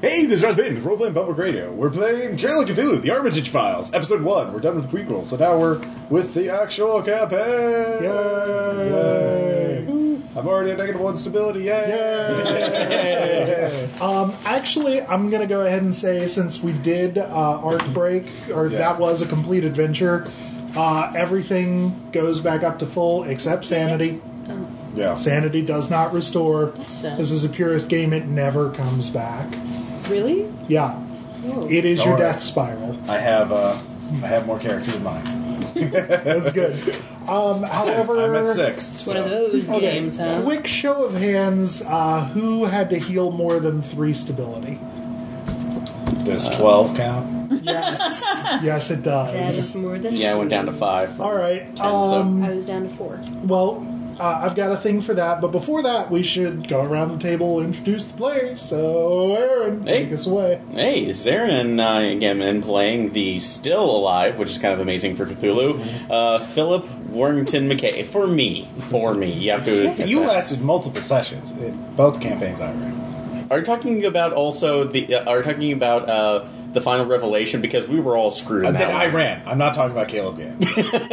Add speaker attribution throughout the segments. Speaker 1: Hey, this is Russ Baden with Role Playing Public Radio. We're playing Trail of Cthulhu, The Armitage Files, Episode 1. We're done with the prequel, so now we're with the actual campaign! Yay! I'm already at negative one stability, yay!
Speaker 2: Um, actually, I'm going to go ahead and say since we did uh, Arc Break, or
Speaker 1: Yeah.
Speaker 2: that was a complete adventure, uh, everything goes back up to full except Sanity.
Speaker 1: Yeah.
Speaker 2: Sanity does not restore.
Speaker 3: So-
Speaker 2: This is a purist game, it never comes back.
Speaker 3: Really?
Speaker 2: Yeah.
Speaker 3: Whoa.
Speaker 2: It is your
Speaker 1: All right.
Speaker 2: death spiral.
Speaker 1: I have, uh, I have more characters in mind.
Speaker 2: That's good. Um, however,
Speaker 1: I'm at 6.
Speaker 3: It's one of those
Speaker 2: okay,
Speaker 3: games, huh?
Speaker 2: quick show of hands uh, who had to heal more than three stability?
Speaker 1: Does 12 count?
Speaker 2: Yes. yes, it
Speaker 4: That
Speaker 2: does.
Speaker 4: is more than.
Speaker 5: Yeah, I went down to five.
Speaker 2: All right.
Speaker 5: Ten, so-
Speaker 2: Um,
Speaker 4: I was down to four.
Speaker 2: Well, uh, I've got a thing for that, but before that, we should go around the table introduce the players. So, Aaron,
Speaker 5: Hey.
Speaker 2: take us away.
Speaker 5: Hey, it's Aaron, and I again am playing the still alive, which is kind of amazing for Cthulhu. Uh, Philip Warrington McKay for me, for me. You have to.
Speaker 1: You lasted multiple sessions in both campaigns I ran.
Speaker 5: Are you talking about also the? Uh, are you talking about uh, the final revelation? Because we were all screwed.
Speaker 1: Uh,
Speaker 5: in
Speaker 1: that
Speaker 5: that
Speaker 1: I
Speaker 5: one.
Speaker 1: ran. I'm not talking about Caleb Gann.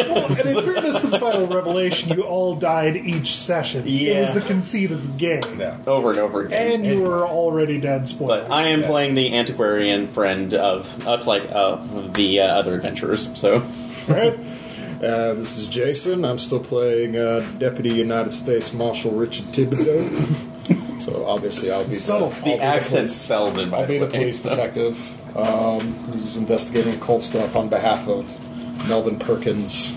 Speaker 2: Well, and in fairness to the final revelation, you all died each session. It
Speaker 5: Yeah.
Speaker 2: was the conceit of the game.
Speaker 1: No.
Speaker 5: over and over again.
Speaker 2: And you were already dead spoilers.
Speaker 5: But I am
Speaker 1: Yeah.
Speaker 5: playing the antiquarian friend of, uh, it's like uh, the uh, other adventurers. So
Speaker 2: Right?
Speaker 6: Uh, this is Jason. I'm still playing uh, Deputy United States Marshal Richard Thibodeau. so obviously, I'll be
Speaker 2: Subtle.
Speaker 6: I'll
Speaker 5: the
Speaker 6: be
Speaker 5: accent
Speaker 6: police-
Speaker 5: sells it. By
Speaker 6: I'll be
Speaker 5: the
Speaker 6: the
Speaker 5: way,
Speaker 6: police
Speaker 5: so.
Speaker 6: detective um, who's investigating occult stuff on behalf of Melvin Perkins,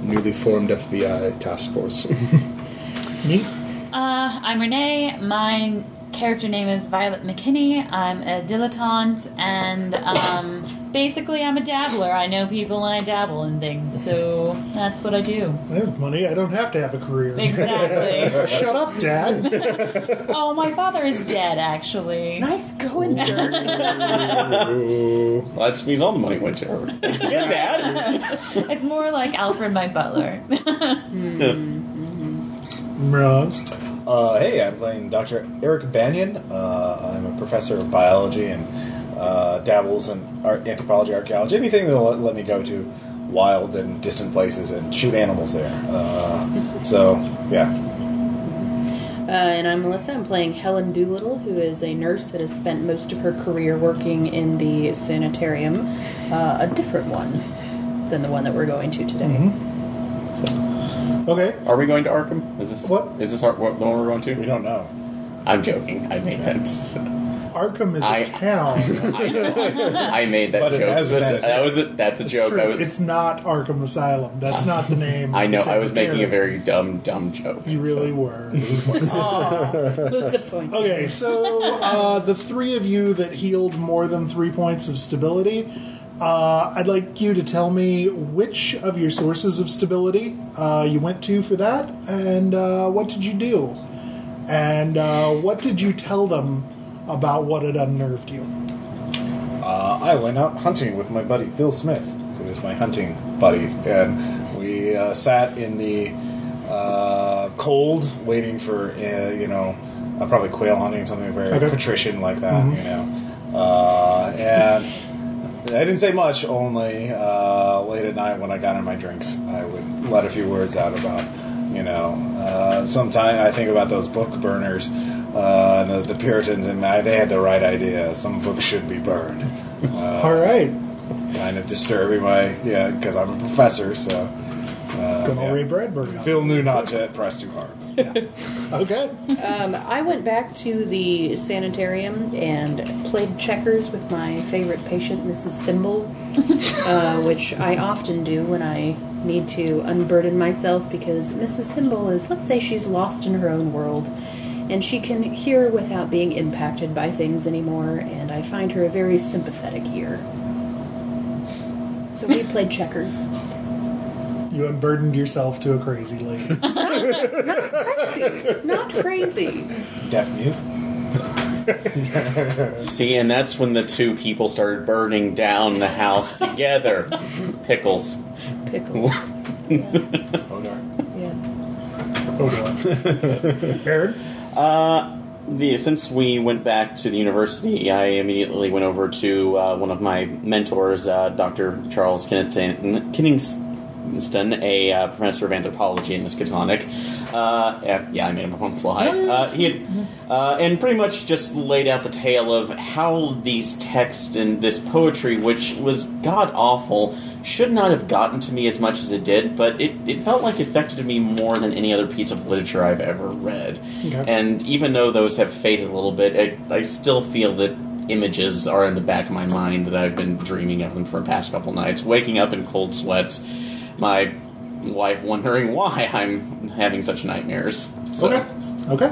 Speaker 6: newly formed FBI task force.
Speaker 2: Neat.
Speaker 7: Uh, I'm Renee. My character name is Violet McKinney. I'm a dilettante, and um, basically, I'm a dabbler. I know people and I dabble in things, so that's what I do.
Speaker 2: I have money. I don't have to have a career.
Speaker 7: Exactly.
Speaker 2: Shut up, Dad.
Speaker 7: oh, my father is dead, actually.
Speaker 4: Nice going, Dirk.
Speaker 5: Well, that just means all the money went to her. Dad.
Speaker 7: It's more like Alfred, my butler.
Speaker 2: Ross.
Speaker 1: Uh, hey, I'm playing Dr. Eric Banyan. Uh, I'm a professor of biology and uh, dabbles in art, anthropology, archaeology, anything that'll let, let me go to wild and distant places and shoot animals there. Uh, so, yeah.
Speaker 4: Uh, and I'm Melissa. I'm playing Helen Doolittle, who is a nurse that has spent most of her career working in the sanitarium, uh, a different one than the one that we're going to today.
Speaker 2: Okay.
Speaker 5: Are we going to Arkham? Is this
Speaker 2: What?
Speaker 5: Is this Ar- what, the one we're going
Speaker 1: We
Speaker 5: to?
Speaker 1: don't know.
Speaker 5: I'm joking. I made that.
Speaker 2: Arkham is a
Speaker 5: I-
Speaker 2: town.
Speaker 5: I know. I, I made that
Speaker 1: But it
Speaker 5: joke.
Speaker 1: has a
Speaker 5: speci-
Speaker 1: sanitary-
Speaker 5: that was a, that's a
Speaker 2: It's,
Speaker 5: joke.
Speaker 2: true.
Speaker 5: I was.
Speaker 2: it's not Arkham Asylum. That's not the name.
Speaker 5: I
Speaker 2: of
Speaker 5: know.
Speaker 2: the
Speaker 5: I was making a
Speaker 2: cemetery.
Speaker 5: very dumb, dumb joke.
Speaker 2: You really were.
Speaker 4: Who's the point?
Speaker 2: Okay, so uh, the three of you that healed more than three points of stability, uh, I'd like you to tell me which of your sources of stability uh, you went to for that, and uh, what did you do, and uh, what did you tell them about what had unnerved you?
Speaker 1: Uh, I went out hunting with my buddy Phil Smith, who is my hunting buddy, and we uh, sat in the uh, cold, waiting for uh, you know, uh, probably quail hunting, something very
Speaker 2: Okay.
Speaker 1: patrician like that, you know. Uh, and I didn't say much. Only uh, late at night, when I got in my drinks, I would let a few words out about. You know, uh, sometimes I think about those book burners, uh, and the, the Puritans, and I, they had the right idea. Some books should be burned Uh,
Speaker 2: All right,
Speaker 1: kind of disturbing my yeah because I'm a professor so uh,
Speaker 2: gonna
Speaker 1: yeah.
Speaker 2: Ray Bradbury.
Speaker 1: Phil knew not to press too hard.
Speaker 2: Okay,
Speaker 4: Um, I went back to the sanitarium and played checkers with my favorite patient, Mrs. Thimble, uh, which I often do when I need to unburden myself because Mrs. Thimble is, let's say, she's lost in her own world and she can hear without being impacted by things anymore, and I find her a very sympathetic ear. So we played checkers.
Speaker 2: you unburdened yourself to a crazy lady.
Speaker 4: Not crazy.
Speaker 1: Deaf mute.
Speaker 5: See, and that's when the two people started burning down the house together. Pickles.
Speaker 4: Pickle.
Speaker 1: Odar.
Speaker 4: Yeah.
Speaker 2: Oh, Hold on. Aaron,
Speaker 5: Uh, the since we went back to the university, I immediately went over to uh, one of my mentors, uh, Dr. Charles Kinniston, Kinningston, a uh, professor of anthropology in Miskatonic. Uh, yeah, yeah, I made him up on the fly. Uh, he had, uh, and pretty much just laid out the tale of how these texts and this poetry, which was god awful, should not have gotten to me as much as it did, but it, it felt like it affected me more than any other piece of literature I've ever read.
Speaker 2: Okay.
Speaker 5: And even though those have faded a little bit, I, I still feel that images are in the back of my mind that I've been dreaming of them for the past couple nights. Waking up in cold sweats, my wife wondering why I'm having such nightmares. So,
Speaker 2: Okay. Okay.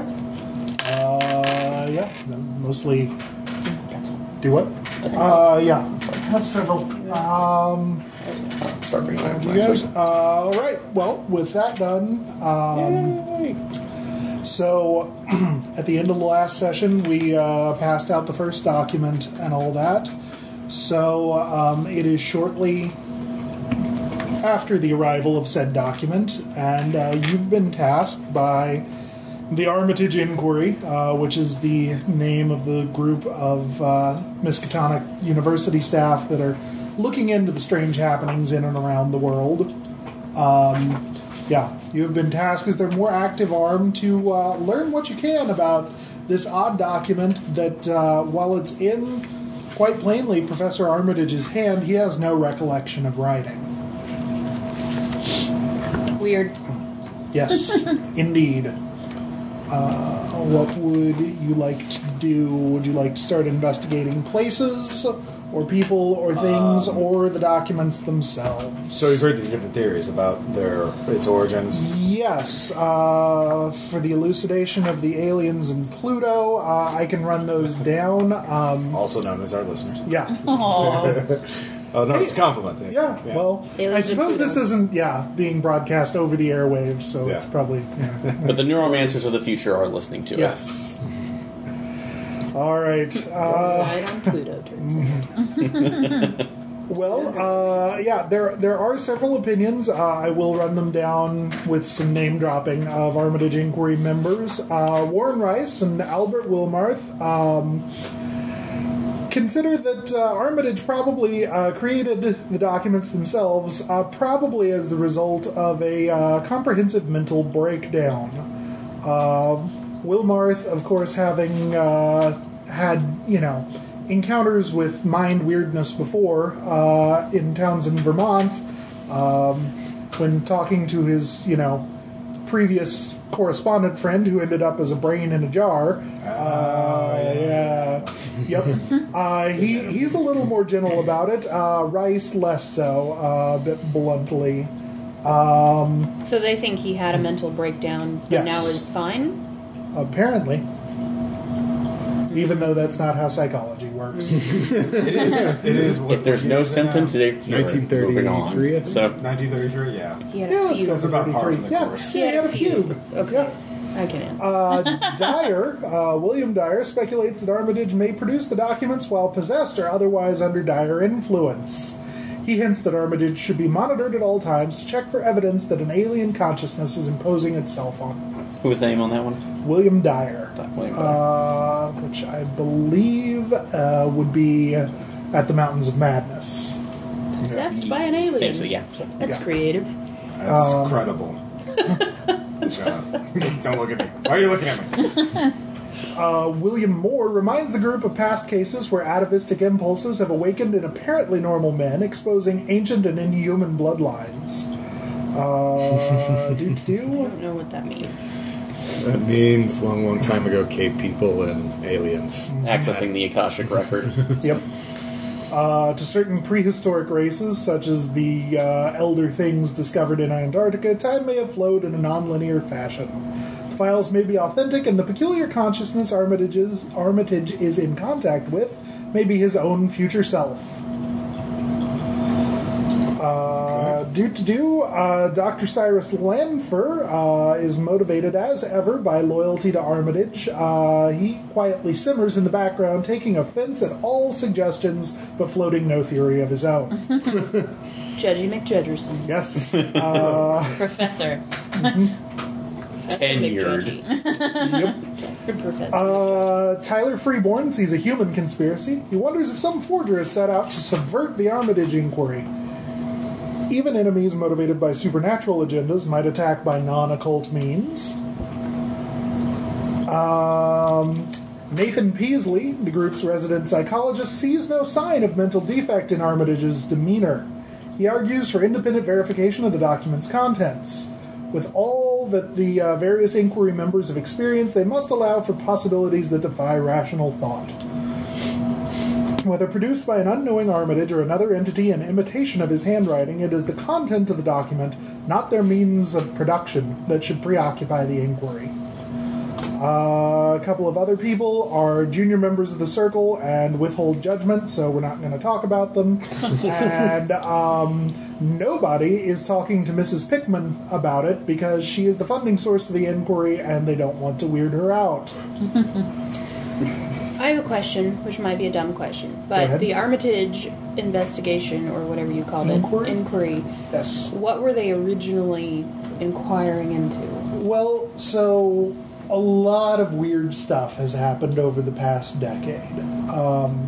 Speaker 2: Uh, yeah. no, Mostly. Do what? Uh, yeah. I have several. Um,
Speaker 5: start bringing my
Speaker 2: you guys. Uh, all right. Well, with that done, um, so at the end of the last session, we uh, passed out the first document and all that. So um, it is shortly after the arrival of said document, and uh, you've been tasked by the Armitage Inquiry, uh, which is the name of the group of uh, Miskatonic University staff that are looking into the strange happenings in and around the world. Um, yeah, you have been tasked as their more active arm to uh, learn what you can about this odd document that, uh, while it's in quite plainly Professor Armitage's hand, he has no recollection of writing.
Speaker 4: Weird.
Speaker 2: Yes, indeed. Uh, what would you like to do? Would you like to start investigating places, or people, or things, or the documents themselves?
Speaker 1: So we've heard the different theories about their its origins.
Speaker 2: Yes, uh, for the elucidation of the aliens and Pluto, uh, I can run those down. Um,
Speaker 1: Also known as our listeners.
Speaker 2: yeah.
Speaker 7: Aw.
Speaker 1: Oh no, it's a compliment.
Speaker 2: Yeah, well,
Speaker 4: Aliens
Speaker 2: I
Speaker 4: and
Speaker 2: suppose this
Speaker 4: Pluto.
Speaker 2: isn't, yeah, being broadcast over the airwaves, so
Speaker 1: Yeah.
Speaker 2: it's probably, yeah.
Speaker 5: But the neuromancers of the future are listening to it.
Speaker 2: yes. All right. Uh,
Speaker 4: Reside on Pluto, turns out.
Speaker 2: Well, uh, yeah, there there are several opinions. Uh, I will run them down with some name dropping of Armitage Inquiry members. Uh, Warren Rice and Albert Wilmarth um, consider that uh, Armitage probably uh, created the documents themselves, uh, probably as the result of a uh, comprehensive mental breakdown. Uh, Wilmarth, of course, having uh, had, you know, encounters with mind weirdness before uh, in Townsend, Vermont, um, when talking to his, you know, previous correspondent friend who ended up as a brain in a jar. Uh, yeah. Yep. Uh, he, he's a little more gentle about it. Uh, Rice, less so, uh, a bit bluntly.
Speaker 4: So they think he had a mental breakdown, but
Speaker 2: Yes.
Speaker 4: now is fine.
Speaker 2: Apparently. Even though that's not how psychology works.
Speaker 1: it is. It is what
Speaker 5: If there's no symptoms,
Speaker 1: it is.
Speaker 5: they cure. it.
Speaker 6: 1933,
Speaker 5: Moving
Speaker 6: I
Speaker 5: on.
Speaker 6: think.
Speaker 5: So
Speaker 1: 1933. Yeah.
Speaker 4: He had
Speaker 2: Yeah,
Speaker 4: a
Speaker 2: let's
Speaker 4: few.
Speaker 2: go
Speaker 1: That's about par for the
Speaker 2: yeah,
Speaker 1: course.
Speaker 2: Yeah, he had a few.
Speaker 4: Okay.
Speaker 2: Yeah.
Speaker 4: I get it.
Speaker 2: Uh, Dyer, uh, William Dyer, speculates that Armitage may produce the documents while possessed or otherwise under Dyer influence. He hints that Armitage should be monitored at all times to check for evidence that an alien consciousness is imposing itself on him.
Speaker 5: who was the name on that one?
Speaker 2: William Dyer,
Speaker 5: William Dyer.
Speaker 2: uh, which I believe uh, would be at the Mountains of Madness.
Speaker 4: Possessed by an alien.
Speaker 5: Basically, yeah. So.
Speaker 4: That's
Speaker 2: Yeah.
Speaker 4: creative.
Speaker 1: That's
Speaker 2: Um.
Speaker 1: credible. Shut up. Don't look at me. Why are you looking at me?
Speaker 2: Uh, William Moore reminds the group of past cases where atavistic impulses have awakened in apparently normal men, exposing ancient and inhuman bloodlines. Uh, do,
Speaker 4: I
Speaker 2: do.
Speaker 4: don't know what that means.
Speaker 6: That means long, long time ago, cave people and aliens.
Speaker 5: Accessing the Akashic record.
Speaker 2: Yep. Uh, to certain prehistoric races, such as the uh, elder things discovered in Antarctica, time may have flowed in a nonlinear fashion. Files may be authentic, and the peculiar consciousness Armitage is, Armitage is in contact with may be his own future self. Uh, due to do, uh, Dr. Cyrus Lanfer uh, is motivated as ever by loyalty to Armitage. Uh, he quietly simmers in the background, taking offense at all suggestions, but floating no theory of his own.
Speaker 4: Judgy McJudgerson.
Speaker 2: Yes. Uh,
Speaker 7: Professor.
Speaker 4: That's a big
Speaker 5: tenured.
Speaker 4: judgy.
Speaker 7: Good professor.
Speaker 2: Uh, Tyler Freeborn sees a human conspiracy. He wonders if some forger has set out to subvert the Armitage inquiry. Even enemies motivated by supernatural agendas might attack by non occult means. Um, Nathan Peasley, the group's resident psychologist, sees no sign of mental defect in Armitage's demeanor. He argues for independent verification of the document's contents. With all that the uh, various inquiry members have experienced, they must allow for possibilities that defy rational thought. Whether produced by an unknowing Armitage or another entity in imitation of his handwriting, it is the content of the document, not their means of production, that should preoccupy the inquiry. Uh, a couple of other people are junior members of the circle and withhold judgment, so we're not going to talk about them. and um, nobody is talking to Mrs. Pickman about it because she is the funding source of the inquiry and they don't want to weird her out.
Speaker 4: I have a question, which might be a dumb question, but
Speaker 2: ahead.
Speaker 4: the Armitage investigation, or whatever you called
Speaker 2: Inquiry?
Speaker 4: it, inquiry,
Speaker 2: Yes.
Speaker 4: what were they originally inquiring into?
Speaker 2: Well, so a lot of weird stuff has happened over the past decade.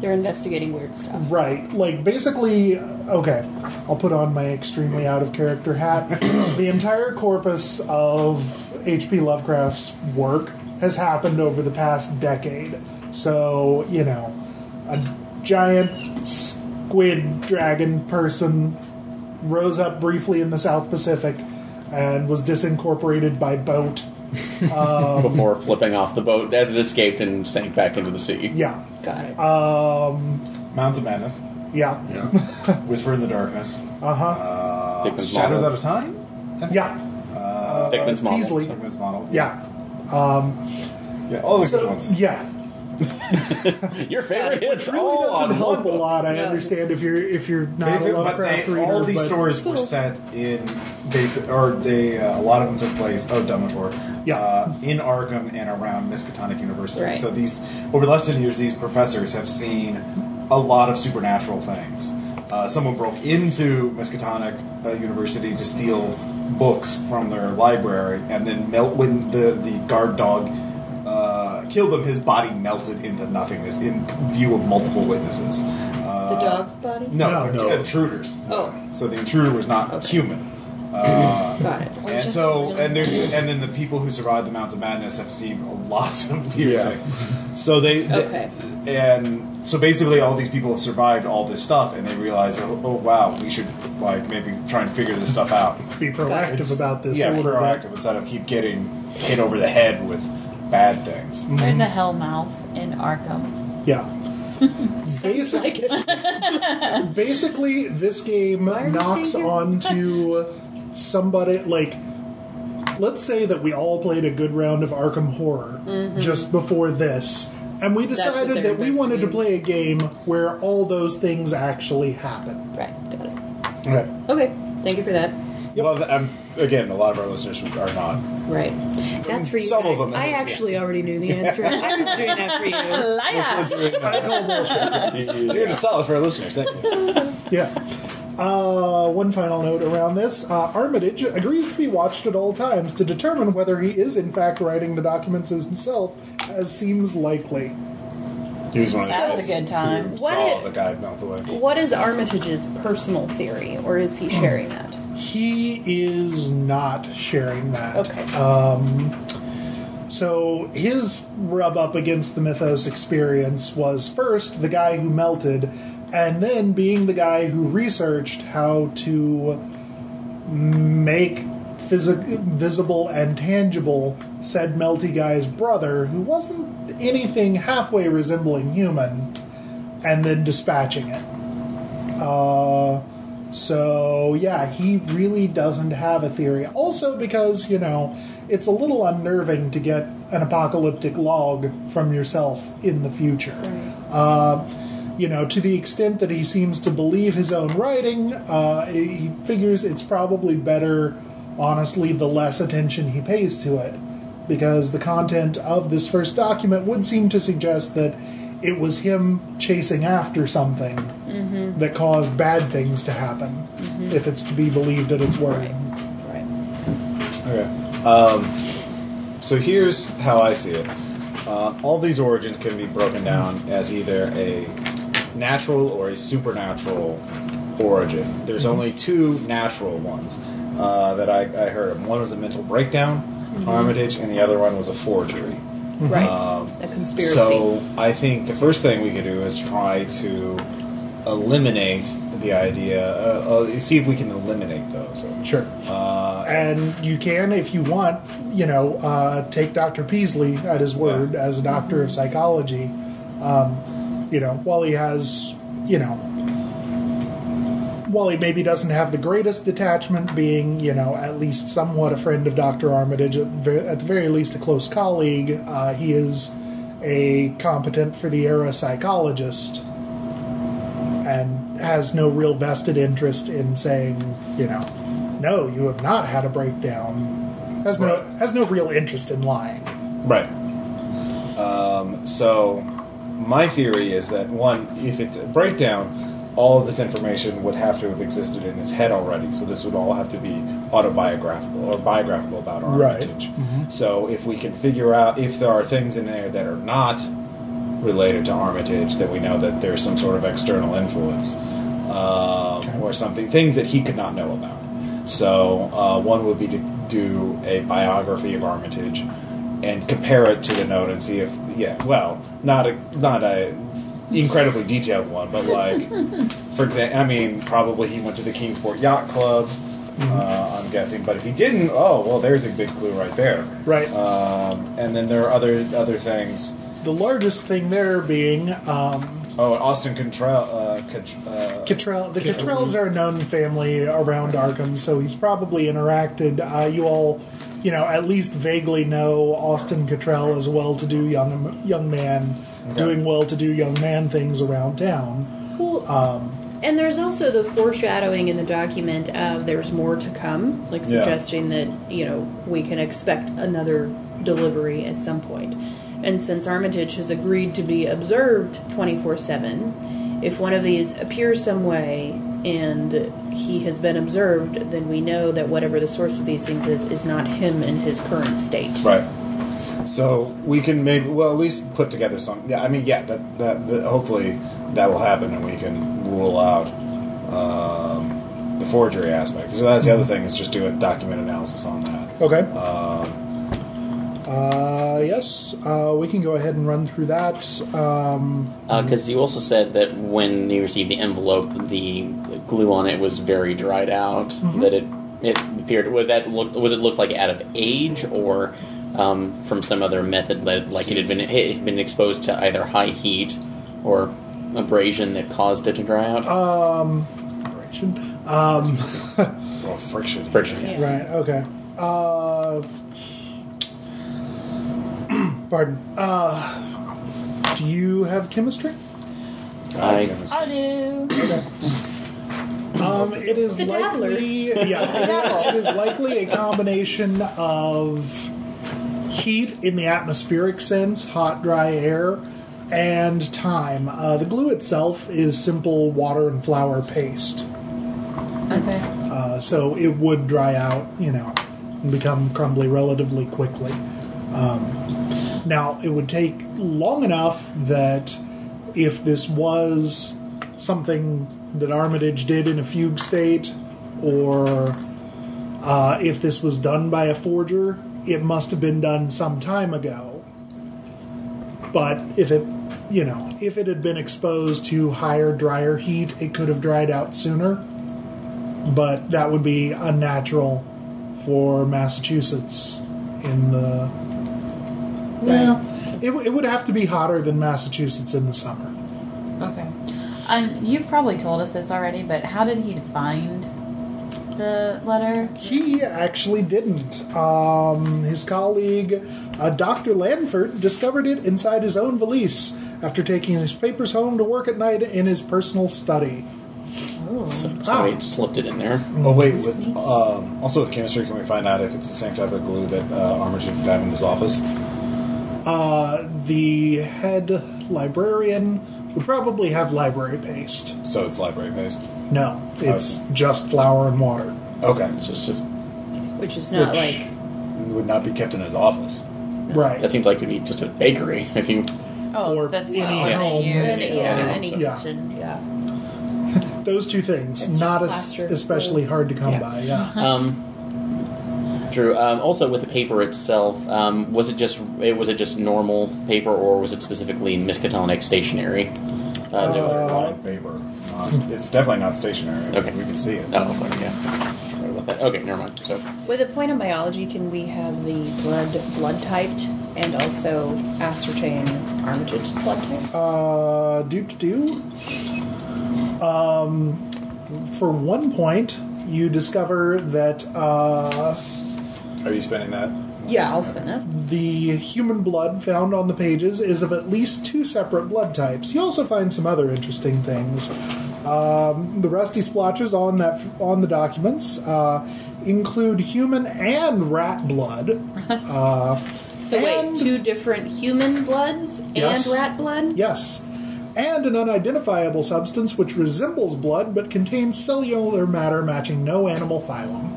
Speaker 4: They're investigating weird stuff.
Speaker 2: Right. Like, basically, okay, I'll put on my extremely out of character hat. the entire corpus of H.P. Lovecraft's work has happened over the past decade. So, you know, a giant squid dragon person rose up briefly in the South Pacific and was disincorporated by boat.
Speaker 5: before flipping off the boat as it escaped and sank back into the sea.
Speaker 2: Yeah.
Speaker 4: Got it.
Speaker 1: Mounds of Madness,
Speaker 2: Yeah.
Speaker 1: Whisper in the Darkness,
Speaker 2: Uh-huh.
Speaker 1: uh,
Speaker 5: Dickman's
Speaker 1: Shadows
Speaker 5: Model.
Speaker 1: Out of Time.
Speaker 2: Yeah.
Speaker 1: Uh,
Speaker 5: Dickman's model.
Speaker 2: Peasley.
Speaker 1: Dickman's model.
Speaker 2: Yeah.
Speaker 1: yeah, all the good
Speaker 2: So,
Speaker 1: ones.
Speaker 2: yeah.
Speaker 5: Your favorite hits
Speaker 2: really
Speaker 5: all
Speaker 2: doesn't
Speaker 5: on
Speaker 2: help a
Speaker 5: one
Speaker 2: lot. I
Speaker 4: No.
Speaker 2: understand if you're if you're not
Speaker 1: Basically,
Speaker 2: a
Speaker 1: but
Speaker 2: Lovecraft
Speaker 1: they,
Speaker 2: reader.
Speaker 1: all these
Speaker 2: but
Speaker 1: stories were
Speaker 4: Cool.
Speaker 1: set in basic, or they uh, a lot of them took place. Oh, Dumbledore.
Speaker 2: Yeah.
Speaker 1: Uh, in Arkham and around Miskatonic University.
Speaker 4: Right.
Speaker 1: So these over the last ten years, these professors have seen a lot of supernatural things. Uh, someone broke into Miskatonic uh, University to steal books from their library, and then melt when the the guard dog. Uh, killed him. His body melted into nothingness in view of multiple witnesses. Uh,
Speaker 4: The dog's body?
Speaker 1: no,
Speaker 2: No, no.
Speaker 1: intruders.
Speaker 4: Oh.
Speaker 1: So the intruder was not
Speaker 4: Okay.
Speaker 1: human. Uh,
Speaker 4: Got it.
Speaker 1: and so, and there's, and then the people who survived the Mounds of Madness have seen lots of weird
Speaker 6: Yeah.
Speaker 1: things. So they,
Speaker 4: Okay.
Speaker 1: and so basically, all these people have survived all this stuff, and they realize, oh, oh wow, we should like maybe try and figure this stuff out.
Speaker 2: be proactive
Speaker 1: It's-
Speaker 2: about this.
Speaker 1: yeah,
Speaker 2: a little
Speaker 1: proactive instead of keep getting hit over the head with bad things.
Speaker 7: There's a hellmouth in
Speaker 2: Bit.
Speaker 7: Arkham.
Speaker 2: Yeah. Basic, basically, this game
Speaker 4: Why are we
Speaker 2: knocks
Speaker 4: staying here?
Speaker 2: onto somebody like. Let's say that we all played a good round of Arkham Horror just before this, and we
Speaker 4: Mm-hmm. what
Speaker 2: decided
Speaker 4: they're
Speaker 2: that we wanted to
Speaker 4: investigating.
Speaker 2: play a game where all those things actually happened.
Speaker 4: Right, got it.
Speaker 1: Okay.
Speaker 4: Okay, thank you for that.
Speaker 1: Well, th- um, again, a lot of our listeners are not.
Speaker 4: Right. That's for you
Speaker 1: Some of
Speaker 4: guys.
Speaker 1: them,
Speaker 4: I
Speaker 1: yes, yeah.
Speaker 4: actually already knew the answer. I was doing that for you.
Speaker 7: Liar!
Speaker 1: Doing, You're doing a solid for our listeners. Thank you.
Speaker 2: Yeah. Uh, one final note around this uh, Armitage agrees to be watched at all times to determine whether he is, in fact, writing the documents himself, as seems likely.
Speaker 1: He was one of the
Speaker 7: That
Speaker 1: guys
Speaker 7: was a good time.
Speaker 1: who
Speaker 4: What
Speaker 1: saw
Speaker 4: it-
Speaker 1: the guy melt away.
Speaker 4: What is Armitage's personal theory, or is he sharing that?
Speaker 2: He is not sharing that.
Speaker 4: Okay.
Speaker 1: Uh,
Speaker 2: So his rub up against the Mythos experience was first the guy who melted, and then being the guy who researched how to make physic- visible and tangible said melty guy's brother, who wasn't anything halfway resembling human, and then dispatching it. Uh, so yeah, he really doesn't have a theory. Also, because you know, it's a little unnerving to get an apocalyptic log from yourself in the future. Uh, you know, to the extent that he seems to believe his own writing, uh, he figures it's probably better, honestly, the less attention he pays to it, because the content of this first document would seem to suggest that it was him chasing after something that cause bad things to happen if it's to be believed at its word.
Speaker 4: Right.
Speaker 1: Okay. Um, So here's how I see it. Uh, all these origins can be broken down as either a natural or a supernatural origin. There's
Speaker 7: Mm-hmm.
Speaker 1: only two natural ones uh, that I, I heard of. One was a mental breakdown,
Speaker 7: Mm-hmm.
Speaker 1: Armitage, and the other one was a forgery.
Speaker 4: Right.
Speaker 1: Um,
Speaker 4: a conspiracy.
Speaker 1: So I think the first thing we could do is try to eliminate the idea. Uh, uh, see if we can eliminate those.
Speaker 2: Sure.
Speaker 1: Uh,
Speaker 2: And you can, if you want, you know, uh, take Dr. Peasley at his word
Speaker 1: Yeah.
Speaker 2: as a doctor of psychology. Um, you know, while he has, you know, while he maybe doesn't have the greatest detachment, being, you know, at least somewhat a friend of Dr. Armitage, at, ver- at the very least a close colleague, uh, he is a competent for the era psychologist and has no real vested interest in saying, you know, no, you have not had a breakdown. Has no
Speaker 1: Right.
Speaker 2: has no real interest in lying.
Speaker 1: Right. Um, so, my theory is that one, if it's a breakdown, all of this information would have to have existed in his head already. So this would all have to be autobiographical or biographical about
Speaker 2: Right.
Speaker 1: Armitage. So if we can figure out if there are things in there that are not related to Armitage, then we know that there's some sort of external influence um, or something, things that he could not know about. So uh, one would be to do a biography of Armitage and compare it to the note and see if yeah, well, not a not a incredibly detailed one, but like for example, I mean, probably he went to the Kingsport Yacht Club. Uh, I'm guessing, but if he didn't, oh well, there's a big clue right there.
Speaker 2: Right.
Speaker 1: Um, and then there are other other things.
Speaker 2: The largest thing there being um,
Speaker 1: Oh, and Austin Contrell. Uh, Contr- uh,
Speaker 2: Kittrell. The
Speaker 1: Kittrell.
Speaker 2: Kittrells are a known family around Arkham, so he's probably interacted. Uh, you all, you know, at least vaguely know Austin Kittrell as a well-to-do young young man, doing well-to-do young man things around town.
Speaker 4: Well, and there's also the foreshadowing in the document of there's more to come, like
Speaker 1: Yeah.
Speaker 4: suggesting that you know we can expect another delivery at some point. And since Armitage has agreed to be observed 24 7, if one of these appears some way and he has been observed, then we know that whatever the source of these things is, is not him in his current state.
Speaker 1: right. So we can maybe well at least put together some. Yeah, I mean, yeah, that, that, that hopefully that will happen, and we can rule out um, the forgery aspect. So that's the other thing is just do a document analysis on that.
Speaker 2: Okay.
Speaker 1: Um,
Speaker 2: Uh, yes, uh, we can go ahead and run through that. Um,
Speaker 5: Because Uh, you also said that when you received the envelope, the glue on it was very dried out.
Speaker 2: Mm-hmm.
Speaker 5: That it it appeared was that look was it looked like out of age or um, from some other method that like it had been it had been exposed to either high heat or abrasion that caused it to dry out.
Speaker 2: Uh, operation. Um,
Speaker 1: well, friction.
Speaker 5: Friction.
Speaker 4: Yeah.
Speaker 2: right, okay. Uh, pardon. Uh, do you have chemistry?
Speaker 5: I-
Speaker 7: I do.
Speaker 2: Um, it is
Speaker 4: The dabbler.
Speaker 2: likely, yeah, it is likely a combination of heat in the atmospheric sense, hot, dry air, and time. Uh, the glue itself is simple water and flour paste.
Speaker 7: Okay.
Speaker 2: Uh, so it would dry out, you know, and become crumbly relatively quickly. Um, now, it would take long enough that if this was something that Armitage did in a fugue state, or uh, if this was done by a forger, it must have been done some time ago. But if it, you know, if it had been exposed to higher, drier heat, it could have dried out sooner but that would be unnatural for Massachusetts in the. Well, it, w- it would have to be hotter than Massachusetts in the summer.
Speaker 7: Okay. Um, you've probably told us this already, but how did he find the letter?
Speaker 2: He actually didn't. Um, his colleague, uh, Dr. Lanford, discovered it inside his own valise after taking his papers home to work at night in his personal study.
Speaker 5: So, so
Speaker 2: Ah.
Speaker 5: I slipped it in there.
Speaker 1: Oh wait, with, um, also with chemistry, can we find out if it's the same type of glue that uh, Armitage would have in his office?
Speaker 2: Uh, the head librarian would probably have library paste.
Speaker 1: So it's library based.
Speaker 2: No, it's just flour and water.
Speaker 1: Okay,
Speaker 5: So it's just
Speaker 4: Which is not
Speaker 2: Which-
Speaker 4: like
Speaker 1: would not be kept in his office.
Speaker 2: Right.
Speaker 5: That seems like it'd be just a bakery if you.
Speaker 7: Oh,
Speaker 2: Or
Speaker 7: that's
Speaker 2: any
Speaker 7: what
Speaker 2: home,
Speaker 7: I hear.
Speaker 2: really.
Speaker 4: Any-
Speaker 5: Yeah.
Speaker 4: yeah, any
Speaker 2: Yeah.
Speaker 4: kitchen, yeah.
Speaker 2: Those two things,
Speaker 4: It's just
Speaker 2: not as,
Speaker 4: plaster.
Speaker 2: especially hard to come
Speaker 5: Yeah.
Speaker 2: by. Yeah.
Speaker 5: Um, Drew. Um, also, with the paper itself, um, was it just it was it just normal paper, or was it specifically Miskatonic stationery? Uh,
Speaker 2: Uh,
Speaker 1: on paper. Not- it's definitely not stationary.
Speaker 5: Okay.
Speaker 1: we can see it.
Speaker 5: oh, sorry. Yeah. Sorry about that. Okay, never mind. So,
Speaker 4: With a point of biology, can we have the blood blood typed and also ascertain Armitage's blood type?
Speaker 2: Uh, do do do. Um, for one point, you discover that uh,
Speaker 1: Are you spending that?
Speaker 4: Yeah, I'll spend that.
Speaker 2: the human blood found on the pages is of at least two separate blood types. You also find some other interesting things. Um, the rusty splotches on that on the documents uh, include human and rat blood. Uh,
Speaker 4: So
Speaker 2: And-
Speaker 4: wait, two different human bloods and
Speaker 2: Yes.
Speaker 4: rat blood?
Speaker 2: Yes. And an unidentifiable substance which resembles blood but contains cellular matter matching no animal phylum.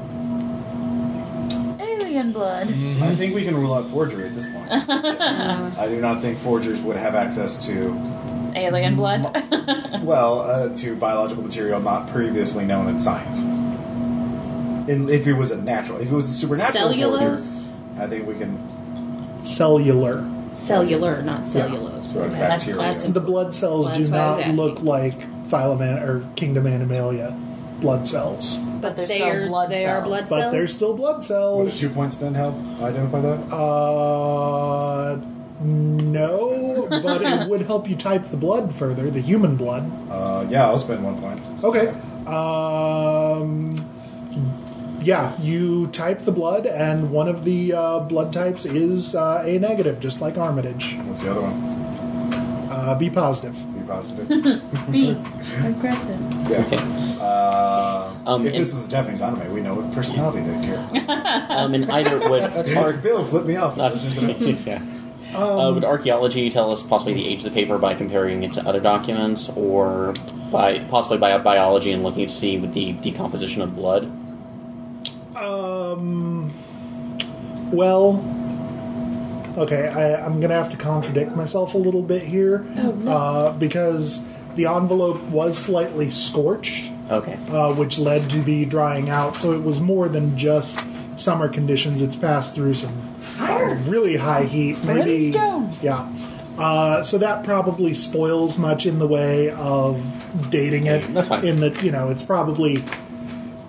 Speaker 7: Alien blood.
Speaker 1: I think we can rule out forgery at this point. I do not think forgers would have access to,
Speaker 7: Alien blood.
Speaker 1: well, uh, to biological material not previously known in science. And if it was a natural, if it was a supernatural
Speaker 4: Cellulose?
Speaker 1: forger, I think we can.
Speaker 2: Cellular.
Speaker 4: Cellular, not cellulose.
Speaker 1: So
Speaker 4: Okay.
Speaker 1: bacteria.
Speaker 4: that's
Speaker 2: The blood cells
Speaker 4: Well,
Speaker 2: do
Speaker 4: that's what I was
Speaker 2: not
Speaker 4: asking.
Speaker 2: look like phylum an- or kingdom animalia blood cells,
Speaker 7: But there's
Speaker 4: they
Speaker 7: no
Speaker 4: are-
Speaker 7: blood
Speaker 4: they
Speaker 7: cells.
Speaker 4: are blood
Speaker 2: but they're
Speaker 4: cells.
Speaker 2: still blood
Speaker 1: Would a
Speaker 2: cells.
Speaker 1: two point spin help identify that?
Speaker 2: Uh, no, but it would help you type the blood further, the human blood.
Speaker 1: Uh, yeah, I'll spend one point.
Speaker 2: Okay. Um, yeah, you type the blood, and one of the uh, blood types is uh, A negative, just like Armitage.
Speaker 1: What's the other one?
Speaker 2: Uh, be positive.
Speaker 1: Be positive.
Speaker 7: Be aggressive.
Speaker 1: yeah. Uh,
Speaker 5: Um,
Speaker 1: if this
Speaker 5: and-
Speaker 1: is a Japanese anime, we know what personality they care.
Speaker 5: um, and either would arc.
Speaker 1: Bill, flip me off.
Speaker 5: That's- yeah. uh, would archaeology tell us possibly the age of the paper by comparing it to other documents, or by possibly by biology and looking to see with the decomposition of blood?
Speaker 2: Well, okay, I, I'm going to have to contradict myself a little bit here
Speaker 7: Oh,
Speaker 2: uh, because the envelope was slightly scorched,
Speaker 5: Okay.
Speaker 2: uh, which led to the drying out, so it was more than just summer conditions. It's passed through some
Speaker 7: Fire.
Speaker 2: really high heat, maybe.
Speaker 7: Brimstone.
Speaker 2: Yeah. Uh, so that probably spoils much in the way of dating it.
Speaker 5: That's fine.
Speaker 2: In that you know it's probably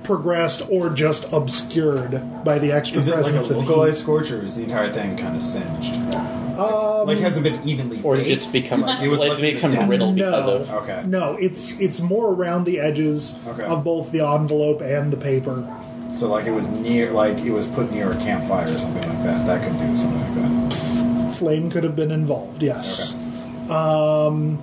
Speaker 2: progressed or just obscured by the extra
Speaker 1: Is it like
Speaker 2: presence
Speaker 1: a
Speaker 2: of
Speaker 1: localized
Speaker 2: heat.
Speaker 1: scorch, or is the entire thing kind of singed? like hasn't been evenly.
Speaker 5: Or
Speaker 1: baked?
Speaker 5: just become
Speaker 1: Like,
Speaker 5: it
Speaker 1: was
Speaker 5: like
Speaker 1: left
Speaker 5: they
Speaker 1: in the
Speaker 5: become
Speaker 1: desert?
Speaker 5: riddled because
Speaker 2: No,
Speaker 5: of.
Speaker 1: Okay.
Speaker 2: no, it's it's more around the edges
Speaker 1: Okay.
Speaker 2: of both the envelope and the paper.
Speaker 1: So like it was near, like it was put near a campfire or something like that. That could do something like that.
Speaker 2: flame could have been involved, yes. Um,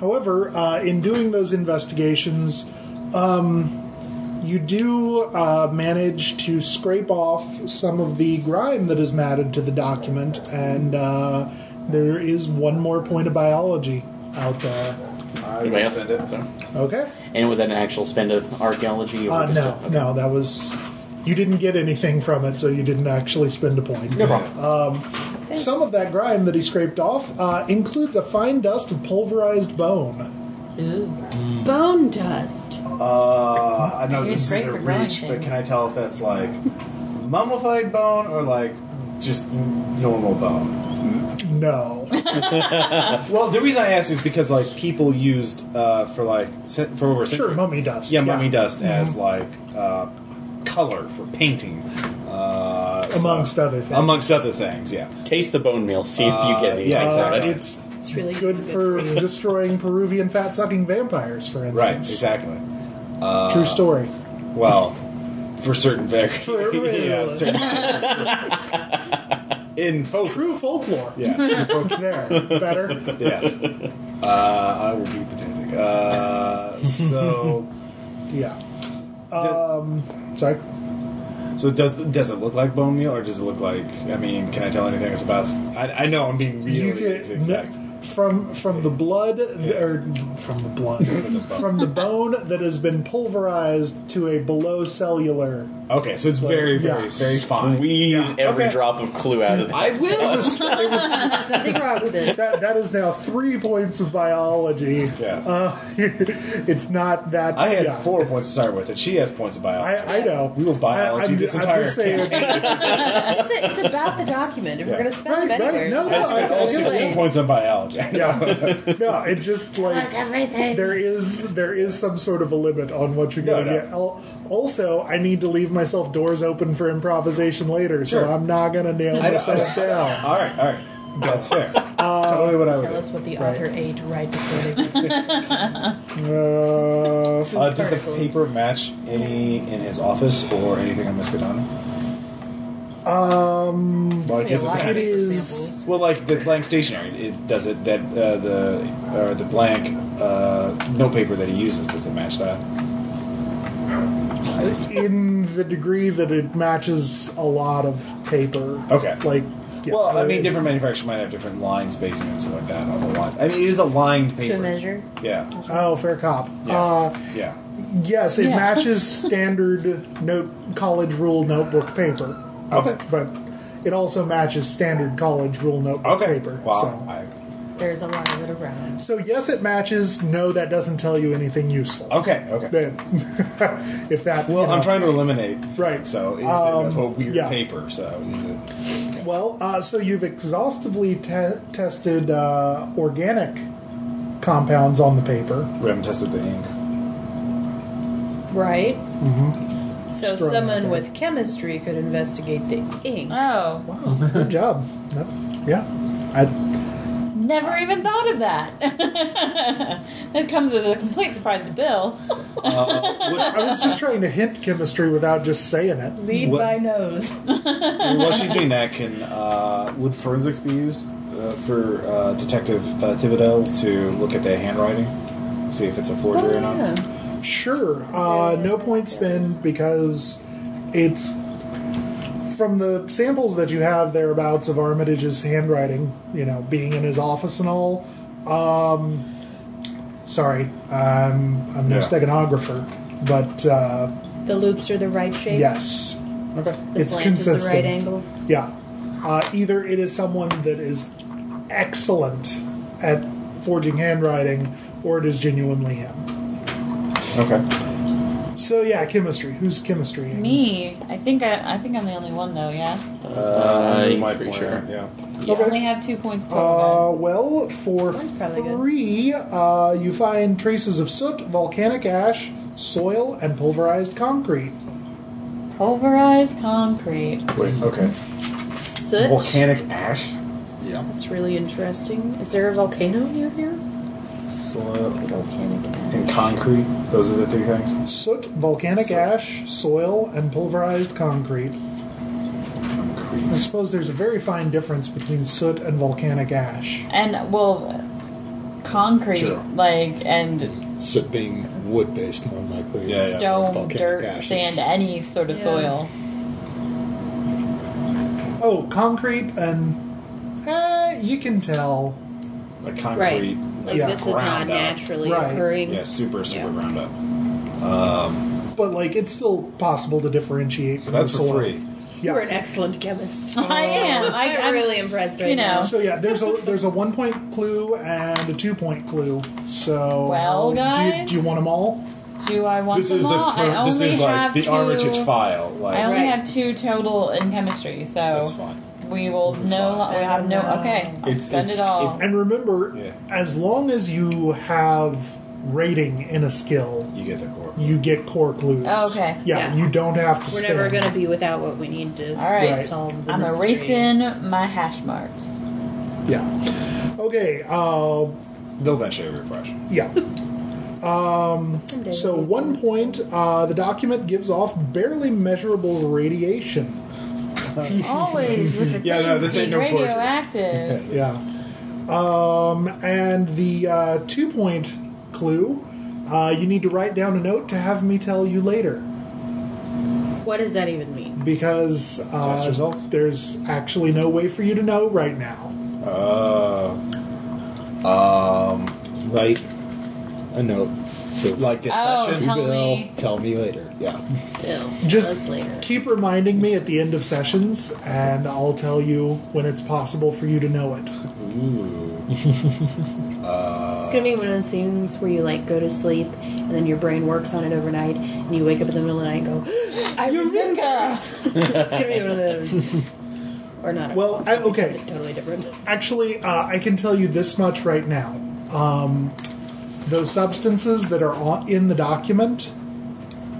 Speaker 2: however, uh, in doing those investigations, um, you do uh, manage to scrape off some of the grime that is matted to the document, and uh, there is one more point of biology out there.
Speaker 1: I
Speaker 5: Anybody
Speaker 1: would
Speaker 5: else?
Speaker 1: spend it.
Speaker 5: So-
Speaker 2: Okay?
Speaker 5: And was that an actual spend of archaeology? Or
Speaker 2: Uh,
Speaker 5: just
Speaker 2: no,
Speaker 5: a- okay.
Speaker 2: no, that was. You didn't get anything from it, so you didn't actually spend a point.
Speaker 5: No problem.
Speaker 2: Some of that grime that he scraped off uh, includes a fine dust of pulverized bone.
Speaker 4: Bone dust.
Speaker 1: Uh, I know
Speaker 7: You're
Speaker 1: this
Speaker 7: great
Speaker 1: is a
Speaker 7: for growing
Speaker 1: reach, but
Speaker 7: things.
Speaker 1: can I tell if that's like mummified bone or like just normal bone?
Speaker 2: No.
Speaker 1: Well, the reason I asked is because like people used uh, for like cen- for over a
Speaker 2: Sure,
Speaker 1: century-
Speaker 2: mummy dust.
Speaker 1: yeah, mummy dust as
Speaker 2: Mm-hmm.
Speaker 1: like uh, color for painting, uh, so-
Speaker 2: Amongst other things.
Speaker 1: Amongst other things, yeah.
Speaker 5: Uh, Taste the bone meal. See if you get
Speaker 1: Uh,
Speaker 5: it.
Speaker 1: yeah,
Speaker 2: Uh,
Speaker 1: exactly.
Speaker 2: it's
Speaker 4: It's really
Speaker 2: good for destroying Peruvian fat sucking vampires, for instance.
Speaker 1: Right, exactly. Uh,
Speaker 2: True story.
Speaker 1: Well, for certain very
Speaker 2: For real.
Speaker 1: yeah, certain, in folk.
Speaker 2: True folklore.
Speaker 1: Yeah.
Speaker 2: There. Better.
Speaker 1: yes. Uh, I will be pedantic. Uh, so,
Speaker 2: Yeah. Um, Sorry.
Speaker 1: so does does it look like bone meal, or does it look like? I mean, can I tell anything it's about? I, I know I'm being really
Speaker 2: You get
Speaker 1: exact.
Speaker 2: no- from from the blood or from the blood from the bone that has been pulverized to a below cellular.
Speaker 1: Okay, so it's very, very,
Speaker 2: yeah.
Speaker 1: very fine.
Speaker 5: Squeeze every
Speaker 1: Okay.
Speaker 5: drop of clue out of that.
Speaker 1: I will.
Speaker 4: There's nothing wrong with it.
Speaker 2: That that is now three points of biology.
Speaker 1: Yeah.
Speaker 2: Uh, it's not that.
Speaker 1: I had
Speaker 2: yeah.
Speaker 1: four points to start with, and she has points of biology.
Speaker 2: I, I know.
Speaker 1: We will biology
Speaker 2: I, I'm,
Speaker 1: this
Speaker 2: I'm
Speaker 1: entire
Speaker 2: just saying,
Speaker 4: It's, it's about the document. If
Speaker 1: Yeah.
Speaker 4: we're going to spend
Speaker 2: Right,
Speaker 4: them
Speaker 2: right.
Speaker 4: anywhere,
Speaker 2: No,
Speaker 1: I spent
Speaker 2: I- I
Speaker 1: all
Speaker 2: get it.
Speaker 1: 16 points on biology.
Speaker 2: Yeah. No, it just like
Speaker 3: everything.
Speaker 2: there is there is some sort of a limit on what you're
Speaker 1: No,
Speaker 2: going to
Speaker 1: no.
Speaker 2: get. Al- Also, I need to leave myself doors open for improvisation later,
Speaker 1: Sure.
Speaker 2: so I'm not going to nail
Speaker 1: I know, I
Speaker 2: myself down.
Speaker 1: All right, all right. That's fair.
Speaker 2: Uh,
Speaker 1: totally what I would
Speaker 8: Tell us
Speaker 1: do.
Speaker 8: what the
Speaker 2: Right.
Speaker 8: author ate right before they did.
Speaker 2: Uh,
Speaker 1: Uh, does the
Speaker 8: particles.
Speaker 1: paper match any in his office or anything on Miskatonic? Um, like is it,
Speaker 2: it is.
Speaker 1: well, like the blank stationery? It, does it that uh, the or the blank uh, note paper that he uses? Does it match that?
Speaker 2: in the degree that it matches a lot of paper.
Speaker 1: Okay.
Speaker 2: Like, yeah, Uh,
Speaker 1: well, I mean,
Speaker 2: it-
Speaker 1: different manufacturers might have different line spacing and stuff like that on the lines. I mean, it is a lined paper.
Speaker 4: to measure.
Speaker 1: Yeah,
Speaker 2: Oh, fair cop.
Speaker 1: Yeah.
Speaker 2: Uh,
Speaker 1: yeah.
Speaker 2: yes, it
Speaker 7: Yeah.
Speaker 2: matches standard note college rule notebook paper.
Speaker 1: Okay.
Speaker 2: But it also matches standard college rule notebook
Speaker 1: Okay.
Speaker 2: paper.
Speaker 1: Wow.
Speaker 2: So.
Speaker 8: There's a lot of it around.
Speaker 2: So yes, it matches. No, that doesn't tell you anything useful.
Speaker 1: I, okay. Okay.
Speaker 2: Then, if that.
Speaker 1: Well,
Speaker 2: you
Speaker 1: I'm
Speaker 2: know.
Speaker 1: trying to eliminate.
Speaker 2: uh, Right.
Speaker 1: So is
Speaker 2: Um,
Speaker 1: it a weird
Speaker 2: yeah.
Speaker 1: paper? So is it?
Speaker 2: Well, uh, so you've exhaustively te- tested uh, organic compounds on the paper.
Speaker 1: We haven't tested the ink.
Speaker 4: Right. Mm-hmm. So
Speaker 2: Strong
Speaker 4: someone
Speaker 2: idea.
Speaker 4: with chemistry could investigate the ink.
Speaker 7: Oh,
Speaker 2: Good job. No, yeah. I,
Speaker 7: never even thought of that. that comes as a complete surprise to Bill.
Speaker 2: Uh, I was just trying to hint chemistry without just saying it.
Speaker 8: Lead
Speaker 1: What-
Speaker 8: by nose.
Speaker 1: While she's doing that, can uh, would forensics be used uh, for uh, Detective uh, Thibodeau to look at the handwriting, see if it's a forgery
Speaker 4: Oh,
Speaker 1: or not?
Speaker 2: Sure. Uh, no points been because it's from the samples that you have thereabouts of Armitage's handwriting, you know, being in his office and all. Um, sorry, I'm, I'm no
Speaker 1: Yeah.
Speaker 2: steganographer, but uh,
Speaker 4: The loops are the right shape.
Speaker 2: yes,
Speaker 1: Okay.
Speaker 4: The
Speaker 2: it's
Speaker 4: slant
Speaker 2: consistent.
Speaker 4: Is the right angle.
Speaker 2: Yeah. Uh, either it is someone that is excellent at forging handwriting, or it is genuinely him.
Speaker 1: Okay.
Speaker 2: So yeah, chemistry. Who's chemistry?
Speaker 7: Me, I think I, I think I'm the only one though. Yeah,
Speaker 1: Uh, you
Speaker 5: I'm
Speaker 1: might
Speaker 5: pretty
Speaker 1: point
Speaker 5: sure.
Speaker 1: out, Yeah.
Speaker 7: you only have two points total.
Speaker 2: Uh, well, for
Speaker 4: Mine's probably good.
Speaker 2: three, uh, you find traces of soot, volcanic ash, soil, and pulverized concrete.
Speaker 7: then. Pulverized concrete.
Speaker 6: Wait,
Speaker 1: Okay.
Speaker 4: Soot.
Speaker 1: Volcanic ash.
Speaker 6: yeah.
Speaker 4: That's really interesting. Is there a volcano near here?
Speaker 1: Soil
Speaker 4: Volcanic.
Speaker 1: and concrete. Those are the three things.
Speaker 2: Soot, volcanic
Speaker 1: Soot.
Speaker 2: ash, soil, and pulverized concrete. I suppose there's a very fine difference between soot and volcanic ash.
Speaker 7: And well, concrete
Speaker 6: Sure.
Speaker 7: like and
Speaker 6: So being wood based, more than likely.
Speaker 1: Yeah, yeah. It's
Speaker 7: stone,
Speaker 6: volcanic
Speaker 7: dirt,
Speaker 6: ashes.
Speaker 7: sand, any sort of
Speaker 4: Yeah.
Speaker 7: soil.
Speaker 2: Oh, concrete and. Eh, you can tell.
Speaker 1: Like concrete.
Speaker 4: Right. Like
Speaker 2: Yeah.
Speaker 4: this is not
Speaker 1: ground up.
Speaker 4: naturally
Speaker 2: Right.
Speaker 4: occurring.
Speaker 1: Yeah, super, super
Speaker 4: Yeah.
Speaker 1: ground up.
Speaker 2: But, like, it's still possible to differentiate
Speaker 1: So
Speaker 2: from the
Speaker 1: that's
Speaker 2: soil.
Speaker 1: for free.
Speaker 2: Yeah.
Speaker 4: You're an excellent chemist. Oh,
Speaker 7: I am. I,
Speaker 4: I'm
Speaker 7: I'm
Speaker 4: really impressed right
Speaker 7: you know.
Speaker 4: now.
Speaker 2: So yeah, there's a there's a one point clue and a two point clue. So
Speaker 7: Well,
Speaker 2: do you- do you,
Speaker 7: guys.
Speaker 2: want them all?
Speaker 7: Do I want
Speaker 1: This
Speaker 7: them
Speaker 1: is the
Speaker 7: all? I
Speaker 1: per- this
Speaker 7: only
Speaker 1: is like
Speaker 7: have
Speaker 1: the
Speaker 7: two,
Speaker 1: Armitage file. Like
Speaker 7: I only
Speaker 4: Right.
Speaker 7: have two total in chemistry, so
Speaker 1: that's fine.
Speaker 7: we will
Speaker 1: It's
Speaker 7: no.
Speaker 1: fine.
Speaker 7: We have no. Okay, I'll
Speaker 1: It's-
Speaker 7: spend
Speaker 1: it's-
Speaker 7: it all.
Speaker 2: And remember,
Speaker 1: Yeah.
Speaker 2: as long as you have rating in a skill,
Speaker 1: You get the core.
Speaker 2: you get core clues.
Speaker 7: Oh, okay.
Speaker 2: Yeah,
Speaker 4: Yeah.
Speaker 2: you don't have to.
Speaker 4: We're
Speaker 2: spend.
Speaker 4: never going to be without what we need to
Speaker 7: All right.
Speaker 4: solve the
Speaker 7: I'm
Speaker 4: mystery.
Speaker 7: erasing my hash marks.
Speaker 2: Yeah. Okay. Uh,
Speaker 1: They'll eventually refresh.
Speaker 2: yeah.
Speaker 4: Someday
Speaker 2: So
Speaker 4: we'll be
Speaker 2: one
Speaker 4: able to-
Speaker 2: point, uh, the document gives off barely measurable radiation.
Speaker 7: Always with the
Speaker 1: Yeah, no,
Speaker 7: things
Speaker 1: this ain't
Speaker 7: being
Speaker 1: no forgery.
Speaker 7: radioactive.
Speaker 2: Yeah. Um, and the uh, two point clue uh, you need to write down a note to have me tell you later
Speaker 4: What does that even mean?
Speaker 2: because
Speaker 1: Test
Speaker 2: uh,
Speaker 1: results?
Speaker 2: there's actually no way for you to know right now.
Speaker 1: Oh. Uh, Um,
Speaker 6: Write a note. to
Speaker 1: like this
Speaker 7: Oh,
Speaker 1: session.
Speaker 7: tell
Speaker 6: Bill,
Speaker 7: me.
Speaker 6: Tell me later. Yeah.
Speaker 2: Just
Speaker 8: Those later.
Speaker 2: keep reminding me at the end of sessions, and I'll tell you when it's possible for you to know it.
Speaker 1: Ooh. uh,
Speaker 4: It's gonna be one of those things where you like go to sleep and then your brain works on it overnight and you wake up in the middle of the night and go, I remember. it's gonna be one of those. Or not.
Speaker 2: Well, I- okay.
Speaker 4: Something Totally different.
Speaker 2: Actually, uh, I can tell you this much right now. Um, those substances that are on, in the document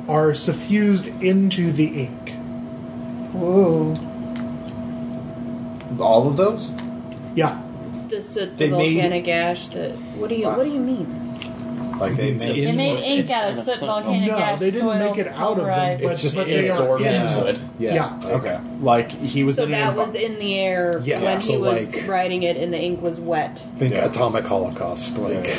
Speaker 2: are suffused into the ink.
Speaker 4: Ooh.
Speaker 1: all of those?
Speaker 2: Yeah.
Speaker 4: This uh, the
Speaker 1: They made-
Speaker 4: volcanic ash. The what do you what do you mean?
Speaker 1: Like they made
Speaker 7: They made ink
Speaker 5: It's
Speaker 7: out of
Speaker 5: kind of
Speaker 7: soot,
Speaker 5: something.
Speaker 7: volcanic
Speaker 2: No,
Speaker 7: ash,
Speaker 2: they didn't
Speaker 7: soil,
Speaker 2: make it out of them,
Speaker 7: pulverized.
Speaker 2: but-
Speaker 5: It's just
Speaker 2: they are
Speaker 5: absorbed
Speaker 2: in-
Speaker 5: into it.
Speaker 2: Yeah.
Speaker 6: like-
Speaker 1: Okay. Like he was
Speaker 4: so
Speaker 1: in
Speaker 4: that
Speaker 1: an
Speaker 4: was in the air
Speaker 6: Yeah,
Speaker 4: when
Speaker 6: so,
Speaker 4: he was
Speaker 6: like-
Speaker 4: writing it, and the ink was wet.
Speaker 6: Think
Speaker 1: Yeah.
Speaker 6: atomic holocaust, like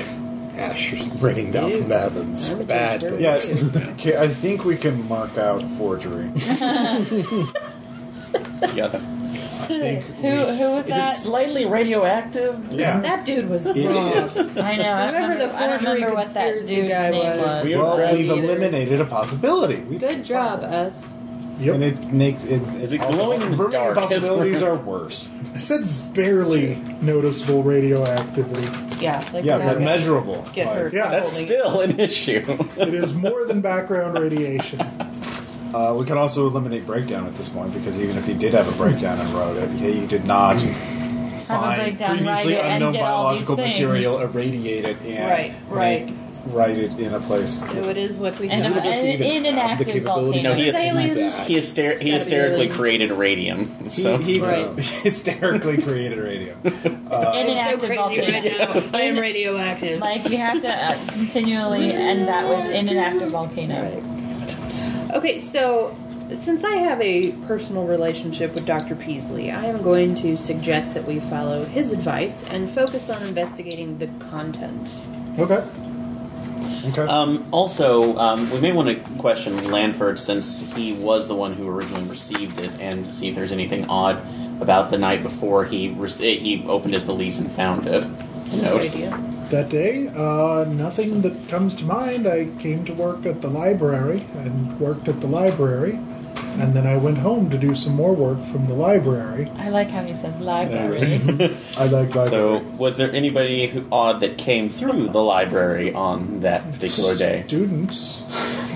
Speaker 6: ash raining down from the heavens.
Speaker 4: I'm a
Speaker 6: Bad.
Speaker 4: dumpster.
Speaker 6: things.
Speaker 1: Yeah, okay, I think we can mark out forgery.
Speaker 5: Yeah.
Speaker 1: I think
Speaker 7: Who, who was
Speaker 5: Is it
Speaker 7: that?
Speaker 5: slightly radioactive?
Speaker 1: yeah,
Speaker 8: That dude was
Speaker 1: it
Speaker 8: wrong.
Speaker 1: is.
Speaker 7: I know. I
Speaker 8: Remember
Speaker 7: remember,
Speaker 8: the
Speaker 7: I don't
Speaker 8: forgery
Speaker 7: remember what that dude's
Speaker 8: conspiracy guy
Speaker 7: name
Speaker 8: was.
Speaker 7: was.
Speaker 5: We are
Speaker 1: Well,
Speaker 5: grabbing
Speaker 1: we've
Speaker 5: either.
Speaker 1: eliminated a possibility. We-
Speaker 4: Good job, us.
Speaker 2: Yep.
Speaker 1: And it makes it.
Speaker 5: Is it glowing in the
Speaker 1: Vermin
Speaker 5: dark?
Speaker 1: Possibilities are worse.
Speaker 2: I said barely noticeable radioactivity.
Speaker 4: Yeah, like
Speaker 1: Yeah,
Speaker 4: we're
Speaker 1: but
Speaker 4: not gonna
Speaker 1: measurable.
Speaker 4: Get
Speaker 1: Like,
Speaker 4: hurt.
Speaker 2: Yeah.
Speaker 5: That's still an issue.
Speaker 2: It is more than background radiation.
Speaker 1: Uh, we can also eliminate breakdown at this point because even if he did have a breakdown and wrote it, he did not find
Speaker 7: breakdown,
Speaker 1: previously
Speaker 7: write it, and
Speaker 1: unknown
Speaker 7: did all these
Speaker 1: biological
Speaker 7: things.
Speaker 1: material, irradiate it, and
Speaker 4: Right, right.
Speaker 1: make- write it in a place.
Speaker 4: So it is what we
Speaker 7: And
Speaker 4: said.
Speaker 7: a- and- in an
Speaker 6: have the
Speaker 7: active
Speaker 6: capability
Speaker 5: No,
Speaker 7: volcano.
Speaker 5: he
Speaker 6: to
Speaker 5: is-
Speaker 6: do that.
Speaker 5: He, hyster- he
Speaker 4: gotta be
Speaker 5: hysterically
Speaker 4: aliens.
Speaker 5: created radium.
Speaker 1: He,
Speaker 5: So
Speaker 1: he
Speaker 4: Right.
Speaker 1: hysterically created radio.
Speaker 7: In an
Speaker 4: I'm so
Speaker 7: active
Speaker 4: crazy right
Speaker 7: volcano.
Speaker 4: now. I am radioactive.
Speaker 7: Like you have to uh, continually end that with in an active volcano.
Speaker 4: Okay, so since I have a personal relationship with Dr. Peasley, I am going to suggest that we follow his advice and focus on investigating the content.
Speaker 2: Okay.
Speaker 1: Okay.
Speaker 5: Um, also, um, we may want to question Lanford since he was the one who originally received it, and see if there's anything odd about the night before he re- he opened his valise and found it.
Speaker 4: Good
Speaker 5: Note.
Speaker 4: idea.
Speaker 2: That day, uh, nothing that comes to mind. I came to work at the library and worked at the library, and then I went home to do some more work from the library.
Speaker 7: I like how he says library.
Speaker 2: I like
Speaker 5: So, was there anybody who, odd that came through the library on that particular day?
Speaker 2: students.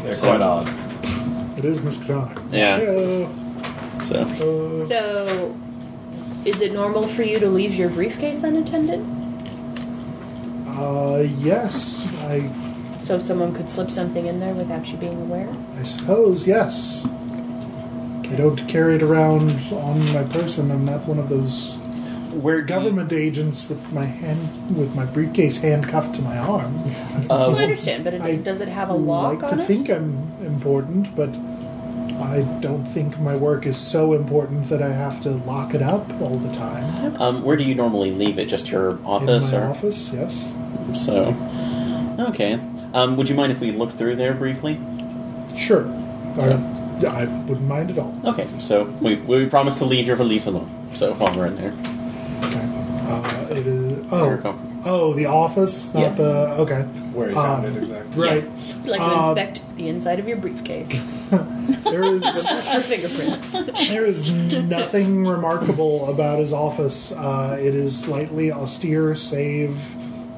Speaker 1: They're quite odd.
Speaker 2: It is Miss Khan.
Speaker 5: Yeah.
Speaker 2: Yeah.
Speaker 5: So,
Speaker 2: Uh,
Speaker 4: So, is it normal for you to leave your briefcase unattended?
Speaker 2: uh, yes, I,
Speaker 4: So someone could slip something in there without you being aware?
Speaker 2: I suppose yes. I don't carry it around on my person. I'm not one of those
Speaker 5: where do you-
Speaker 2: government agents with my hand with my briefcase handcuffed to my arm.
Speaker 5: uh,
Speaker 4: I understand, but it,
Speaker 2: I
Speaker 4: does it have a lock
Speaker 2: like
Speaker 4: on
Speaker 2: to
Speaker 4: it?
Speaker 2: think I'm important, but I don't think my work is so important that I have to lock it up all the time.
Speaker 5: um, where do you normally leave it? Just your office,
Speaker 2: In
Speaker 5: or
Speaker 2: my office, yes.
Speaker 5: so? Okay. Um, would you mind if we look through there briefly?
Speaker 2: Sure.
Speaker 5: So-
Speaker 2: I, I wouldn't mind at all.
Speaker 5: Okay, so we, we promised to leave your valise alone. So while we're in there,
Speaker 2: Okay. Uh, it is,
Speaker 5: Here it
Speaker 2: oh,
Speaker 5: come.
Speaker 2: oh, the office, not
Speaker 5: Yeah.
Speaker 2: the. Okay.
Speaker 1: Where he found
Speaker 2: Um,
Speaker 1: it exactly.
Speaker 2: Right.
Speaker 4: like to
Speaker 2: Uh,
Speaker 4: inspect the inside of your briefcase
Speaker 2: There is.
Speaker 4: for fingerprints.
Speaker 2: There is nothing remarkable about his office. Uh, it is slightly austere, save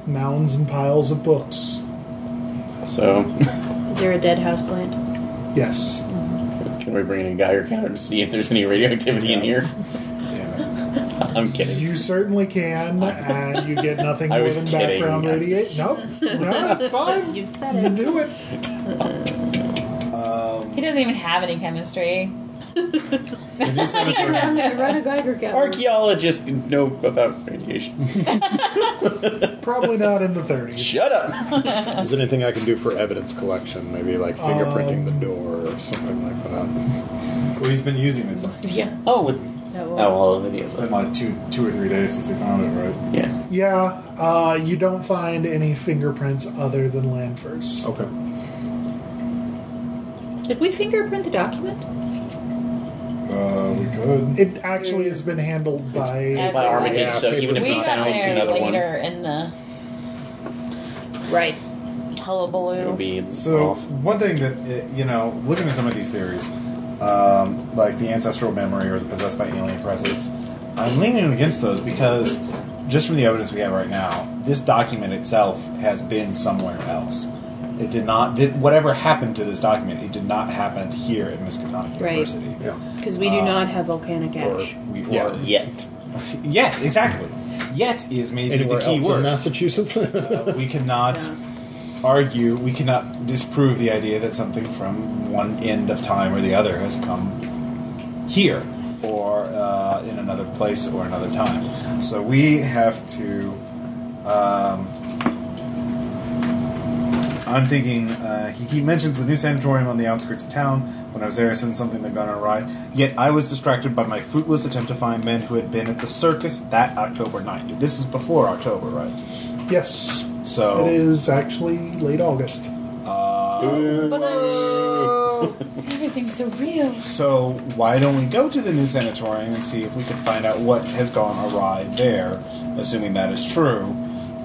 Speaker 2: mounds and piles of books.
Speaker 5: So
Speaker 4: Is there a dead houseplant?
Speaker 2: Yes.
Speaker 5: can we bring in a Geiger counter to see if there's any radioactivity in here?
Speaker 1: Damn it.
Speaker 5: I'm kidding.
Speaker 2: You certainly can, and you get nothing
Speaker 5: I
Speaker 2: more
Speaker 5: was
Speaker 2: than
Speaker 5: kidding.
Speaker 2: background radiation. No, no, it's fine.
Speaker 4: You
Speaker 2: You
Speaker 4: said
Speaker 2: can
Speaker 4: it.
Speaker 2: do it.
Speaker 7: he doesn't even have any chemistry.
Speaker 1: And these things are-
Speaker 4: Run a Geiger counter.
Speaker 5: Archaeologists know about radiation.
Speaker 2: Probably not in the 30s.
Speaker 5: Shut up.
Speaker 6: Is there anything I can do for evidence collection? Maybe like fingerprinting the door or something like that.
Speaker 1: well, he's been using it since. It's
Speaker 4: Yeah.
Speaker 5: Oh, with,
Speaker 4: That
Speaker 5: oh,
Speaker 4: will-
Speaker 5: all of it is.
Speaker 1: been like two, two or three days since he found it, right?
Speaker 5: Yeah.
Speaker 2: Yeah, uh, you don't find any fingerprints other than Lanfers.
Speaker 1: Okay.
Speaker 4: Did we fingerprint the document?
Speaker 6: Uh, we could.
Speaker 2: It actually has been handled by.
Speaker 5: By Armitage,
Speaker 6: Yeah,
Speaker 5: so even if
Speaker 7: we
Speaker 5: we
Speaker 7: got
Speaker 5: found
Speaker 7: there
Speaker 5: another
Speaker 7: later
Speaker 5: one, it
Speaker 7: in the
Speaker 4: Right.
Speaker 7: hullabaloo.
Speaker 5: would be
Speaker 1: So
Speaker 5: off.
Speaker 1: one thing that uh, you know, looking at some of these theories, um, like the ancestral memory or the possessed by alien presence, I'm leaning against those because just from the evidence we have right now, this document itself has been somewhere else. It did not. Did, whatever happened to this document, it did not happen here at Miskatonic
Speaker 4: Right.
Speaker 1: University.
Speaker 6: Yeah.
Speaker 4: Because we do
Speaker 1: Uh,
Speaker 4: not have volcanic ash.
Speaker 1: We or
Speaker 6: Yeah.
Speaker 5: Yet.
Speaker 1: yet exactly. Yet is maybe
Speaker 6: Anywhere
Speaker 1: the key
Speaker 6: else in
Speaker 1: word.
Speaker 6: Massachusetts?
Speaker 1: Uh, we cannot argue, we cannot disprove the idea that something from one end of time or the other has come here or uh, in another place or another time. So we have to. Um, I'm thinking, uh, he, he mentions the new sanatorium on the outskirts of town. When I was there, I sensed something that gone awry. Yet I was distracted by my fruitless attempt to find men who had been at the circus that October night. This is before October, right?
Speaker 2: Yes.
Speaker 1: So-
Speaker 2: It is actually late August.
Speaker 1: Uh,
Speaker 7: Everything's so real.
Speaker 1: so why don't we go to the new sanatorium and see if we can find out what has gone awry there, assuming that is true,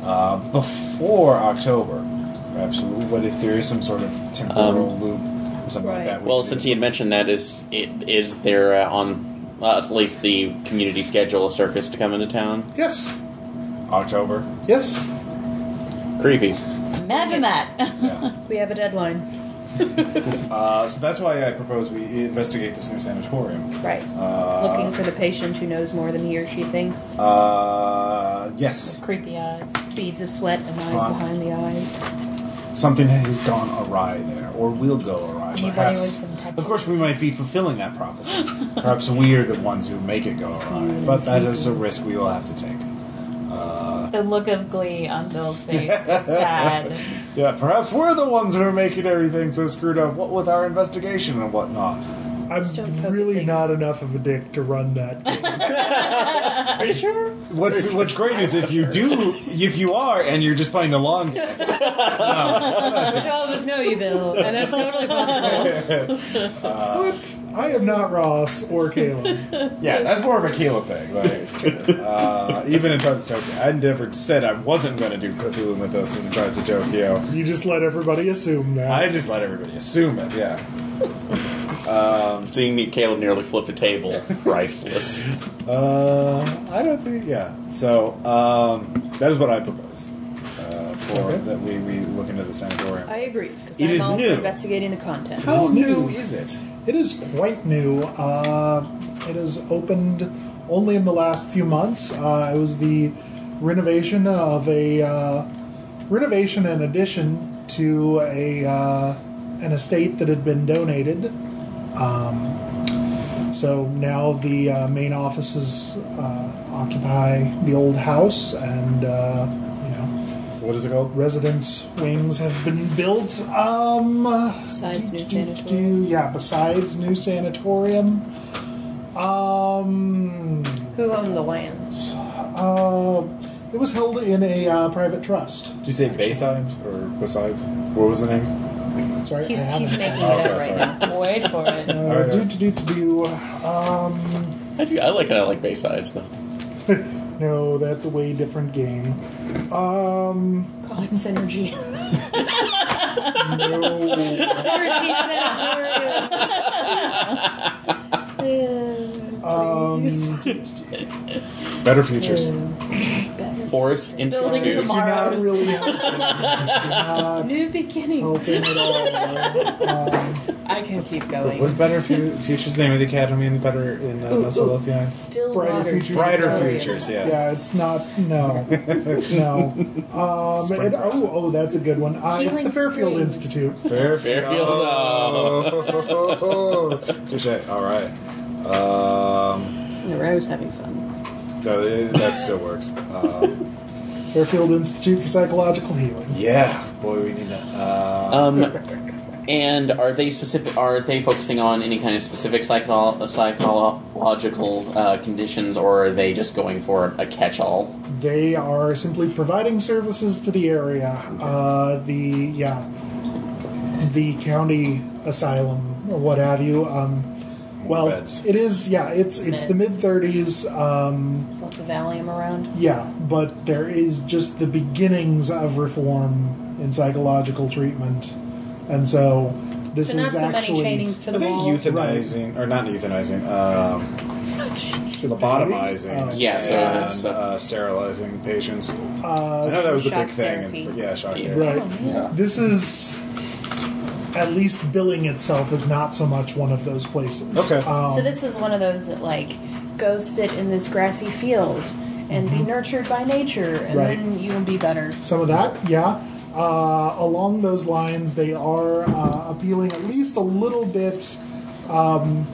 Speaker 1: uh, before October? Perhaps. What if there is some sort of temporal loop or something like
Speaker 4: Right.
Speaker 1: that? we
Speaker 5: Well,
Speaker 1: can
Speaker 5: since
Speaker 1: do?
Speaker 5: he had mentioned that, is it is there uh, on well, at least the community schedule a circus to come into town?
Speaker 2: Yes.
Speaker 1: October,
Speaker 2: Yes.
Speaker 5: Creepy.
Speaker 7: Imagine that.
Speaker 1: yeah.
Speaker 4: We have a deadline.
Speaker 1: uh, so that's why I propose we investigate this new sanatorium.
Speaker 4: Right.
Speaker 1: Uh,
Speaker 4: Looking for the patient who knows more than he or she thinks.
Speaker 1: Uh, yes,
Speaker 7: Creepy eyes.
Speaker 4: Beads of sweat and eyes
Speaker 1: Huh.
Speaker 4: behind the eyes.
Speaker 1: something has gone awry there, or will go awry.
Speaker 7: Anybody with
Speaker 1: Perhaps,
Speaker 7: some tattoos.
Speaker 1: of course, we might be fulfilling that prophecy. Perhaps we are the ones who make it go awry, but that is a risk we will have to take. Uh,
Speaker 7: The look of glee on Bill's face is sad.
Speaker 1: yeah, perhaps we're the ones who are making everything so screwed up. What with our investigation and whatnot.
Speaker 2: I'm
Speaker 4: Just don't poke
Speaker 2: really
Speaker 4: things.
Speaker 2: not enough of a dick to run that. game.
Speaker 5: Are you sure?
Speaker 1: What's What's great is if you do, if you are, and you're just playing the long game.
Speaker 7: Which all of us know you, Bill, and that's totally possible.
Speaker 1: Uh,
Speaker 2: What? I am not Ross or Caleb.
Speaker 1: Yeah, that's more of a Caleb thing. Like, uh, even in Times of Tokyo, I never said I wasn't going to do Cthulhu Mythos in Times of Tokyo.
Speaker 2: You just let everybody assume that.
Speaker 1: I just let everybody assume it. Yeah.
Speaker 5: Seeing Caleb nearly flip the table, priceless.
Speaker 1: Uh, I don't think. Yeah. So um, that is what I propose uh, for
Speaker 2: Okay.
Speaker 1: that we, we look into the sanatorium.
Speaker 4: I agree. Because
Speaker 1: It
Speaker 4: I'm
Speaker 1: is
Speaker 4: all
Speaker 1: new.
Speaker 4: for investigating the content.
Speaker 1: How
Speaker 2: It's
Speaker 1: new
Speaker 2: new.
Speaker 1: is it?
Speaker 2: It is quite new. Uh, it has opened only in the last few months. Uh, it was the renovation of a uh, renovation and addition to a uh, an estate that had been donated. Um, so now the uh, main offices uh, occupy the old house, and uh, you know
Speaker 1: What is it called?
Speaker 2: residence wings have been built. Um,
Speaker 4: Besides
Speaker 2: do,
Speaker 4: new
Speaker 2: do, do,
Speaker 4: sanatorium.
Speaker 2: yeah, besides new sanatorium. Um,
Speaker 4: Who owned the land?
Speaker 2: uh, it was held in a uh, private trust.
Speaker 1: Did you say Baysides or Besides? What was the name?
Speaker 2: Sorry,
Speaker 4: He's,
Speaker 2: I haven't.
Speaker 4: he's making it
Speaker 1: Okay,
Speaker 4: up right
Speaker 1: sorry.
Speaker 4: now.
Speaker 7: Wait for it.
Speaker 2: uh,
Speaker 1: Alright.
Speaker 2: do, do, do, do, do. Um,
Speaker 5: I do. I like it. I like Baysides though.
Speaker 2: no, that's a way different game. Um,
Speaker 4: God, synergy.
Speaker 2: no.
Speaker 4: synergy, synergy.
Speaker 2: Um,
Speaker 1: Better Futures.
Speaker 5: Forest
Speaker 7: Building
Speaker 5: Institute.
Speaker 2: do not
Speaker 7: tomorrow's.
Speaker 2: really help. Not
Speaker 4: New
Speaker 1: oh,
Speaker 4: beginning.
Speaker 2: helping at all. Um,
Speaker 4: I can keep going.
Speaker 1: What's Better Fu- Futures the name of the academy in Better in uh, Mesopotamia?
Speaker 4: Still
Speaker 2: Brighter
Speaker 4: water.
Speaker 2: futures.
Speaker 1: Brighter
Speaker 2: Brighter.
Speaker 1: Futures. Yes.
Speaker 2: Yeah, it's not. No, no. Um,
Speaker 1: Spring
Speaker 2: and- oh, oh, that's a good one. Uh, it's the
Speaker 4: Healing
Speaker 2: Fairfield
Speaker 4: Springs.
Speaker 2: Institute.
Speaker 5: Fairfield.
Speaker 1: Touche. All right. Um,
Speaker 4: I was having fun.
Speaker 1: no, it- that still works. Um,
Speaker 2: Fairfield Institute for Psychological Healing.
Speaker 1: yeah, boy, we need that. Uh,
Speaker 5: Um, and are they specific? Are they focusing on any kind of specific psycho- psychological uh, conditions, or are they just going for a catch-all?
Speaker 2: They are simply providing services to the area. Uh, the yeah, the county asylum or what have you. Um,
Speaker 1: More
Speaker 2: Well,
Speaker 1: beds.
Speaker 2: it is. Yeah, it's it's the mid
Speaker 7: Beds.
Speaker 2: thirties. Um,
Speaker 4: There's lots of Valium around.
Speaker 2: yeah, but there is just the beginnings of reform in psychological treatment, and so this
Speaker 4: So not
Speaker 2: is
Speaker 4: so many
Speaker 2: actually
Speaker 4: chainings to
Speaker 1: Are
Speaker 4: the
Speaker 1: they
Speaker 4: wall.
Speaker 1: euthanizing or not euthanizing? Um, lobotomizing.
Speaker 2: Oh.
Speaker 5: Yeah, so
Speaker 1: and,
Speaker 5: that's, uh,
Speaker 1: uh, sterilizing patients. I
Speaker 2: Uh,
Speaker 1: know that was a
Speaker 4: Shock
Speaker 1: big thing. in-
Speaker 4: therapy.
Speaker 1: yeah, shock
Speaker 5: Yeah.
Speaker 1: therapy.
Speaker 2: right.
Speaker 6: Yeah.
Speaker 2: This is at least billing itself is not so much one of those places.
Speaker 1: Okay.
Speaker 2: Um,
Speaker 4: So this is one of those that like go sit in this grassy field and be nurtured by nature, and
Speaker 2: Mm-hmm. Right.
Speaker 4: then you will be better.
Speaker 2: some of that, yeah. Uh, along those lines, they are uh, appealing at least a little bit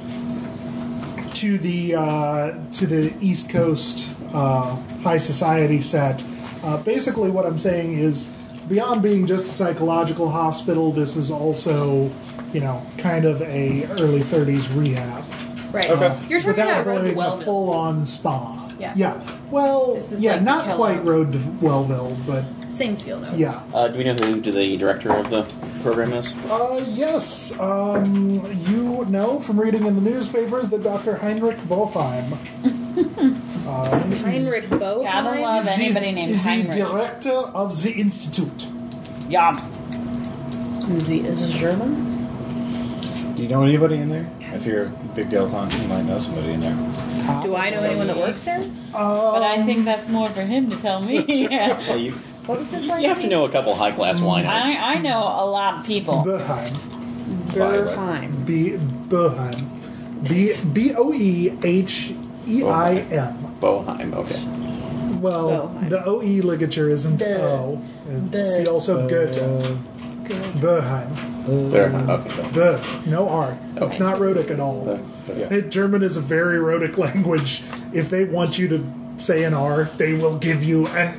Speaker 2: um, to the uh, to the East Coast uh, high society set. Uh, basically, what I'm saying is, beyond being just a psychological hospital, this is also, you know, kind of a early 30s rehab.
Speaker 7: Right.
Speaker 1: Okay.
Speaker 7: You're talking
Speaker 2: Without
Speaker 7: about Road to
Speaker 2: going a
Speaker 7: Wellville.
Speaker 2: full-on spa.
Speaker 7: Yeah.
Speaker 2: Yeah. Well,
Speaker 7: This is
Speaker 2: yeah,
Speaker 7: like the
Speaker 2: not
Speaker 7: Kellogg.
Speaker 2: quite Road to Wellville, but
Speaker 7: Same feel though.
Speaker 2: yeah.
Speaker 5: Uh, do we know who the director of the program is?
Speaker 7: Oh.
Speaker 2: Uh, yes, um, you know from reading in the newspapers that Dr. Heinrich Boheim. uh, is-
Speaker 4: Heinrich Bo.
Speaker 7: Gotta love
Speaker 2: is-
Speaker 7: anybody named
Speaker 2: is the
Speaker 7: Heinrich.
Speaker 2: director of the institute.
Speaker 7: Yum.
Speaker 4: Is he is he German?
Speaker 1: Do you know anybody in there? If you're a big dilettante, you might know somebody in there.
Speaker 4: Do I know anyone that works there?
Speaker 7: But I think that's more for him to tell me.
Speaker 5: Well, you,
Speaker 4: What was his last
Speaker 5: you have to
Speaker 4: name?
Speaker 5: know a couple high class
Speaker 7: Mm, I,
Speaker 5: winos.
Speaker 7: I know a lot of people.
Speaker 2: Boheim.
Speaker 4: Berheim.
Speaker 2: B. Boheim. B. B. O. E. H. E. I. M.
Speaker 5: Boheim, okay.
Speaker 2: Well,
Speaker 4: Boheim.
Speaker 2: the O. E. ligature isn't
Speaker 4: Bo.
Speaker 2: O. and
Speaker 4: Bo.
Speaker 2: See also Goethe.
Speaker 4: Good.
Speaker 2: Boheim.
Speaker 5: Boheim, okay.
Speaker 2: Bo. No R. It's
Speaker 5: Okay.
Speaker 2: not rhotic at all.
Speaker 5: Bo- Bo-
Speaker 2: Hey, German is a very rhotic language. If they want you to say an R, they will give you an.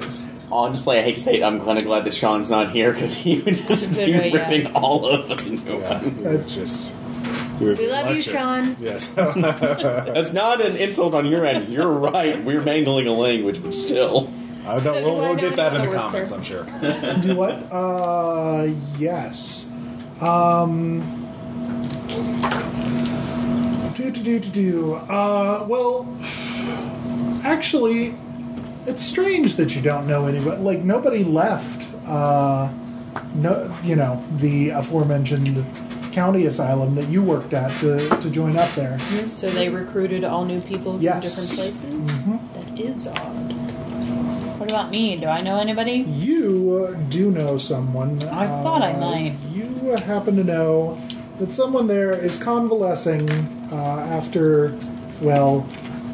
Speaker 5: Honestly, I hate to say it, I'm kind of glad that Sean's not here because he would just
Speaker 7: Good,
Speaker 5: be
Speaker 7: right, yeah.
Speaker 5: ripping all of us into
Speaker 1: Yeah,
Speaker 5: one.
Speaker 1: we would just. We, would
Speaker 4: We
Speaker 1: be
Speaker 4: love you,
Speaker 1: lectured.
Speaker 4: Sean.
Speaker 1: Yes.
Speaker 5: That's not an insult on your end. You're right. We're mangling a language, but still.
Speaker 1: I don't,
Speaker 4: do
Speaker 1: we'll
Speaker 4: I
Speaker 1: we'll
Speaker 4: know
Speaker 1: get that in the
Speaker 4: anyone that works
Speaker 1: comments,
Speaker 4: there?
Speaker 1: I'm sure.
Speaker 2: Do what? Uh, yes. Um. Do do do do do. Uh, well, actually, it's strange that you don't know anybody. Like nobody left. Uh, no, you know the aforementioned county asylum that you worked at to to join up there.
Speaker 4: So they recruited all new people
Speaker 2: Yes. Mm-hmm.
Speaker 4: from different places. That is odd.
Speaker 7: What about me? Do I know anybody?
Speaker 2: You uh, do know someone. uh,
Speaker 7: I thought I might.
Speaker 2: You uh, happen to know that someone there is convalescing uh, after, well,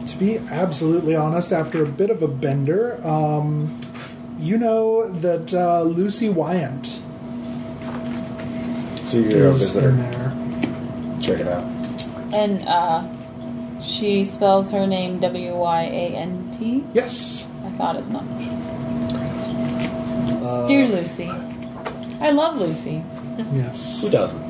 Speaker 2: to be absolutely honest, after a bit of a bender. Um, you know that uh, Lucy Wyant
Speaker 1: So you go
Speaker 2: is
Speaker 1: visit
Speaker 2: in
Speaker 1: her.
Speaker 2: there.
Speaker 1: Check it out.
Speaker 7: And uh, she spells her name W Y A N T.
Speaker 2: Yes.
Speaker 7: I thought as much.
Speaker 2: Uh,
Speaker 7: Dear Lucy, I love Lucy.
Speaker 1: Who
Speaker 2: Yes.
Speaker 1: doesn't?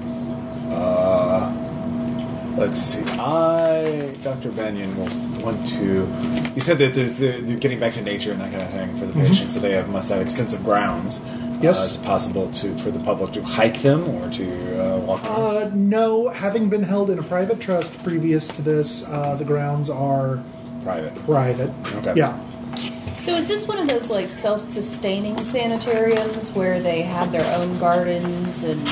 Speaker 1: Uh, let's see. I, Dr. Benyon, will want to. You said that there's the, the getting back to nature and that kind of thing for the patient, so they have, must have extensive grounds.
Speaker 2: Yes.
Speaker 1: Uh, is it possible to for the public to hike them or to uh, walk? them?
Speaker 2: Uh, no, having been held in a private trust previous to this, uh, the grounds are
Speaker 1: private.
Speaker 2: private.
Speaker 1: Okay.
Speaker 2: Yeah.
Speaker 4: So is this one of those like self-sustaining sanitariums where they have their own gardens and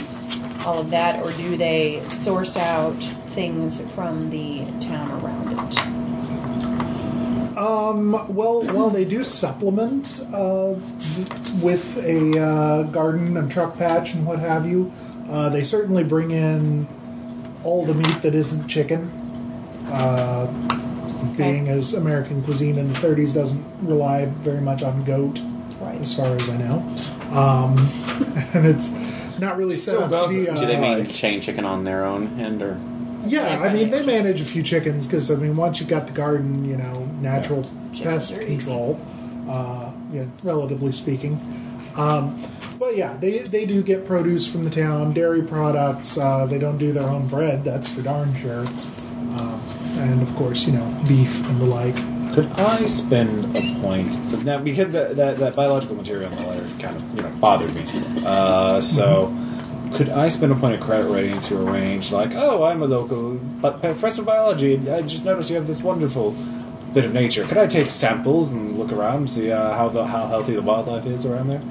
Speaker 4: all of that, or do they source out things from the town around it?
Speaker 2: Um, well, well, they do supplement uh, with a uh, garden and truck patch and what have you. Uh, they certainly bring in all the meat that isn't chicken. Uh, Being as American cuisine in the 30s doesn't rely very much on goat, as
Speaker 4: Right.
Speaker 2: far as I know, um, and it's not really set
Speaker 1: Still
Speaker 2: up to be.
Speaker 1: doesn't.
Speaker 2: Uh,
Speaker 5: Do they mean
Speaker 1: like-
Speaker 5: chain chicken on their own end or?
Speaker 2: yeah, I mean they manage a few chickens because I mean once you got the garden, you know, natural
Speaker 4: Chickens
Speaker 2: pest
Speaker 4: are easy.
Speaker 2: control, uh, yeah, relatively speaking. Um, but yeah, they they do get produce from the town, dairy products. Uh, they don't do their own bread, that's for darn sure. Um, and of course, you know, beef and the like.
Speaker 1: Could I spend a point? Now, because that, that, that biological material in the letter kind of you know bothered me. Uh, so could I spend a point of credit rating to arrange, like, oh, I'm a local but professor of biology, and I just noticed you have this wonderful bit of nature. Could I take samples and look around and see uh, how, the, how healthy the wildlife is around there?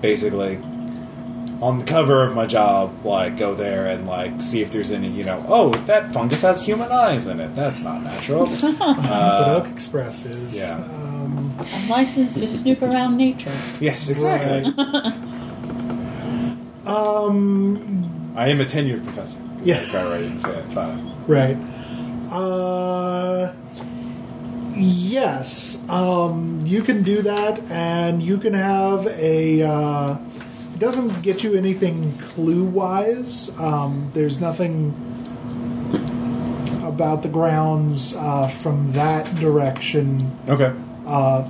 Speaker 1: Basically, on the cover of my job, like, go there and, like, see if there's any, you know, oh, that fungus has human eyes in it. That's not natural.
Speaker 2: but
Speaker 1: uh,
Speaker 2: Oak Express is.
Speaker 1: yeah.
Speaker 2: Um,
Speaker 7: I'm licensed to snoop around nature.
Speaker 1: yes, exactly.
Speaker 2: um,
Speaker 1: I am a tenured professor.
Speaker 2: Yeah.
Speaker 1: Credit rating fi- five.
Speaker 2: Right. Uh, yes, um, you can do that, and you can have a. Uh, it doesn't get you anything clue wise. Um, there's nothing about the grounds uh, from that direction
Speaker 1: Okay.
Speaker 2: uh,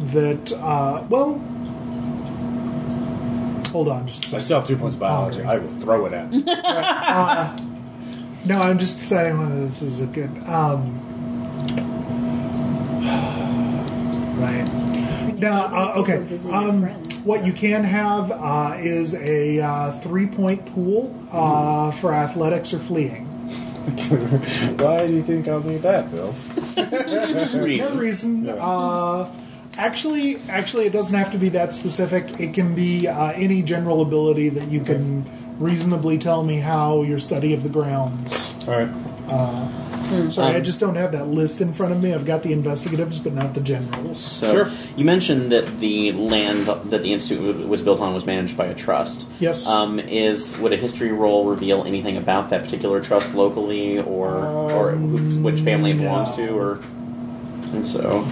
Speaker 2: that. Uh, well, hold on, just a
Speaker 1: I
Speaker 2: second.
Speaker 1: still have two points of biology. I will throw it at. you.
Speaker 2: No, I'm just deciding whether this is a good. Um, right. No, uh, okay. Um, what you can have uh, is a uh, three point pool uh, for athletics or fleeing.
Speaker 1: Why do you think I'll need that, Bill?
Speaker 2: No
Speaker 5: Reason.
Speaker 2: reason. Uh, actually, actually, it doesn't have to be that specific. It can be uh, any general ability that you can reasonably tell me how your study of the grounds.
Speaker 1: All right.
Speaker 2: Sorry, I
Speaker 5: Um,
Speaker 2: just don't have that list in front of me. I've got the investigatives, but not the generals.
Speaker 5: So
Speaker 1: Sure.
Speaker 5: you mentioned that the land that the institute w- was built on was managed by a trust.
Speaker 2: Yes.
Speaker 5: Um, is would a history roll reveal anything about that particular trust locally, or or wh- which family it belongs
Speaker 2: no.
Speaker 5: to, or and so,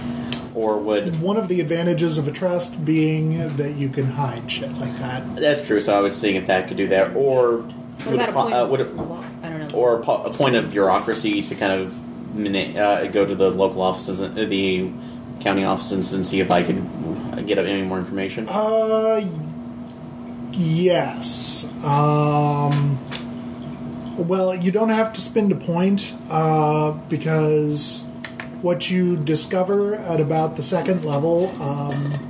Speaker 5: or would
Speaker 2: One of the advantages of a trust being that you can hide shit like that.
Speaker 5: that's true? So I was seeing if that could do that, or
Speaker 4: What
Speaker 5: would,
Speaker 4: about a
Speaker 5: po-
Speaker 4: point
Speaker 5: uh,
Speaker 4: of
Speaker 5: would
Speaker 4: a
Speaker 5: it,
Speaker 4: law? I don't know.
Speaker 5: or a, po- a point of bureaucracy to kind of mina- uh, go to the local offices, uh, the county offices, and see if I could get any more information.
Speaker 2: Uh, yes. Um, well, you don't have to spend a point uh, because what you discover at about the second level. Um,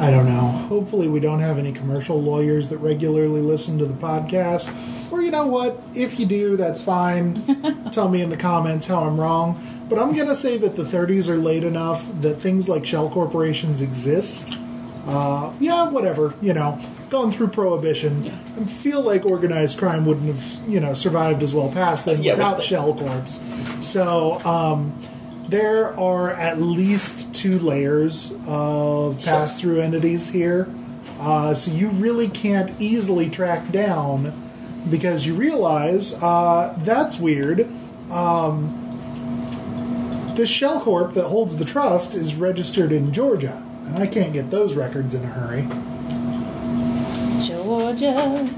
Speaker 2: I don't know. Hopefully, we don't have any commercial lawyers that regularly listen to the podcast. Or, you know what? If you do, that's fine. Tell me in the comments how I'm wrong. But I'm going to say that the 30s are late enough that things like shell corporations exist. Uh, yeah, whatever. You know, gone through prohibition. I feel like organized crime wouldn't have, you know, survived as well past then
Speaker 5: Yeah,
Speaker 2: without
Speaker 5: but-
Speaker 2: shell corps. So, um, there are at least two layers of pass through entities here. Uh, so you really can't easily track down because you realize uh, that's weird. Um, this shell corp that holds the trust is registered in Georgia, and I can't get those records in a hurry.
Speaker 7: Georgia.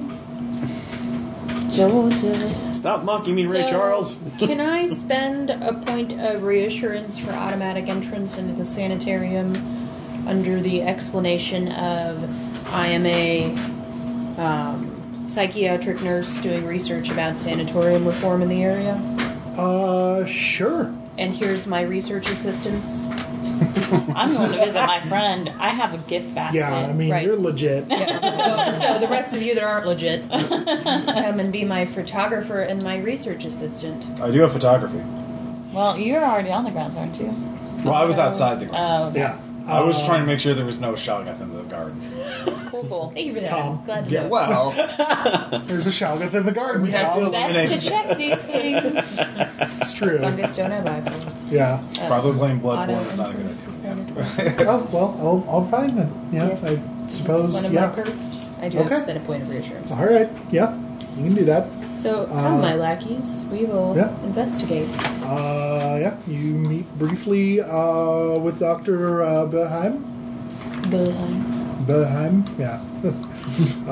Speaker 7: Georgia.
Speaker 5: Stop mocking me,
Speaker 4: So, can I spend a point of reassurance for automatic entrance into the sanitarium under the explanation of I am a um, psychiatric nurse doing research about sanatorium reform in the area?
Speaker 2: Uh, sure.
Speaker 4: And here's my research assistance.
Speaker 7: I'm going to visit my friend. I have a gift basket.
Speaker 2: Yeah, I mean,
Speaker 4: right.
Speaker 2: you're legit.
Speaker 4: so, so the rest of you that aren't legit, come and be my photographer and my research assistant.
Speaker 1: I do have photography.
Speaker 7: Well, you're already on the grounds, aren't you?
Speaker 1: Well, I was outside the grounds.
Speaker 7: Oh, okay.
Speaker 2: Yeah.
Speaker 1: I was trying to make sure there was no shotgun in the garden.
Speaker 7: cool, cool.
Speaker 4: Thank you for that.
Speaker 2: Tom.
Speaker 4: Glad to
Speaker 1: Yeah,
Speaker 4: know.
Speaker 1: well,
Speaker 2: Uh, There's a Shalgoth in the garden.
Speaker 1: We have
Speaker 2: Tom.
Speaker 1: to-
Speaker 7: Best to check these things.
Speaker 2: It's true.
Speaker 4: Fungus don't have eyeballs.
Speaker 2: Yeah.
Speaker 1: probably playing
Speaker 4: Auto
Speaker 1: Bloodborne is not a good
Speaker 4: entrance
Speaker 1: idea.
Speaker 4: to sanitarium.
Speaker 2: Oh well, I'll, I'll find them. Yeah,
Speaker 4: Yes.
Speaker 2: I
Speaker 4: one
Speaker 2: suppose.
Speaker 4: of
Speaker 2: Yeah.
Speaker 4: my perks. I do
Speaker 2: Okay.
Speaker 4: have to spend a point of reassurance.
Speaker 2: All right. Yeah, you can do that.
Speaker 4: So,
Speaker 2: Uh,
Speaker 4: come, my lackeys, we will
Speaker 2: yeah.
Speaker 4: investigate.
Speaker 2: Uh, yeah, you meet briefly uh, with Doctor uh, Beheim.
Speaker 4: Bullheim.
Speaker 2: Beheim. Yeah.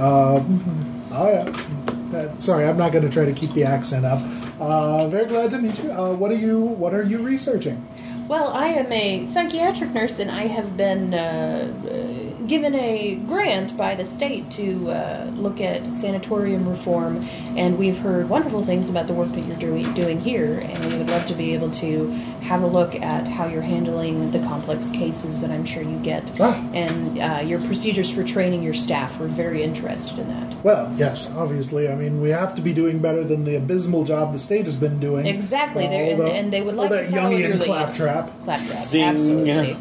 Speaker 2: um, oh yeah. Uh, sorry, I'm not going to try to keep the accent up. Uh, very glad to meet you. Uh, what are you? What are you researching?
Speaker 4: Well, I am a psychiatric nurse, and I have been uh, uh, given a grant by the state to uh, look at sanatorium reform, and we've heard wonderful things about the work that you're doing, doing here, and we would love to be able to have a look at how you're handling the complex cases that I'm sure you get,
Speaker 2: Ah.
Speaker 4: and uh, your procedures for training your staff. We're very interested in that.
Speaker 2: Well, yes, obviously. I mean, we have to be doing better than the abysmal job the state has been doing.
Speaker 4: Exactly, they're- and-
Speaker 2: Although-
Speaker 4: and they would
Speaker 2: all
Speaker 4: like to
Speaker 2: that
Speaker 4: follow
Speaker 2: Jungian
Speaker 4: your lead.
Speaker 2: claptrap.
Speaker 4: Claptrap,
Speaker 5: Zing.
Speaker 4: absolutely.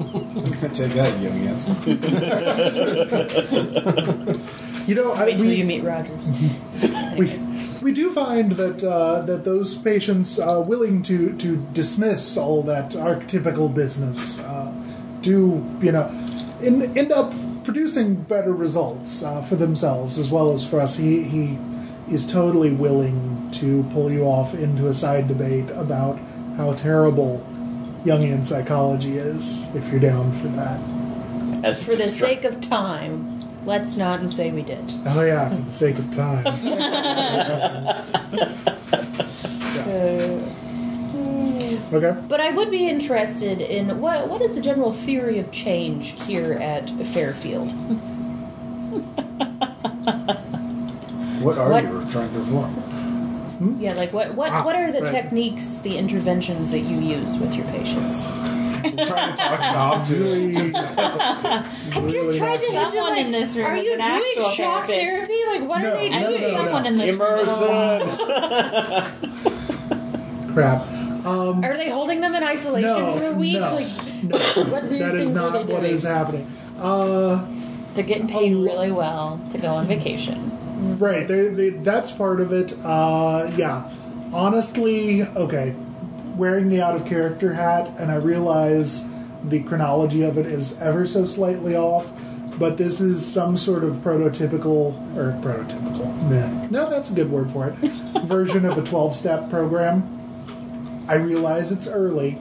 Speaker 1: Take that, young ass.
Speaker 2: You know, I,
Speaker 4: Wait till
Speaker 2: we,
Speaker 4: you meet Rogers.
Speaker 2: we we do find that uh, that those patients uh, willing to to dismiss all that archetypical business uh, do you know in, end up producing better results uh, for themselves as well as for us. He he is totally willing to pull you off into a side debate about how terrible Jungian psychology is if you're down for that.
Speaker 5: As
Speaker 4: For the
Speaker 5: distra-
Speaker 4: sake of time, let's not and say we did.
Speaker 2: Oh yeah, for the sake of time. Okay.
Speaker 4: But I would be interested in what what is the general theory of change here at Fairfield?
Speaker 1: What are
Speaker 4: What-
Speaker 1: you trying to reform?
Speaker 4: Yeah, like what what,
Speaker 2: Ah,
Speaker 4: what are the
Speaker 2: right.
Speaker 4: techniques, the interventions that you use with your patients?
Speaker 1: We're trying to talk shop to.
Speaker 7: I'm just trying to
Speaker 4: hint at,
Speaker 7: someone
Speaker 4: like,
Speaker 7: in this room
Speaker 4: are
Speaker 7: is
Speaker 4: you
Speaker 7: an
Speaker 4: doing
Speaker 7: actual
Speaker 4: shock
Speaker 7: therapist.
Speaker 4: therapy? Like what
Speaker 2: No,
Speaker 4: are they
Speaker 2: no,
Speaker 7: I
Speaker 4: doing?
Speaker 7: need
Speaker 2: no, no.
Speaker 7: someone in this room.
Speaker 2: Crap.
Speaker 4: Are they holding them in isolation
Speaker 2: No,
Speaker 4: for a week?
Speaker 2: no,
Speaker 4: Like
Speaker 2: no.
Speaker 4: what weird
Speaker 2: That is
Speaker 4: things
Speaker 2: not
Speaker 4: are they
Speaker 2: what
Speaker 4: doing?
Speaker 2: is happening. Uh,
Speaker 7: They're getting paid really well to go on vacation.
Speaker 2: right, they they, that's part of it. Uh, yeah, honestly, okay. Wearing the out of character hat, and I realize the chronology of it is ever so slightly off. But this is some sort of prototypical, or prototypical, meh. no, that's a good word for it, version of a 12 step program. I realize it's early.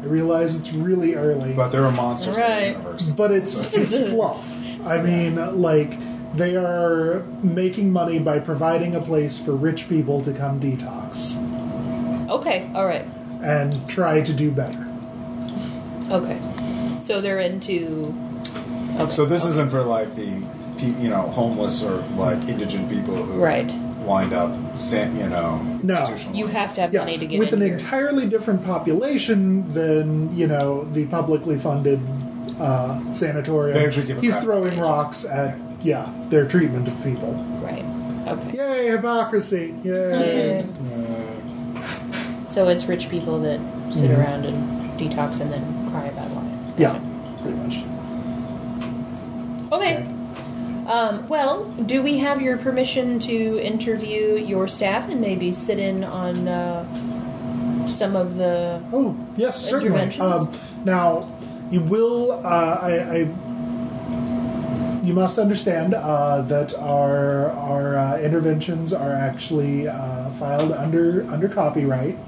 Speaker 2: I realize it's really early.
Speaker 1: But there are monsters in the
Speaker 7: Right.
Speaker 1: universe.
Speaker 2: but it's it's fluff. I mean, like they are making money by providing a place for rich people to come detox
Speaker 4: Okay, all right.
Speaker 2: and try to do better.
Speaker 4: Okay. So they're into
Speaker 1: So this isn't for like the, pe- you know, homeless or like indigent people who
Speaker 4: Right.
Speaker 1: wind up, sent, you know,
Speaker 2: No.
Speaker 1: institutionalized.
Speaker 4: you have to have money to get
Speaker 2: with
Speaker 4: in
Speaker 2: an
Speaker 4: here.
Speaker 2: entirely different population than you know the publicly funded uh, sanatorium.
Speaker 1: They actually give a
Speaker 2: He's
Speaker 1: crap.
Speaker 2: throwing rocks at yeah their treatment of people.
Speaker 4: right. Okay.
Speaker 2: Yay hypocrisy! Yay.
Speaker 4: So it's rich people that sit
Speaker 2: Mm-hmm.
Speaker 4: around and detox and then cry about life.
Speaker 2: Yeah, pretty much.
Speaker 4: Okay. Um, well, do we have your permission to interview your staff and maybe sit in on uh, some of the?
Speaker 2: Oh, yes, certainly.
Speaker 4: Interventions?
Speaker 2: Um, now, you will. Uh, I, I. You must understand uh, that our our uh, interventions are actually uh, filed under under copyright.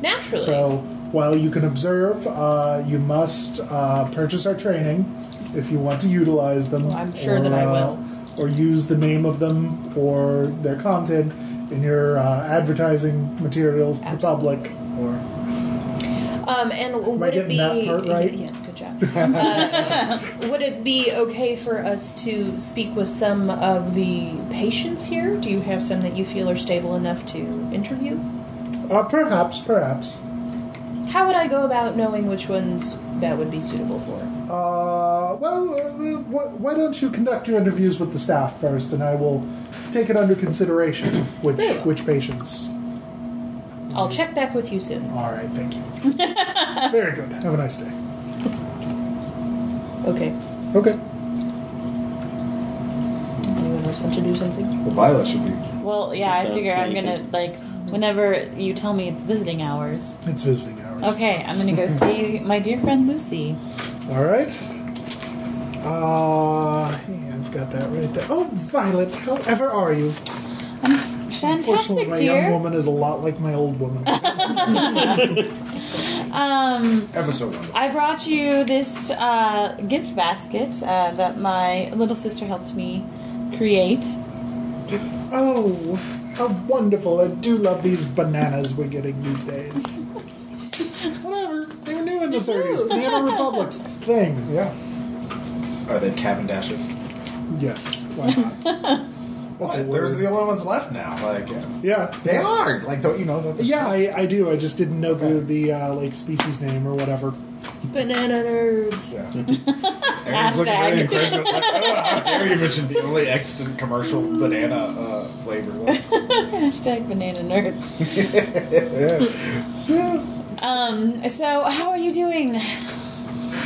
Speaker 4: Naturally.
Speaker 2: So while you can observe, uh, you must uh, purchase our training if you want to utilize them.
Speaker 4: Well, I'm sure that I
Speaker 2: uh, or use the name of them or their content in your uh, advertising materials to the public. Or
Speaker 4: um, and
Speaker 2: I
Speaker 4: would it be?
Speaker 2: getting that part right?
Speaker 4: Yes. Good job. uh, would it be okay for us to speak with some of the patients here? Do you have some that you feel are stable enough to interview?
Speaker 2: Uh, perhaps, perhaps.
Speaker 4: How would I go about knowing which ones that would be suitable for?
Speaker 2: Uh, well, uh, wh- why don't you conduct your interviews with the staff first, and I will take it under consideration which
Speaker 4: Very well.
Speaker 2: which patients.
Speaker 4: I'll check back with you soon.
Speaker 2: All right, thank you. Very good. Have a nice day.
Speaker 4: Okay.
Speaker 2: Okay.
Speaker 4: Anyone else want to do something?
Speaker 1: Well, Violet should be.
Speaker 7: Well, yeah, I
Speaker 5: So,
Speaker 7: figure I'm
Speaker 5: yeah, you
Speaker 7: gonna like whenever you tell me it's visiting hours.
Speaker 2: It's visiting hours.
Speaker 7: Okay, I'm gonna go see my dear friend Lucy.
Speaker 2: All right. Uh, hey, I've got that right there. Oh, Violet, however are you? Unfortunately,
Speaker 7: Fantastic,
Speaker 2: my young
Speaker 7: dear.
Speaker 2: woman is a lot like my old woman.
Speaker 7: Um,
Speaker 1: Episode one.
Speaker 7: I brought you this uh, gift basket uh, that my little sister helped me create.
Speaker 2: oh, how wonderful. I do love these bananas we're getting these days. Whatever. They were new in the 30s. Banana Republics, it's a thing.
Speaker 1: Yeah. Are they cap and dashes?
Speaker 2: Yes, why not? What's a
Speaker 1: What?
Speaker 2: word?
Speaker 1: There's the only ones left now. Like
Speaker 2: yeah.
Speaker 1: they are. Like don't you know? That
Speaker 2: Yeah, I, I do. I just didn't know the, the uh, like species name or whatever.
Speaker 4: Banana nerds.
Speaker 1: Yeah. Aaron's looking very incredulous. Like, oh, how dare you mention the only extant commercial banana uh, flavor?
Speaker 7: Hashtag banana nerds. um, so how are you doing?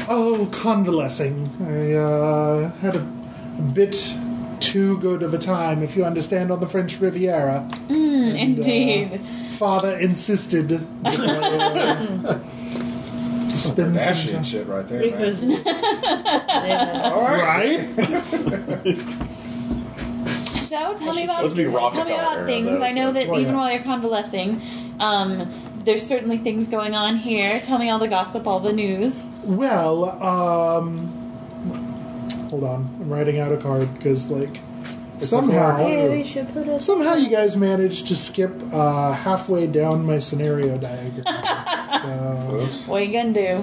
Speaker 2: Oh, convalescing. I uh, had a, a bit too good of a time, if you understand, on the French Riviera. uh,
Speaker 7: Indeed.
Speaker 2: Father insisted that I uh, spend some
Speaker 1: Dashy
Speaker 2: time.
Speaker 1: and shit right there,
Speaker 4: It
Speaker 1: man.
Speaker 4: was. Yeah.
Speaker 1: All right.
Speaker 2: Right?
Speaker 7: So tell me about
Speaker 5: Let's be
Speaker 7: tell me
Speaker 5: Rockefeller
Speaker 7: about
Speaker 5: era,
Speaker 7: things.
Speaker 5: though,
Speaker 7: I know
Speaker 5: so-
Speaker 7: that
Speaker 1: Well,
Speaker 7: even
Speaker 1: yeah.
Speaker 7: while you're convalescing, um, there's certainly things going on here. Tell me all the gossip, all the news.
Speaker 2: Well, um, hold on. I'm writing out a card because, like, somehow,
Speaker 4: Hey, we should put us.
Speaker 2: somehow you guys managed to skip uh, halfway down my scenario diagram. so,
Speaker 1: Oops.
Speaker 7: What are you gonna do?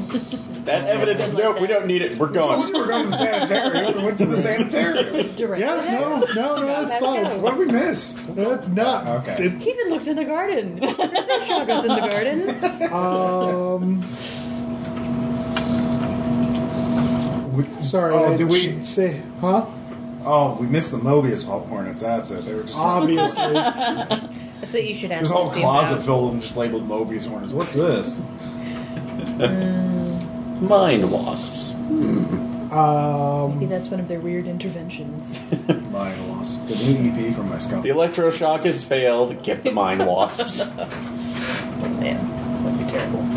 Speaker 5: That evidence, nope, we don't need it. We're
Speaker 1: Told
Speaker 5: going.
Speaker 1: you we were going to the sanitarium. We went to the sanitarium.
Speaker 9: Direct.
Speaker 2: yeah, no, no, no, it's fine.
Speaker 1: What did we miss?
Speaker 2: No, no.
Speaker 1: Okay.
Speaker 2: It-
Speaker 4: He even looked in the garden. There's no shotgun in the garden.
Speaker 2: um,
Speaker 1: We,
Speaker 2: sorry.
Speaker 1: Oh,
Speaker 2: I
Speaker 1: did we?
Speaker 2: should say, huh?
Speaker 1: Oh, we missed the Mobius Hall Hornets. That's it. They were just.
Speaker 2: Ah, Obviously.
Speaker 4: That's what you should ask.
Speaker 1: There's a whole
Speaker 4: Lucy
Speaker 1: closet
Speaker 4: about.
Speaker 1: filled with them just labeled Mobius Hornets. What's this?
Speaker 5: Mind wasps.
Speaker 2: um,
Speaker 9: Maybe that's one of their weird interventions.
Speaker 1: Mind loss. The new EP from my
Speaker 5: The
Speaker 1: Scott.
Speaker 5: electroshock has failed. Get the mind wasps.
Speaker 4: Man, that'd be terrible.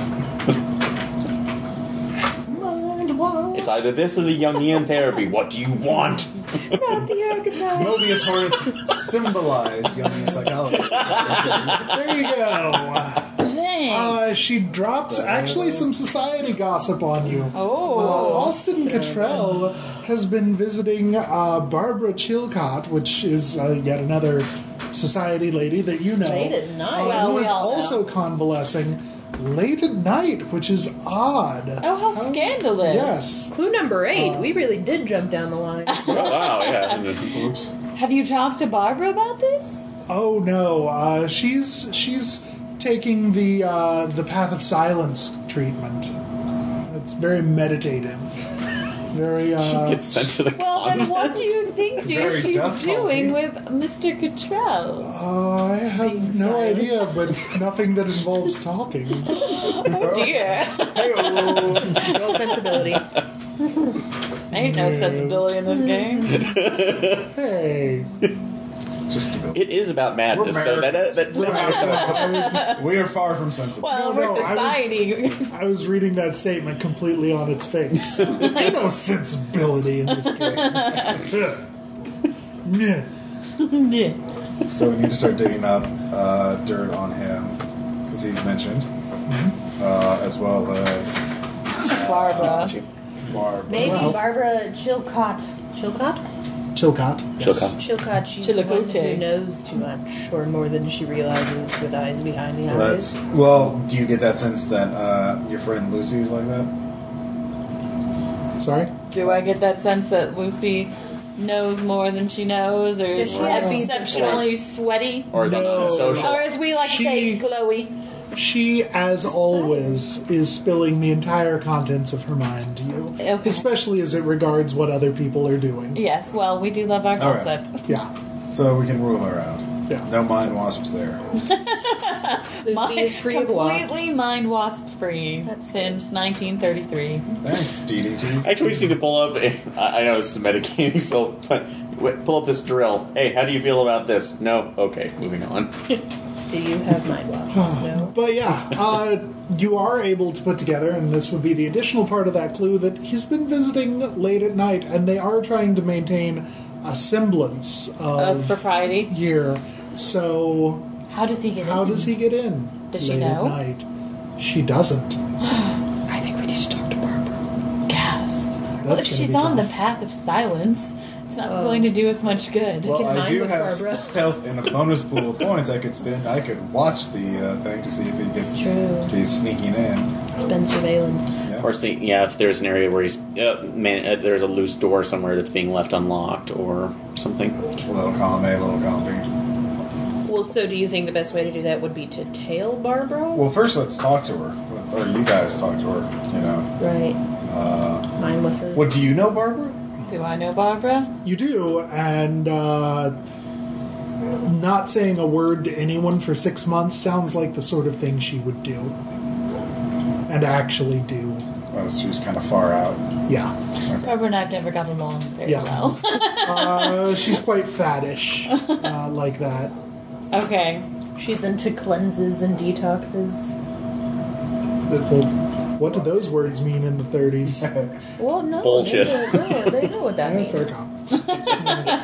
Speaker 5: It's either this or the Jungian therapy. What do you want?
Speaker 4: Not the archetype.
Speaker 1: Mobius Hornets symbolize Jungian psychology.
Speaker 2: there you go.
Speaker 7: Thanks.
Speaker 2: Uh, she drops actually some society gossip on you.
Speaker 7: Oh.
Speaker 2: Uh, Austin Cottrell has been visiting uh, Barbara Chilcott, which is uh, yet another society lady that you know,
Speaker 9: Late at night.
Speaker 2: uh,
Speaker 7: Well,
Speaker 2: who
Speaker 7: we
Speaker 2: is
Speaker 7: all know.
Speaker 2: also convalescing late at night, which is odd.
Speaker 7: oh, how scandalous!
Speaker 2: Yes.
Speaker 9: Clue number eight.
Speaker 4: Oh.
Speaker 9: we really did jump down the line.
Speaker 5: wow, yeah. Oops.
Speaker 7: Have you talked to Barbara about this?
Speaker 2: Oh no, uh, she's she's taking the uh, the path of silence treatment. Uh, it's very meditative. Very. Uh,
Speaker 5: Get sent to the
Speaker 7: Well, then, what do you think, dear,
Speaker 1: Very
Speaker 7: she's
Speaker 1: death
Speaker 7: doing
Speaker 1: penalty.
Speaker 7: with Mr. Cottrell?
Speaker 2: Uh, I have
Speaker 9: Being
Speaker 2: no
Speaker 9: silent.
Speaker 2: idea, but nothing that involves talking.
Speaker 7: Oh dear,
Speaker 1: Hey,
Speaker 4: No sensibility.
Speaker 7: ain't no sensibility in this game.
Speaker 2: Hey,
Speaker 1: just a bit.
Speaker 5: It is about madness.
Speaker 1: We're
Speaker 5: So that, that, that,
Speaker 1: We're not sensible. We are far from sensible.
Speaker 7: Well,
Speaker 2: No,
Speaker 7: we're
Speaker 2: no, I was-
Speaker 7: society.
Speaker 2: I was reading that statement completely on its face. Ain't no sensibility in this game. Meh.
Speaker 7: Yeah.
Speaker 1: So we need to start digging up uh, dirt on him, because he's mentioned,
Speaker 2: Mm-hmm.
Speaker 1: uh, as well as
Speaker 7: Barbara.
Speaker 1: Barb.
Speaker 10: Maybe
Speaker 2: Well-
Speaker 10: Barbara Chilcott. Chilcott?
Speaker 2: Chilcott.
Speaker 5: She'll
Speaker 2: yes.
Speaker 5: come.
Speaker 9: Chilcott, she's the one
Speaker 7: Chillicothe.
Speaker 9: who knows too much, or more than she realizes with eyes behind the eyes.
Speaker 1: That's well. Do you get that sense that uh, your friend Lucy is like that?
Speaker 2: Sorry.
Speaker 7: Do I get that sense that Lucy knows more than she knows, or
Speaker 10: Does
Speaker 7: is
Speaker 10: she have
Speaker 7: she exceptionally sweaty?
Speaker 5: Or is
Speaker 2: No.
Speaker 5: that social?
Speaker 7: Or as we like to
Speaker 2: She-
Speaker 7: say, glowy.
Speaker 2: She, as always, is spilling the entire contents of her mind to you,
Speaker 7: Okay.
Speaker 2: especially as it regards what other people are doing.
Speaker 7: Yes, well, we do love our
Speaker 1: All right.
Speaker 7: concept.
Speaker 2: Yeah,
Speaker 1: So we can rule her out.
Speaker 2: Yeah.
Speaker 1: No mind wasps there.
Speaker 7: Mind-
Speaker 9: Lucy is free of wasps.
Speaker 7: completely mind wasp free since 1933.
Speaker 1: Thanks, DDT.
Speaker 5: Actually, we just need to pull up. eh, I I know it's metagaming, so but w- pull up this drill. Hey, how do you feel about this? No. Okay, moving on.
Speaker 9: Do you have mind wasps? no.
Speaker 2: but yeah, uh, you are able to put together, and this would be the additional part of that clue that he's been visiting late at night, and they are trying to maintain a semblance
Speaker 7: Of
Speaker 2: of
Speaker 7: propriety.
Speaker 2: year. So,
Speaker 7: How does he get
Speaker 2: how
Speaker 7: in?
Speaker 2: does he get in?
Speaker 7: Does she
Speaker 2: late
Speaker 7: know?
Speaker 2: At night, she doesn't.
Speaker 9: I think we need to talk to Barbara.
Speaker 7: gasp? well,
Speaker 2: That's
Speaker 7: if
Speaker 2: gonna
Speaker 7: she's
Speaker 2: be
Speaker 7: on
Speaker 2: tough.
Speaker 7: the path of silence, it's not going to do us much good.
Speaker 1: Well,
Speaker 9: can
Speaker 1: I
Speaker 9: mine
Speaker 1: do
Speaker 9: with
Speaker 1: have
Speaker 9: Barbara.
Speaker 1: stealth and a bonus pool of points I could spend. I could watch the uh, thing to see if he gets
Speaker 9: True.
Speaker 1: if he's sneaking in.
Speaker 9: It's been surveillance.
Speaker 1: Yeah.
Speaker 5: Or see, yeah, if there's an area where he's uh, man, uh, there's a loose door somewhere that's being left unlocked or something.
Speaker 3: A little column A, a little column B.
Speaker 4: Well, so do you think the best way to do that would be to tail Barbara?
Speaker 3: Well, first let's talk to her, or you guys talk to her. You know,
Speaker 8: Right.
Speaker 3: uh,
Speaker 8: Mine with her.
Speaker 3: what do you know, Barbara?
Speaker 7: Do I know Barbara?
Speaker 2: You do, and uh, not saying a word to anyone for six months sounds like the sort of thing she would do. And actually do.
Speaker 3: Oh, so she's kind of far out.
Speaker 2: Yeah.
Speaker 7: Barbara and I've never got along very
Speaker 2: Yeah.
Speaker 7: well.
Speaker 2: Uh, she's quite faddish, uh, like that.
Speaker 7: okay.
Speaker 9: She's into cleanses and detoxes.
Speaker 2: The- the- what do those words mean in the 30s?
Speaker 9: Well, no.
Speaker 5: Bullshit.
Speaker 9: They know, no, they know what that
Speaker 2: Yeah, fair
Speaker 9: means.
Speaker 2: comp.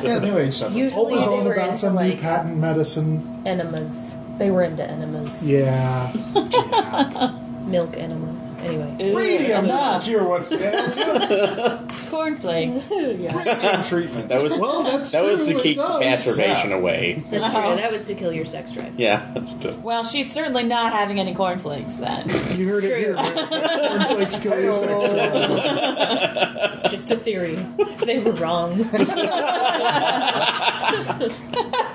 Speaker 3: Yeah, new age stuff.
Speaker 9: Usually
Speaker 2: Always
Speaker 9: they
Speaker 2: on
Speaker 9: were
Speaker 2: about
Speaker 9: into
Speaker 2: some new
Speaker 9: like
Speaker 2: patent medicine.
Speaker 9: enemas. They were into enemas.
Speaker 2: Yeah. yeah.
Speaker 9: Milk enema. Anyway.
Speaker 3: Radium doesn't
Speaker 7: Ugh.
Speaker 3: cure what's dead.
Speaker 7: Cornflakes.
Speaker 9: yeah.
Speaker 3: treatment.
Speaker 5: That was
Speaker 2: Well, that's
Speaker 5: that was
Speaker 2: true,
Speaker 5: to
Speaker 2: it
Speaker 5: keep
Speaker 2: does.
Speaker 5: masturbation away.
Speaker 4: That's
Speaker 7: Uh-huh.
Speaker 2: Oh.
Speaker 4: true. That was to kill your sex drive.
Speaker 5: Yeah, that's to-
Speaker 7: Well, she's certainly not having any cornflakes then.
Speaker 2: You heard it here. Cornflakes kill your sex drive.
Speaker 4: It's just a theory.
Speaker 9: They were wrong.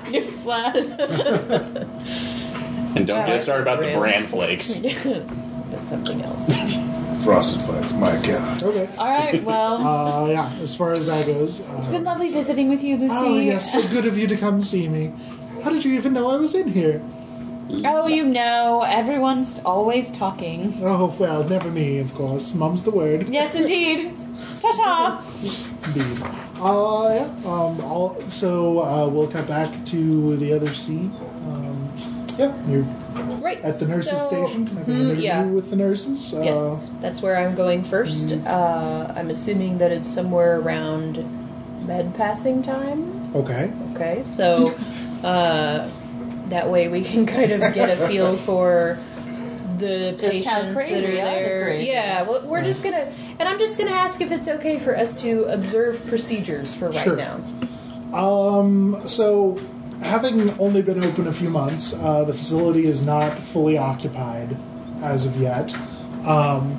Speaker 7: Newsflash.
Speaker 5: and don't get started about the
Speaker 9: Real.
Speaker 5: bran flakes.
Speaker 9: That's something else.
Speaker 3: Frosted flakes. My God.
Speaker 2: Okay.
Speaker 7: All right, well,
Speaker 2: Uh, yeah, as far as that goes. uh,
Speaker 7: it's been lovely visiting with you, Lucy.
Speaker 2: Oh, yes, so good of you to come see me. How did you even know I was in here?
Speaker 7: Oh, you know, everyone's always talking.
Speaker 2: Oh, well, never me, of course. Mum's the word.
Speaker 7: Yes, indeed. Ta ta.
Speaker 2: Indeed. Uh, yeah, um, all, so uh, we'll cut back to the other scene. Um, yeah, you're
Speaker 4: Right.
Speaker 2: at the nurses'
Speaker 4: so-
Speaker 2: station, having an
Speaker 4: Mm,
Speaker 2: interview
Speaker 4: yeah.
Speaker 2: with the nurses. Uh, mm.
Speaker 4: Yes, that's where I'm going first.
Speaker 9: Uh, I'm assuming that it's somewhere around med passing time.
Speaker 2: Okay.
Speaker 9: Okay, so uh, that way we can kind of get a feel for the
Speaker 7: Just
Speaker 9: patients
Speaker 7: how
Speaker 9: that
Speaker 7: crazy
Speaker 9: are
Speaker 7: are the
Speaker 9: there.
Speaker 7: crazies.
Speaker 9: yeah, well, we're just gonna, and I'm just gonna ask if it's okay for us to observe procedures for right
Speaker 2: Sure.
Speaker 9: now.
Speaker 2: Um, so, having only been open a few months, uh, the facility is not fully occupied as of yet. Um,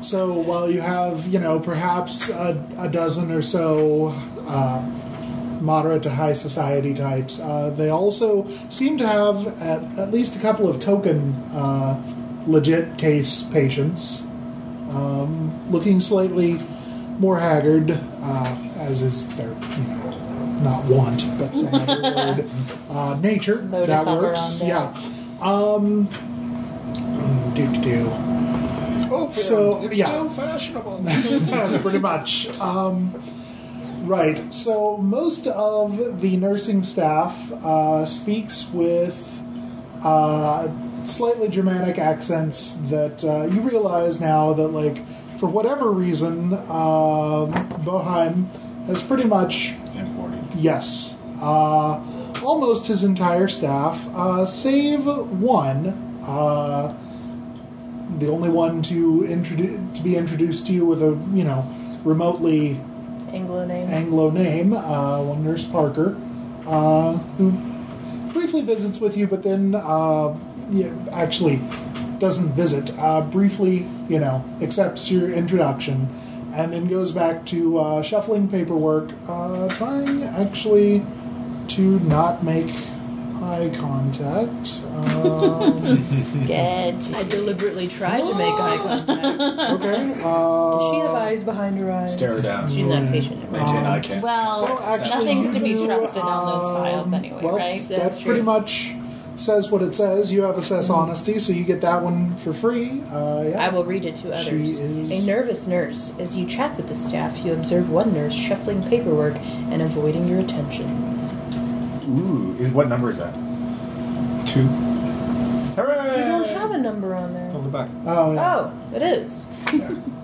Speaker 2: so, while you have, you know, perhaps a, a dozen or so uh, moderate to high society types, uh, they also seem to have at, at least a couple of token uh, legit case patients um, looking slightly more haggard, uh, as is their, you know, not want, but some other word. Uh, nature,
Speaker 7: Modus
Speaker 2: that works.
Speaker 7: operandi.
Speaker 2: Yeah. Um, mm, do do do.
Speaker 3: Open.
Speaker 2: So,
Speaker 3: Oh, it's
Speaker 2: yeah.
Speaker 3: still fashionable.
Speaker 2: pretty much. Um, right. So most of the nursing staff uh, speaks with uh, slightly Germanic accents that uh, you realize now that, like, for whatever reason, um Boheim has pretty much
Speaker 3: Imported.
Speaker 2: Yes. Uh, almost his entire staff, uh, save one. Uh, the only one to introduce to be introduced to you with a you know remotely
Speaker 9: Anglo name.
Speaker 2: Anglo name, uh, one Nurse Parker, uh, who briefly visits with you, but then uh, yeah, actually doesn't visit. Uh, briefly, you know, accepts your introduction, and then goes back to uh, shuffling paperwork, uh, trying actually to not make eye contact. Um,
Speaker 7: Sketchy.
Speaker 8: I deliberately tried to make eye contact.
Speaker 2: okay. Uh,
Speaker 8: she have eyes behind her eyes?
Speaker 3: Stare down.
Speaker 4: She's not patient.
Speaker 3: Maintain eye contact.
Speaker 7: Well,
Speaker 2: Oh, actually,
Speaker 7: nothing's to be
Speaker 2: you,
Speaker 7: trusted on those
Speaker 2: um,
Speaker 7: files anyway,
Speaker 2: well,
Speaker 7: right?
Speaker 2: That pretty much says what it says. You have assess
Speaker 7: Mm-hmm.
Speaker 2: honesty, so you get that one for free. Uh, yeah.
Speaker 4: I will read it to
Speaker 2: She
Speaker 4: others.
Speaker 2: is-
Speaker 4: A nervous nurse. As you chat with the staff, you observe one nurse shuffling paperwork and avoiding your attentions.
Speaker 3: Ooh, is- what number is that? Two.
Speaker 9: I don't
Speaker 3: Hooray!
Speaker 9: have a number on there.
Speaker 6: On the back.
Speaker 2: Oh, yeah.
Speaker 9: Oh, it is.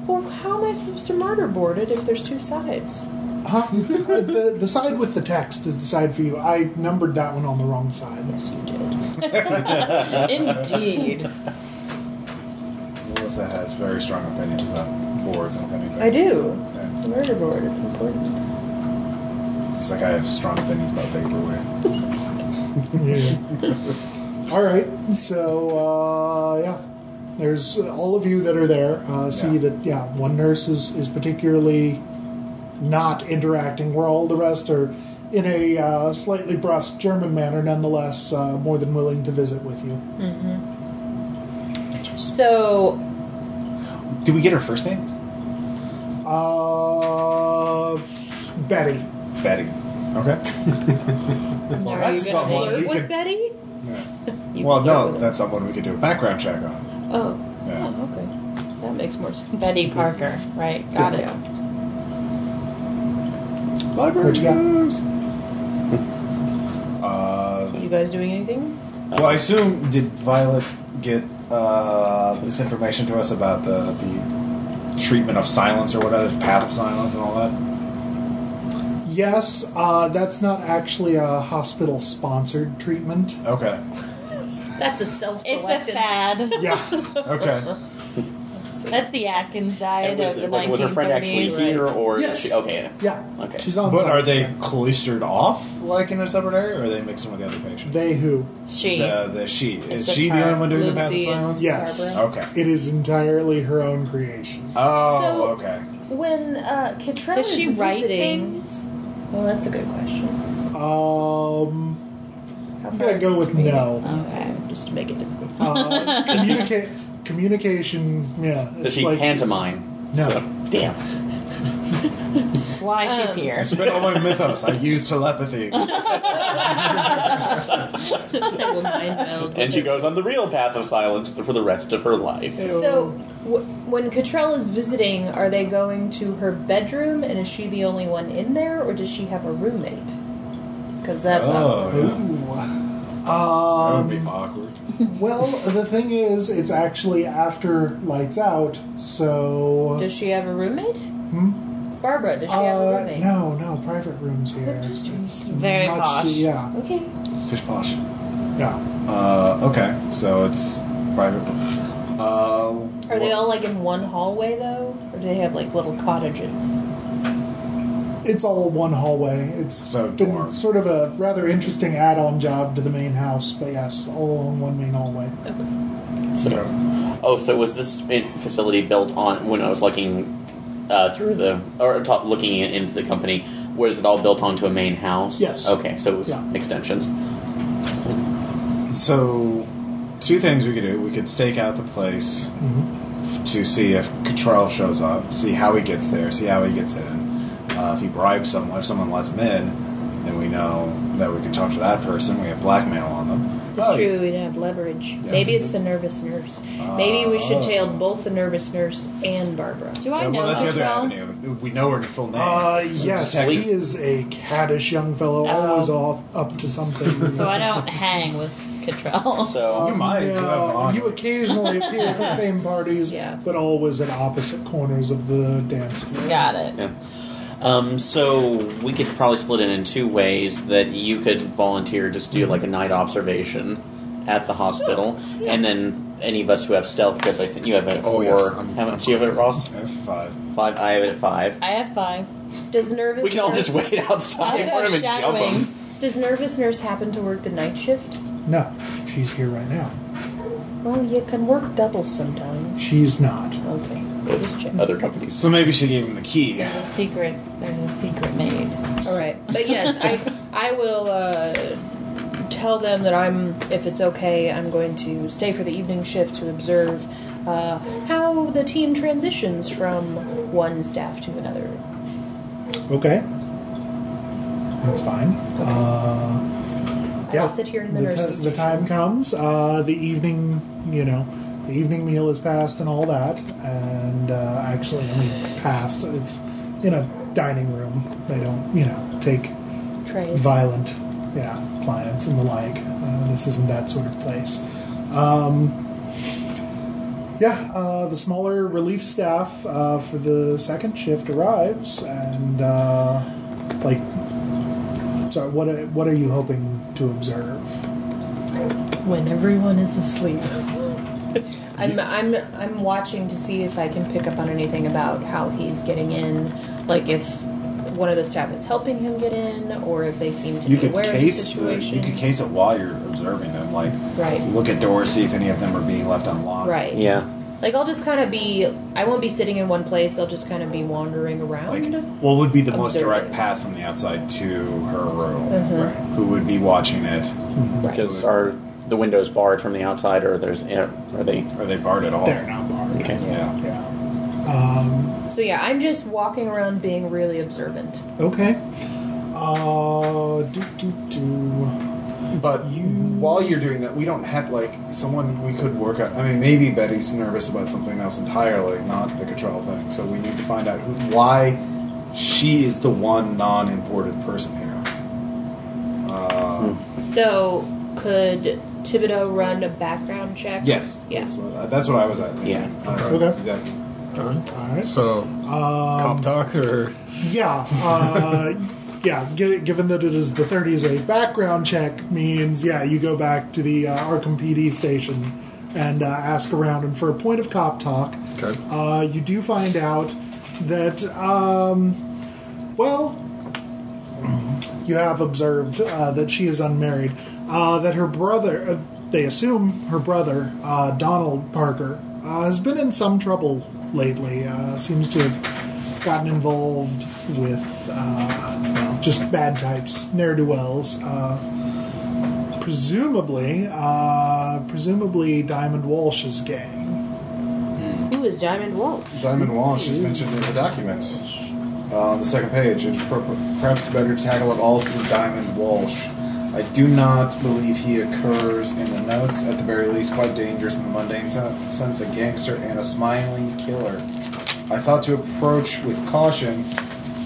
Speaker 9: well, how am I supposed to murder board it if there's two sides?
Speaker 2: Huh? Uh, the, the side with the text is the side for you. I numbered that one on the wrong side.
Speaker 4: Yes, you did.
Speaker 7: Indeed.
Speaker 3: Melissa has very strong opinions on boards and opinions.
Speaker 9: I do.
Speaker 3: Yeah.
Speaker 9: The murder board, it's important.
Speaker 3: Just like I have strong opinions about paperweight.
Speaker 2: All right. So, uh, yeah. There's all of you that are there. Uh, see
Speaker 11: Yeah.
Speaker 2: that yeah, one nurse is is particularly not interacting, where all the rest are in a uh, slightly brusque German manner, nonetheless uh, more than willing to visit with you.
Speaker 4: So
Speaker 1: Did we get her first name?
Speaker 2: Uh, Betty.
Speaker 1: Betty. Okay.
Speaker 4: well,
Speaker 1: that's someone
Speaker 4: flirt
Speaker 1: we
Speaker 4: with
Speaker 1: could-
Speaker 4: Betty? You
Speaker 1: Well,
Speaker 4: flirt
Speaker 1: no,
Speaker 4: with her.
Speaker 1: that's someone we could do a background check on.
Speaker 4: Oh.
Speaker 1: Yeah.
Speaker 4: Oh, okay. That makes more sense.
Speaker 7: Betty Parker, right? Got it.
Speaker 1: Library
Speaker 2: What you got?
Speaker 1: news. Uh,
Speaker 4: You guys doing anything?
Speaker 1: well, I assume did Violet get uh, this information to us about the the treatment of silence or whatever, path of silence and all that?
Speaker 2: Yes, uh, that's not actually a hospital sponsored treatment.
Speaker 1: Okay.
Speaker 4: That's a self-selected.
Speaker 7: It's a fad.
Speaker 2: Yeah.
Speaker 1: Okay.
Speaker 7: That's the Atkins diet
Speaker 5: And was,
Speaker 7: of the
Speaker 5: was- was her friend actually
Speaker 7: 1930s.
Speaker 5: here, or
Speaker 2: Yes.
Speaker 5: she, okay?
Speaker 2: Yeah.
Speaker 5: Okay.
Speaker 2: She's on
Speaker 1: But
Speaker 2: site.
Speaker 1: are they cloistered off, like in a separate area, or are they mixing with the other patients?
Speaker 2: They who?
Speaker 7: She.
Speaker 1: the, the she. Is
Speaker 4: just
Speaker 1: she the
Speaker 4: her,
Speaker 1: only one doing the path of
Speaker 4: Lindsay and-
Speaker 1: silence?
Speaker 2: Yes.
Speaker 1: Barbara. Okay.
Speaker 2: It is entirely her own creation.
Speaker 1: Oh,
Speaker 4: So-
Speaker 1: okay.
Speaker 4: When uh, Catrell
Speaker 7: Does she
Speaker 4: is
Speaker 7: write
Speaker 4: visiting,
Speaker 7: things?
Speaker 4: Well, that's a good question.
Speaker 2: Um,
Speaker 4: How
Speaker 2: I'm
Speaker 4: far
Speaker 2: gonna
Speaker 4: is
Speaker 2: go
Speaker 4: this
Speaker 2: with
Speaker 4: from here?
Speaker 2: no.
Speaker 4: Okay, just to make it difficult.
Speaker 2: Uh,
Speaker 4: Oh.
Speaker 2: communica- communication. Yeah.
Speaker 5: Does
Speaker 2: it's
Speaker 5: she
Speaker 2: like,
Speaker 5: pantomime?
Speaker 2: No.
Speaker 5: So, damn.
Speaker 7: That's why
Speaker 4: Um,
Speaker 7: she's here.
Speaker 1: I spent all my mythos. I used telepathy.
Speaker 4: I will mind meld with
Speaker 5: And she
Speaker 4: it.
Speaker 5: goes on the real path of silence for the rest of her life.
Speaker 4: So, w- when Catrell is visiting, are they going to her bedroom, and is she the only one in there, or does she have a roommate? Because that's
Speaker 1: oh, yeah.
Speaker 4: awkward.
Speaker 2: Ooh.
Speaker 1: that
Speaker 2: Um,
Speaker 1: would be awkward.
Speaker 2: well, the thing is, it's actually after lights out, so.
Speaker 4: Does she have a roommate?
Speaker 2: Hmm?
Speaker 4: Barbara, does she have a
Speaker 2: Uh,
Speaker 4: roommate?
Speaker 2: no, no, private rooms here. It's
Speaker 7: Very
Speaker 2: much
Speaker 7: posh.
Speaker 2: too- yeah,
Speaker 4: Okay.
Speaker 1: Fish posh.
Speaker 2: yeah.
Speaker 1: Uh, okay, so it's private. Uh,
Speaker 4: Are they all like in one hallway though, or do they have like little cottages?
Speaker 2: It's all one hallway. It's
Speaker 1: So
Speaker 2: been
Speaker 1: dorm.
Speaker 2: sort of a rather interesting add-on job to the main house, but yes, all along one main hallway.
Speaker 5: So, oh, so was this in- facility built on when I was looking uh, through the or top, looking in- into the company? Was it all built onto a main house?
Speaker 2: Yes.
Speaker 5: Okay, so it was
Speaker 2: Yeah.
Speaker 5: extensions.
Speaker 1: So, two things we could do. We could stake out the place to see if Cottrell shows up, see how he gets there, see how he gets in. Uh, if he bribes someone, if someone lets him in, then we know that we can talk to that person. We have blackmail on them.
Speaker 4: It's true, we'd have leverage. Maybe it's the nervous nurse. Maybe we
Speaker 2: Oh.
Speaker 4: should tail both the nervous nurse and Barbara.
Speaker 7: Do I
Speaker 1: Uh,
Speaker 7: know
Speaker 1: well, that's the other
Speaker 7: Cottrell?
Speaker 1: avenue. We know her full name.
Speaker 2: Uh,
Speaker 1: So
Speaker 2: yes,
Speaker 1: detective-
Speaker 2: he is a caddish young fellow, always off, up to something.
Speaker 7: Oh. So I don't hang with Cottrell.
Speaker 5: So,
Speaker 1: You might. You, have
Speaker 2: Yeah,
Speaker 1: long-
Speaker 2: you occasionally appear at the same parties,
Speaker 4: Yeah.
Speaker 2: but always at opposite corners of the dance floor.
Speaker 7: Got it.
Speaker 5: yeah. Um, so we could probably split it in two ways. That you could volunteer, just do like a night observation at the hospital, and then any of us who have stealth, because I think you have it at
Speaker 12: Oh,
Speaker 5: four.
Speaker 12: yes, I'm-
Speaker 5: how much do you have it, Ross?
Speaker 1: F5.
Speaker 5: Five. I have it at five.
Speaker 7: I have five.
Speaker 4: Does nervous
Speaker 5: We can all just
Speaker 4: nurse,
Speaker 5: wait outside
Speaker 7: Also
Speaker 5: for him and jump
Speaker 7: shadowing.
Speaker 5: him.
Speaker 4: Does nervous nurse happen to work the night shift?
Speaker 2: No, she's here right now.
Speaker 4: Well, you can work double sometimes.
Speaker 2: She's not.
Speaker 4: Okay. Just
Speaker 5: Those
Speaker 4: check.
Speaker 5: other companies.
Speaker 1: So maybe she gave him the key.
Speaker 7: There's a secret. There's a secret made.
Speaker 4: All right, but yes, I I will uh, tell them that I'm, if it's okay, I'm going to stay for the evening shift to observe uh, how the team transitions from one staff to another.
Speaker 2: Okay. That's fine. Uh, yeah.
Speaker 4: I'll sit here in the
Speaker 2: ti-
Speaker 4: nurses'
Speaker 2: the time comes. Uh, the evening, you know, the evening meal is passed and all that. And uh, actually, I mean, passed. It's in a dining room. They don't, you know, take
Speaker 4: Trays.
Speaker 2: violent, yeah, clients and the like. Uh, this isn't that sort of place. Um, yeah, uh, the smaller relief staff uh, for the second shift arrives, and uh, like, sorry, what are, what are you hoping to observe?
Speaker 4: when everyone is asleep. I'm, I'm, I'm watching to see if I can pick up on anything about how he's getting in, like if one of the staff is helping him get in, or if they seem to
Speaker 1: You
Speaker 4: be
Speaker 1: could
Speaker 4: aware of the
Speaker 1: case the,
Speaker 4: situation.
Speaker 1: you could case it while you're observing them, like
Speaker 4: Right.
Speaker 1: look at doors, see if any of them are being left unlocked.
Speaker 4: Right.
Speaker 5: Yeah.
Speaker 4: Like I'll just kind of be. I won't be sitting in one place. I'll just kind of be wandering around.
Speaker 1: Like, what would be the most
Speaker 4: Observing.
Speaker 1: direct path from the outside to her room?
Speaker 4: Mhm.
Speaker 1: Who would be watching it?
Speaker 5: Because are the windows barred from the outside, or there's yeah, are they?
Speaker 1: Are they barred at all?
Speaker 2: They're not barred.
Speaker 5: Okay.
Speaker 1: Yeah.
Speaker 2: Yeah. Um,
Speaker 4: so yeah, I'm just walking around being really observant.
Speaker 2: okay. Uh, do, do, do.
Speaker 1: But you, while you're doing that, we don't have like someone we could work out. I mean, maybe Betty's nervous about something else entirely, not the Cottrell thing. So we need to find out who, why she is the one non-important person here. Uh,
Speaker 4: So could Thibodeau run a background check?
Speaker 1: Yes.
Speaker 4: Yeah.
Speaker 1: That's what, uh, that's what I was at. thinking.
Speaker 5: Yeah.
Speaker 1: All right,
Speaker 2: Okay.
Speaker 1: Exactly.
Speaker 2: All right.
Speaker 13: So,
Speaker 6: Um,
Speaker 13: cop talk or
Speaker 2: Yeah. Uh, yeah. G- given that it is the 30s, a background check means yeah, you go back to the uh, Arkham PD station and uh, ask around, and for a point of cop talk,
Speaker 13: okay,
Speaker 2: uh, you do find out that um, well, you have observed uh, that she is unmarried. Uh, that her brother, uh, they assume her brother, uh, Donald Parker, uh, has been in some trouble lately. Uh, seems to have gotten involved with uh, well, just bad types, ne'er do wells. Uh, presumably, uh, presumably Diamond Walsh's gang.
Speaker 4: Who is Diamond Walsh?
Speaker 1: Diamond Walsh is mentioned in the documents uh, on the second page. It's per- perhaps better to tackle it all through Diamond Walsh. I do not believe he occurs in the notes, at the very least, quite dangerous in the mundane sen- sense a gangster and a smiling killer. I thought to approach with caution,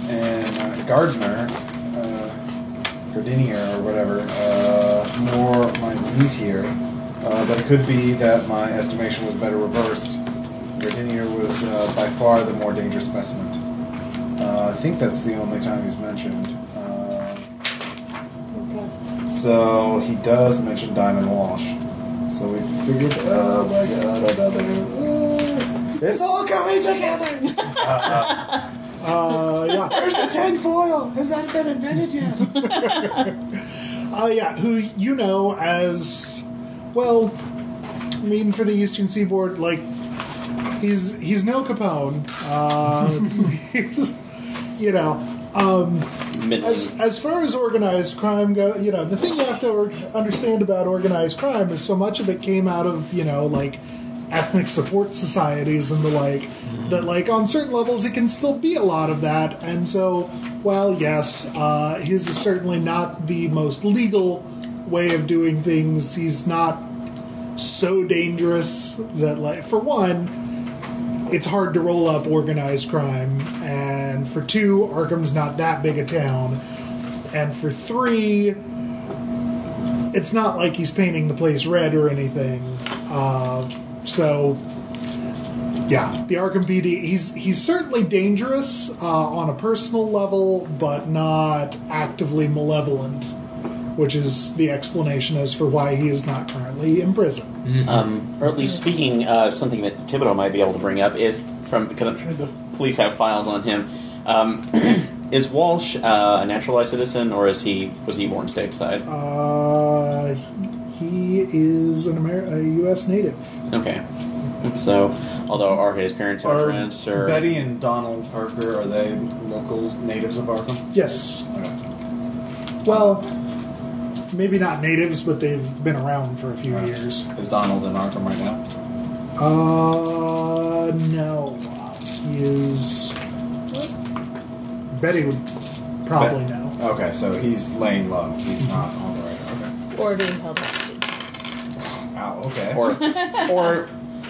Speaker 1: and uh, Gardner, uh, Gardinier, or whatever, uh, more my meteor, uh, but it could be that my estimation was better reversed. Gardinier was uh, by far the more dangerous specimen. Uh, I think that's the only time he's mentioned. Uh, So he does mention Diamond Walsh. So we figured, oh my god, another. uh, it's all coming together!
Speaker 2: Uh, yeah.
Speaker 1: Where's the tinfoil? Has that been invented yet?
Speaker 2: Uh, yeah, who you know as well. I mean, for the Eastern Seaboard, like he's he's no Capone. Uh, he's, you know, um, as as far as organized crime go, you know, the thing you have to or- understand about organized crime is so much of it came out of you know like ethnic support societies and the like. That like on certain levels it can still be a lot of that, and so while yes, uh, his is certainly not the most legal way of doing things. He's not so dangerous that like for one. It's hard to roll up organized crime, and for two, Arkham's not that big a town, and for three, it's not like he's painting the place red or anything. Uh, so, yeah, the Arkham PD. He's he's certainly dangerous uh, on a personal level, but not actively malevolent, which is the explanation as for why he is not currently in prison.
Speaker 5: Um, or at least speaking, uh, something that Thibodeau might be able to bring up is from because I'm sure the police have files on him. Um, is Walsh uh, a naturalized citizen, or is he was he born stateside?
Speaker 2: Uh, he is an Amer- a U.S. native.
Speaker 5: okay, so although are his parents
Speaker 1: Are
Speaker 5: or friends or
Speaker 1: Betty and Donald Parker, are they locals, natives of Arkham?
Speaker 2: Yes.
Speaker 1: Okay.
Speaker 2: Well, maybe not natives, but they've been around for a few
Speaker 1: Right.
Speaker 2: years.
Speaker 1: Is Donald in Arkham right now?
Speaker 2: Uh, no. He is. Betty would probably know.
Speaker 1: Okay, so he's laying low. He's not on the radar. Okay.
Speaker 4: Or being held hostage?
Speaker 1: Wow, okay.
Speaker 5: or or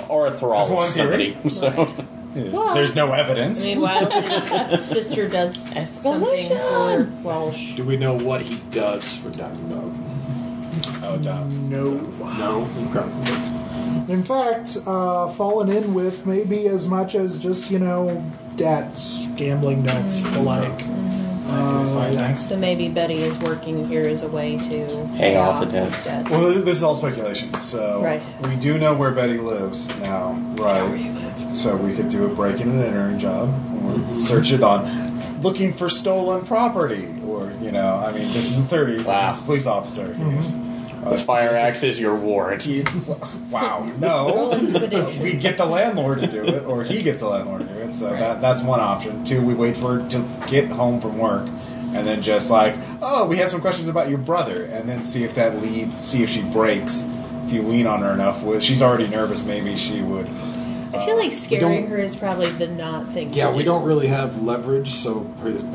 Speaker 5: or a thrall
Speaker 1: That's one
Speaker 5: of somebody? So
Speaker 4: Well-
Speaker 1: There's no
Speaker 4: I
Speaker 1: evidence.
Speaker 4: mean, while his sister does something for Walsh.
Speaker 6: Do we know what he does for Diamond Dog?
Speaker 1: Oh, dumb.
Speaker 2: No.
Speaker 6: No. Okay.
Speaker 2: In fact, uh, fallen in with maybe as much as just, you know, debts, gambling debts, the like. Uh,
Speaker 4: So maybe Betty is working here as a way to
Speaker 5: Pay off the
Speaker 4: his
Speaker 5: debt.
Speaker 4: debts.
Speaker 1: Well, th- this is all speculation, so
Speaker 4: Right.
Speaker 1: we do know where Betty lives now, right? So we could do a break-in and entering job, or search it on looking for stolen property, or you know, I mean, this is the 30s.
Speaker 5: Wow.
Speaker 1: It's a police officer. case.
Speaker 5: The fire axe is your ward.
Speaker 1: Wow. No. we get the landlord to do it, or he gets the landlord to do it. So that, that's one option. Two, we wait for to get home from work, and then just like, oh, we have some questions about your brother, and then see if that leads, see if she breaks. If you lean on her enough, well, she's already nervous. Maybe she would.
Speaker 4: I feel like scaring
Speaker 6: don't-
Speaker 4: her is probably the not thing.
Speaker 6: Yeah,
Speaker 4: to
Speaker 6: we
Speaker 4: do.
Speaker 6: don't really have leverage, so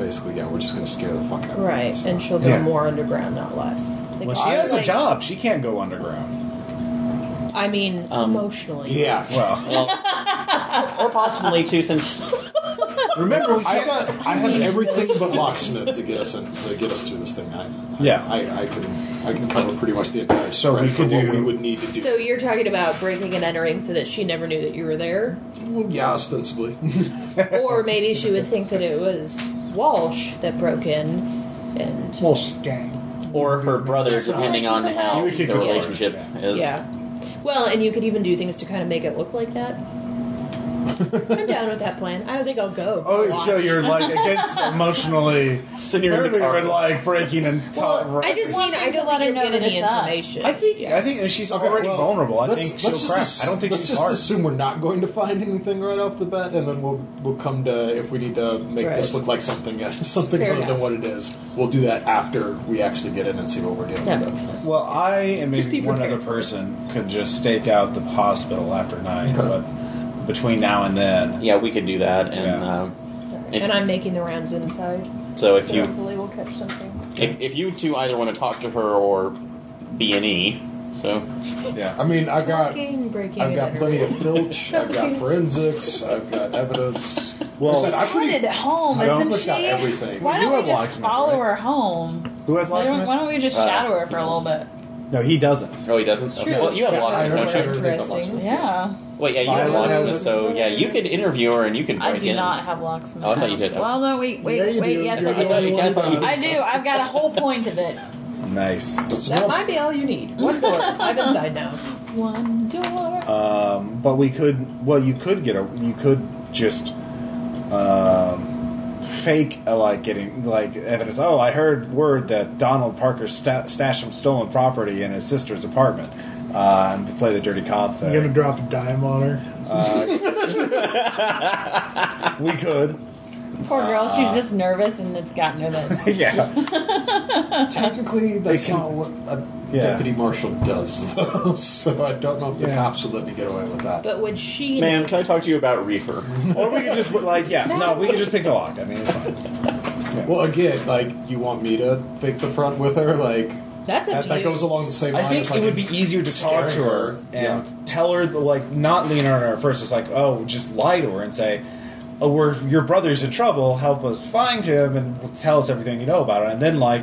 Speaker 6: basically, yeah, we're just gonna scare the fuck out of her.
Speaker 4: Right,
Speaker 6: so.
Speaker 4: and she'll go
Speaker 1: Yeah.
Speaker 4: more underground, not less. Like,
Speaker 1: Well, she
Speaker 4: I
Speaker 1: has a
Speaker 4: like-
Speaker 1: job. She can't go underground.
Speaker 4: I mean,
Speaker 5: Um,
Speaker 4: emotionally.
Speaker 6: Yeah.
Speaker 1: Well,
Speaker 5: or possibly too, since
Speaker 1: remember we
Speaker 6: I
Speaker 1: can't.
Speaker 6: got I have everything but locksmith to get us in, to get us through this thing. I, I-
Speaker 1: Yeah.
Speaker 6: I, I can I can cover pretty much the entire
Speaker 1: So
Speaker 6: spread
Speaker 1: we could
Speaker 6: for what
Speaker 1: do-
Speaker 6: we would need to do.
Speaker 4: So you're talking about breaking and entering so that she never knew that you were there,
Speaker 6: Well, yeah, ostensibly.
Speaker 4: or maybe she would think that it was Walsh that broke in, and
Speaker 2: Walsh's gang.
Speaker 5: or her brother, depending on how
Speaker 1: You would kick
Speaker 5: the
Speaker 1: the door.
Speaker 5: relationship is.
Speaker 4: yeah. Well, and you could even do things to kind of make it look like that. I'm down with that plan. I don't think I'll go.
Speaker 1: Oh,
Speaker 4: Watch.
Speaker 1: so you're like against emotionally.
Speaker 5: So you're in the
Speaker 1: Apparently
Speaker 5: car.
Speaker 1: we're, like breaking and talk.
Speaker 4: I just mean I don't think
Speaker 7: let her
Speaker 4: you'll
Speaker 7: know
Speaker 4: get
Speaker 7: that
Speaker 4: any
Speaker 7: it's us.
Speaker 4: information.
Speaker 1: I think I think she's already
Speaker 6: well,
Speaker 1: vulnerable. I
Speaker 6: let's-
Speaker 1: think she'll
Speaker 6: let's just
Speaker 1: crack.
Speaker 6: ass-
Speaker 1: I don't think
Speaker 6: let's
Speaker 1: she's
Speaker 6: just
Speaker 1: hard.
Speaker 6: assume we're not going to find anything right off the bat, and then we'll we'll come to if we need to make this
Speaker 4: Right.
Speaker 6: look like something else- something
Speaker 4: Fair
Speaker 6: other than
Speaker 4: enough.
Speaker 6: what it is. We'll do that after we actually get in and see what we're dealing
Speaker 4: That
Speaker 6: with.
Speaker 4: makes sense.
Speaker 1: Well, I and maybe
Speaker 4: be
Speaker 1: one
Speaker 4: prepared.
Speaker 1: other person could just stake out the hospital after nine,
Speaker 6: Okay.
Speaker 1: but between now and then,
Speaker 5: Yeah, we could do that, and
Speaker 1: Yeah.
Speaker 5: uh, if-
Speaker 4: And I'm making the rounds inside.
Speaker 5: so if
Speaker 4: So
Speaker 5: you
Speaker 4: hopefully we'll catch something.
Speaker 5: if, if you two either want to talk to her or B and E, so
Speaker 1: yeah.
Speaker 6: I mean, I've got
Speaker 4: Game breaking.
Speaker 6: I've got
Speaker 4: and
Speaker 6: plenty of
Speaker 4: entering.
Speaker 6: filch. I've got forensics. I've got evidence.
Speaker 1: Well-
Speaker 6: Listen, I
Speaker 7: Headed
Speaker 6: pretty.
Speaker 7: home,
Speaker 1: I don't
Speaker 7: isn't
Speaker 6: look
Speaker 7: she?
Speaker 6: at everything.
Speaker 7: Why
Speaker 1: You
Speaker 7: don't we
Speaker 1: have
Speaker 7: just
Speaker 1: locksmith,
Speaker 7: follow
Speaker 1: right?
Speaker 7: her home?
Speaker 1: Who has
Speaker 7: Why don't,
Speaker 1: locksmith?
Speaker 7: why don't we just
Speaker 5: Uh,
Speaker 7: shadow her
Speaker 5: he
Speaker 7: for a little bit?
Speaker 1: No, he doesn't.
Speaker 5: oh he doesn't.
Speaker 4: true.
Speaker 5: Well, you have
Speaker 4: Yeah,
Speaker 6: I
Speaker 5: lost
Speaker 6: remember
Speaker 5: don't you?
Speaker 4: everything.
Speaker 6: everything but locksmith.
Speaker 7: Yeah.
Speaker 5: Wait, yeah, you have
Speaker 1: Violet has
Speaker 5: lost
Speaker 1: it.
Speaker 5: So yeah, you could interview her, and you could.
Speaker 7: I
Speaker 5: break
Speaker 7: do
Speaker 5: in.
Speaker 7: not have locksmith.
Speaker 5: Oh, I thought you did.
Speaker 7: Well, no, wait, wait,
Speaker 2: Yeah, you
Speaker 7: wait.
Speaker 2: do.
Speaker 7: Yes,
Speaker 2: You're
Speaker 7: I
Speaker 2: the
Speaker 7: do.
Speaker 2: only
Speaker 5: I
Speaker 2: one
Speaker 5: thought you-
Speaker 2: who
Speaker 7: I
Speaker 2: does.
Speaker 7: do. I've got a whole point of it.
Speaker 1: Nice.
Speaker 6: It's
Speaker 4: That
Speaker 6: not-
Speaker 4: might be all you need. One door. I'm inside now.
Speaker 7: One door.
Speaker 1: Um, but we could. Well, you could get a. You could just um, fake uh, like getting like evidence. Oh, I heard word that Donald Parker sta- stashed some stolen property in his sister's apartment. Uh, and play the dirty cop
Speaker 2: I'm gonna
Speaker 1: thing.
Speaker 2: drop a dime on her.
Speaker 1: We could.
Speaker 7: Poor girl. She's just nervous, and it's gotten her that.
Speaker 1: yeah.
Speaker 6: Technically, that's
Speaker 1: can-
Speaker 6: not what a
Speaker 1: Yeah.
Speaker 6: deputy marshal does, though. So I don't know if the
Speaker 2: Yeah.
Speaker 6: cops would let me get away with that.
Speaker 4: But would she?
Speaker 5: Ma'am, can I talk to you about reefer?
Speaker 1: Or we could just like yeah, no, we could just pick the lock. I mean, it's fine.
Speaker 6: well, again, like you want me to fake the front with her, like
Speaker 4: That's up
Speaker 6: that,
Speaker 4: to
Speaker 6: that
Speaker 4: you.
Speaker 6: goes along the same.
Speaker 1: I
Speaker 6: line
Speaker 1: think
Speaker 6: as,
Speaker 1: it
Speaker 6: like,
Speaker 1: would be easier to talk to
Speaker 6: scaring
Speaker 1: her
Speaker 6: her.
Speaker 1: and tell her the, like not lean on her at first. It's like oh, just lie to her and say, oh, we're your brother's in trouble. Help us find him and tell us everything you know about it. And then like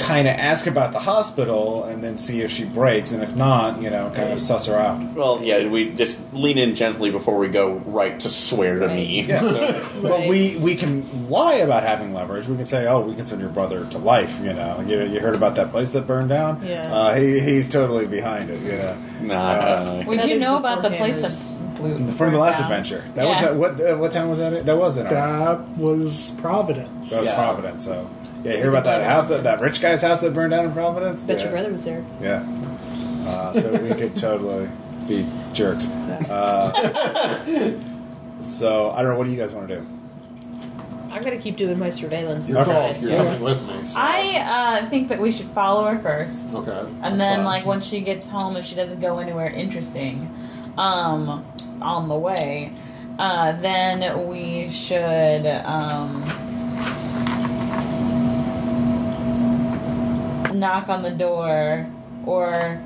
Speaker 1: kind of ask about the hospital and then see if she breaks. And if not, you know, kind of suss her out.
Speaker 5: well, yeah, we just lean in gently before we go right to swear to me.
Speaker 1: Yeah.
Speaker 5: So-
Speaker 1: But we we can lie about having leverage. We can say, "Oh, we can send your brother to life." You know, you, you heard about that place that burned down?
Speaker 4: Yeah.
Speaker 1: uh, he, he's totally behind it. You know,
Speaker 5: Nah,
Speaker 1: Uh,
Speaker 7: We
Speaker 4: That
Speaker 7: do
Speaker 4: is the
Speaker 7: know about the place
Speaker 4: forecammers.
Speaker 7: that blew.
Speaker 1: from the last
Speaker 7: down.
Speaker 1: adventure. That
Speaker 7: Yeah.
Speaker 1: was at, what uh, what town was that? At? That was in our
Speaker 2: That was Providence.
Speaker 1: that was
Speaker 6: Yeah.
Speaker 1: Providence. So yeah, you hear about that house that that rich guy's house that burned down in Providence?
Speaker 4: Bet
Speaker 1: yeah.
Speaker 4: your brother was there.
Speaker 1: Yeah. Uh, so we could totally be jerks. Uh, so I don't know. What do you guys want to do?
Speaker 7: Um,
Speaker 4: I'm gonna keep doing my surveillance.
Speaker 6: You're
Speaker 1: Okay.
Speaker 6: called. You're
Speaker 4: Yeah.
Speaker 6: coming with me. So.
Speaker 7: I uh, think that we should follow her first.
Speaker 6: okay.
Speaker 7: And
Speaker 6: that's
Speaker 7: then,
Speaker 6: fine.
Speaker 7: like, once she gets home, if she doesn't go anywhere interesting um, on the way, uh, then we should. Um, knock on the door, or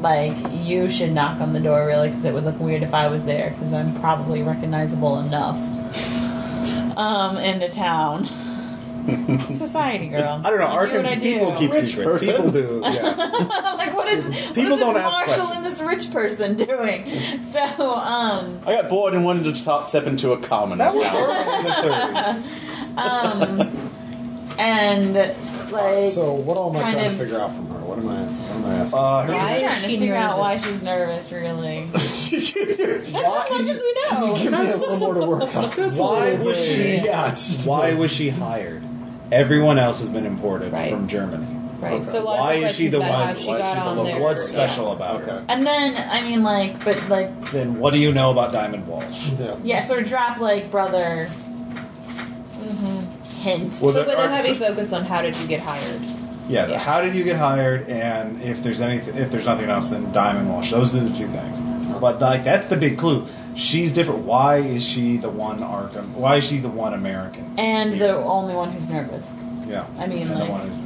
Speaker 7: like you should knock on the door, really, because it would look weird if I was there, because I'm probably recognizable enough um, in the town. Society girl.
Speaker 1: I don't know.
Speaker 7: You do what I
Speaker 1: Arkham
Speaker 7: do.
Speaker 1: people keep
Speaker 6: Rich
Speaker 1: secrets.
Speaker 6: person.
Speaker 1: People do. Yeah.
Speaker 7: like what is
Speaker 1: People don't
Speaker 7: what is this
Speaker 1: ask
Speaker 7: Marshall
Speaker 1: questions.
Speaker 7: and this rich person doing? So um
Speaker 5: I got bored and wanted to top step into a common
Speaker 1: That was
Speaker 5: house.
Speaker 1: horrible in the 30s.
Speaker 7: um and like
Speaker 6: so what all am I
Speaker 7: kind
Speaker 6: trying
Speaker 7: of-
Speaker 6: to figure out from her? What am I? What am I asking?
Speaker 1: Uh, here-
Speaker 7: we're just
Speaker 4: Why
Speaker 7: trying
Speaker 4: is
Speaker 7: to
Speaker 4: she
Speaker 7: figure out
Speaker 4: nervous?
Speaker 7: why she's nervous, really. That's as much as we
Speaker 6: Give
Speaker 7: know.
Speaker 6: me a little more to work on.
Speaker 1: why was she?
Speaker 6: Yeah, just-
Speaker 1: Why was she hired? Everyone else has been imported
Speaker 4: Right.
Speaker 1: from Germany.
Speaker 9: right? So lots of
Speaker 1: Why is she
Speaker 9: questions
Speaker 1: the
Speaker 9: about
Speaker 1: one?
Speaker 9: how she
Speaker 6: why is
Speaker 9: got
Speaker 6: she the
Speaker 9: on
Speaker 6: local
Speaker 9: there.
Speaker 1: What's
Speaker 9: Yeah.
Speaker 1: special about her?
Speaker 7: And then, I mean, like, but like,
Speaker 1: Then what do you know about Diamond Walsh?
Speaker 14: Yeah.
Speaker 7: yeah, sort of drop like brother Mm-hmm. hints.
Speaker 1: Well,
Speaker 9: So
Speaker 1: there
Speaker 9: with
Speaker 1: are-
Speaker 9: a heavy focus on how did you get hired?
Speaker 1: Yeah, the
Speaker 9: Yeah.
Speaker 1: how did you get hired? And if there's anything, if there's nothing else, then Diamond Walsh. Those are the two things. But like that's the big clue. She's different. Why is she the one Arkham? Why is she the one American?
Speaker 7: and
Speaker 1: Yeah.
Speaker 7: the only one who's nervous.
Speaker 1: yeah,
Speaker 7: I mean,
Speaker 1: and
Speaker 7: like-
Speaker 1: the one who's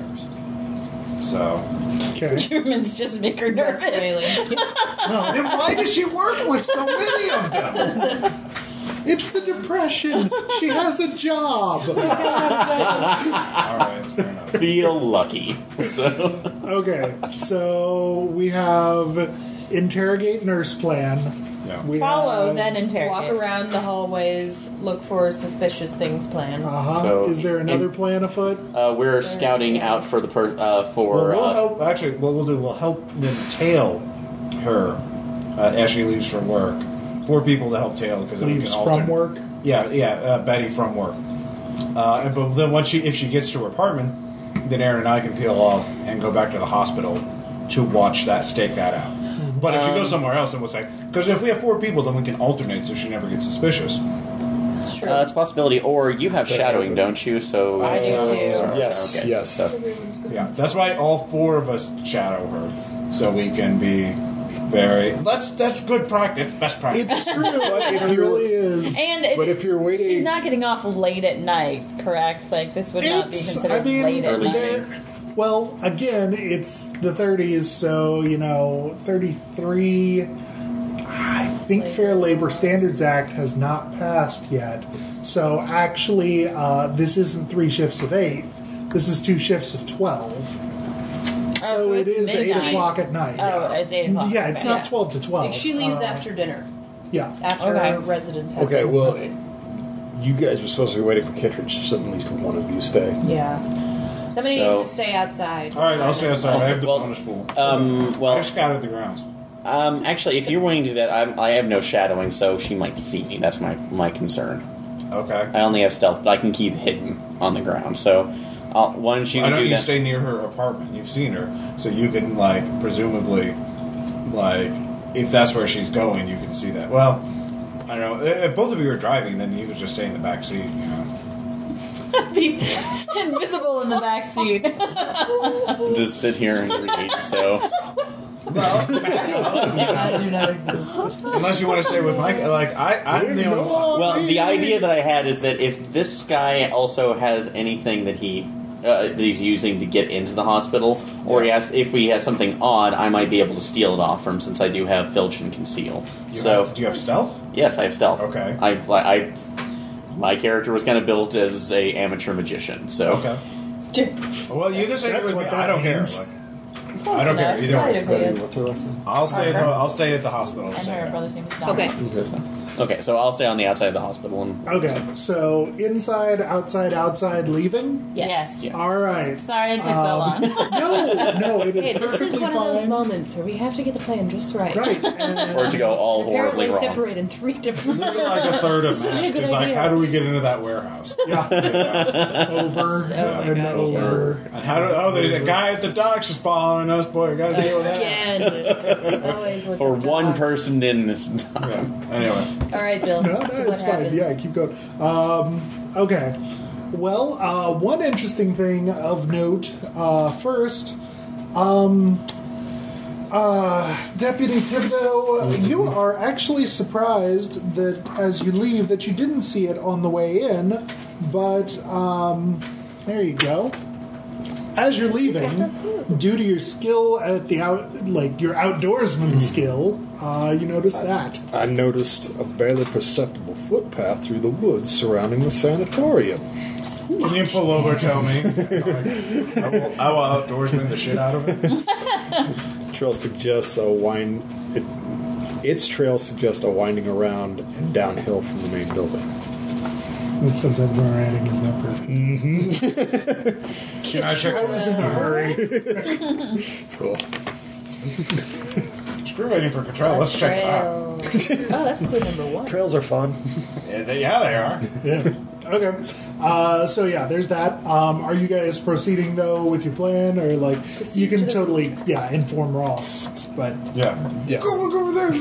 Speaker 1: nervous. So
Speaker 2: Okay.
Speaker 7: Germans just make her
Speaker 9: Nervous.
Speaker 7: nervous.
Speaker 1: Oh, then why does she work with so many of them?
Speaker 2: It's the depression. She has a job.
Speaker 1: All right, fair enough.
Speaker 5: Feel lucky. So
Speaker 2: Okay, so we have interrogate nurse plan.
Speaker 1: Yeah.
Speaker 2: We
Speaker 7: Follow,
Speaker 2: have,
Speaker 7: then interrogate.
Speaker 9: Walk around the hallways, look for suspicious things. Plan.
Speaker 4: Oh,
Speaker 2: Uh-huh.
Speaker 5: So-
Speaker 2: Is there another
Speaker 5: and-
Speaker 2: plan afoot?
Speaker 5: uh, we're scouting out for the per- uh,
Speaker 1: Well,
Speaker 5: for
Speaker 1: we'll
Speaker 5: uh,
Speaker 1: help. Actually, what we'll do, we'll help them tail her uh, as she leaves from work. Four people to help tail because we
Speaker 2: Leaves
Speaker 1: can
Speaker 2: from
Speaker 1: alternate.
Speaker 2: work.
Speaker 1: Yeah, yeah, uh, Betty from work. Uh, and, but then once she, if she gets to her apartment, then Aaron and I can peel off and go back to the hospital to watch that stake that out. But
Speaker 2: Um,
Speaker 1: if she goes somewhere else, then we'll say because if we have four people, then we can alternate so she never gets suspicious.
Speaker 9: Sure.
Speaker 5: Uh, it's a possibility, or you have shadowing, don't you? So uh,
Speaker 7: I do too.
Speaker 6: Yes,
Speaker 5: Okay.
Speaker 6: yes.
Speaker 1: Yeah, that's why all four of us shadow her so we can be very. That's that's good practice, best practice.
Speaker 2: It's true. it
Speaker 6: you're-
Speaker 2: really is.
Speaker 7: And it,
Speaker 6: But if you're waiting-
Speaker 7: she's not getting off late at night, correct? Like this would not be
Speaker 2: It's-
Speaker 7: considered
Speaker 2: I mean,
Speaker 7: late at
Speaker 5: early
Speaker 7: night.
Speaker 5: evening.
Speaker 2: Well, again, it's the 30s, so, you know, 33. I think Fair Labor Standards Act has not passed yet. So actually, uh, this isn't three shifts of eight. This is two shifts of 12. So,
Speaker 7: Oh, so
Speaker 2: it
Speaker 7: it's
Speaker 2: is 8
Speaker 7: midnight.
Speaker 2: o'clock at night.
Speaker 7: Oh, it's eight o'clock.
Speaker 2: yeah, it's
Speaker 7: Okay.
Speaker 2: not
Speaker 9: Yeah.
Speaker 2: 12 to 12.
Speaker 9: Like, she leaves
Speaker 2: Uh,
Speaker 9: after dinner,
Speaker 2: Yeah.
Speaker 9: after
Speaker 7: Okay.
Speaker 9: her residence. have
Speaker 6: Okay,
Speaker 9: dinner.
Speaker 6: well, you guys were supposed to be waiting for Kittredge, so at least one of you stay.
Speaker 9: yeah. Somebody
Speaker 5: So-
Speaker 9: needs to stay outside.
Speaker 1: all right, I'll stay outside. I have the
Speaker 5: Well,
Speaker 1: bonus pool.
Speaker 5: Um,
Speaker 1: I
Speaker 5: well,
Speaker 1: scouted the grounds.
Speaker 5: um, actually, if you're willing to do that, I'm, I have no shadowing, so she might see me. That's my my concern.
Speaker 1: Okay.
Speaker 5: I only have stealth, but I can keep hidden on the ground. So, I'll, why don't you
Speaker 1: I know
Speaker 5: do
Speaker 1: you
Speaker 5: that?
Speaker 1: stay near her apartment. You've seen her, so you can like presumably, like if that's where she's going, you can see that. Well, I don't know. If if both of you are driving, then you could just stay in the back seat. You know.
Speaker 7: He's invisible in the back seat.
Speaker 5: Just sit here and read. So,
Speaker 9: I do not exist.
Speaker 1: Unless you want to stay with Mike. Like I, I'm the only. one.
Speaker 5: well, the idea that I had is that if this guy also has anything that he uh, that he's using to get into the hospital, or he has, if we have something odd, I might be able to steal it off from since I do have filch and conceal.
Speaker 1: You
Speaker 5: so,
Speaker 1: have- do you have stealth?
Speaker 5: Yes, I have stealth.
Speaker 1: Okay.
Speaker 5: I, I, I my character was kind of built as a amateur magician, so
Speaker 1: Okay. Well, you can stay
Speaker 2: That's
Speaker 1: with me.
Speaker 2: what that
Speaker 1: I don't
Speaker 2: means.
Speaker 1: care. Like, I don't care either way.
Speaker 6: What's her last name?
Speaker 1: I'll stay. At the, I'll stay at the hospital.
Speaker 7: and her brother's name is Don.
Speaker 4: Okay.
Speaker 5: okay. So I'll stay on the outside of the hospital and
Speaker 2: Okay, so inside, outside, outside, leaving.
Speaker 7: Yes.
Speaker 5: Yeah.
Speaker 2: All right.
Speaker 7: Sorry it took so long.
Speaker 2: No, no, it is
Speaker 8: Hey, this
Speaker 2: perfectly
Speaker 8: is one
Speaker 2: fine.
Speaker 8: of those moments where we have to get the plan just right.
Speaker 2: Right. and-
Speaker 5: or to go all horribly
Speaker 8: Apparently
Speaker 5: wrong.
Speaker 8: separate in three different.
Speaker 1: like a third of
Speaker 8: Such a
Speaker 1: us.
Speaker 8: good
Speaker 1: Just like,
Speaker 8: idea.
Speaker 1: how do we get into that warehouse?
Speaker 2: yeah. Over and over.
Speaker 1: And how do, oh, the, the guy at the docks is following us. Boy, we gotta deal with that.
Speaker 8: Again. Always with
Speaker 5: For
Speaker 8: the
Speaker 5: one
Speaker 8: dogs.
Speaker 5: person in this time.
Speaker 1: Yeah. Anyway,
Speaker 8: All right, Bill.
Speaker 2: No, no,
Speaker 8: so what
Speaker 2: it's fine.
Speaker 8: happens?
Speaker 2: Yeah, keep going. Um, okay. Well, uh, one interesting thing of note uh, first. Um, uh, Deputy Thibodeau, you are actually surprised that as you leave that you didn't see it on the way in, but um, there you go. As you're leaving, due to your skill at the out, like your outdoorsman skill, uh, you notice that.
Speaker 6: I noticed a barely perceptible footpath through the woods surrounding the sanatorium.
Speaker 1: can you pull over? Tell me. I will, I will outdoorsman the shit out of it.
Speaker 6: Trail suggests a wind. It, its trail suggests a winding around and downhill from the main building.
Speaker 2: And Sometimes my writing is not perfect.
Speaker 1: I check-
Speaker 2: was in a hurry.
Speaker 6: It's cool.
Speaker 1: Screw waiting for control. Let's check it out.
Speaker 8: Oh, that's clue number one.
Speaker 6: Trails are fun.
Speaker 1: Yeah, they, yeah, they are.
Speaker 2: Yeah. Okay. Uh, so yeah, there's that. Um, are you guys proceeding though with your plan, or like you can totally yeah inform Ross, but
Speaker 15: Yeah.
Speaker 6: Yeah.
Speaker 15: Go look over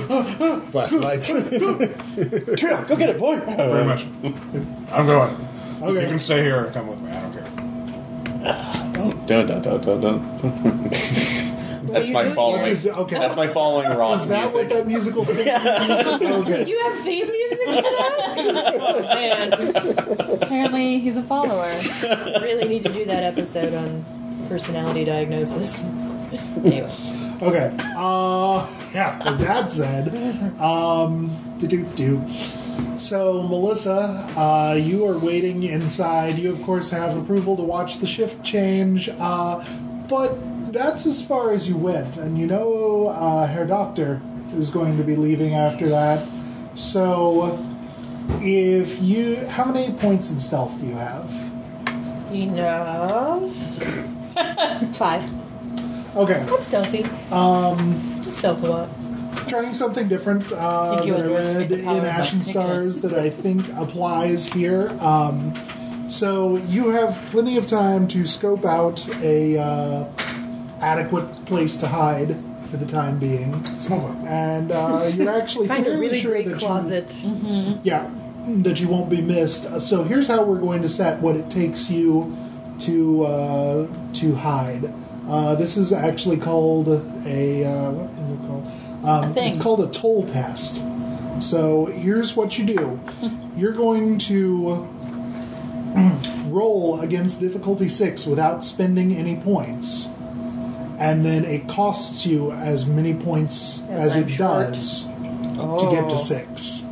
Speaker 15: there.
Speaker 6: Flashlights.
Speaker 15: Trail, go get it, boy. Very much. I'm going.
Speaker 2: Okay.
Speaker 15: You can stay here or come with me. I don't care.
Speaker 5: Dun, dun, dun, dun, dun. That's my following.
Speaker 2: Is it- okay.
Speaker 5: That's my following Ross
Speaker 2: is that
Speaker 5: music.
Speaker 2: what that musical thing? is? Okay.
Speaker 16: You have theme music for
Speaker 7: Oh, Apparently, he's a follower.
Speaker 4: really need to do that episode on personality diagnosis. anyway,
Speaker 2: Okay. Uh, yeah. With that said, um, do do do. So Melissa, uh, you are waiting inside. You of course have approval to watch the shift change, uh, but that's as far as you went. And you know, uh, Herr Doctor is going to be leaving after that. So, if you, how many points in stealth do you have?
Speaker 16: You know,
Speaker 4: five.
Speaker 2: Okay,
Speaker 16: I'm stealthy. Um, I stealth a lot.
Speaker 2: trying something different uh,
Speaker 7: Think you
Speaker 2: that I
Speaker 7: underestimate
Speaker 2: read
Speaker 7: the
Speaker 2: in
Speaker 7: power of
Speaker 2: Ashen
Speaker 7: us.
Speaker 2: Stars that I think applies here. Um, so you have plenty of time to scope out a uh, adequate place to hide for the time being, and uh, you're actually
Speaker 4: Find a
Speaker 2: fairly
Speaker 4: really
Speaker 2: sure
Speaker 4: great
Speaker 2: that you- Mm-hmm.
Speaker 4: closet.
Speaker 2: yeah, that you won't be missed. Uh, So here's how we're going to set what it takes you to uh, to hide. Uh, this is actually called a uh, what is it called? Um,
Speaker 7: A thing.
Speaker 2: It's called a toll test. So here's what you do: you're going to roll against difficulty six without spending any points. And then it costs you as many points as,
Speaker 16: I'm
Speaker 2: it
Speaker 16: short.
Speaker 2: does to get to six.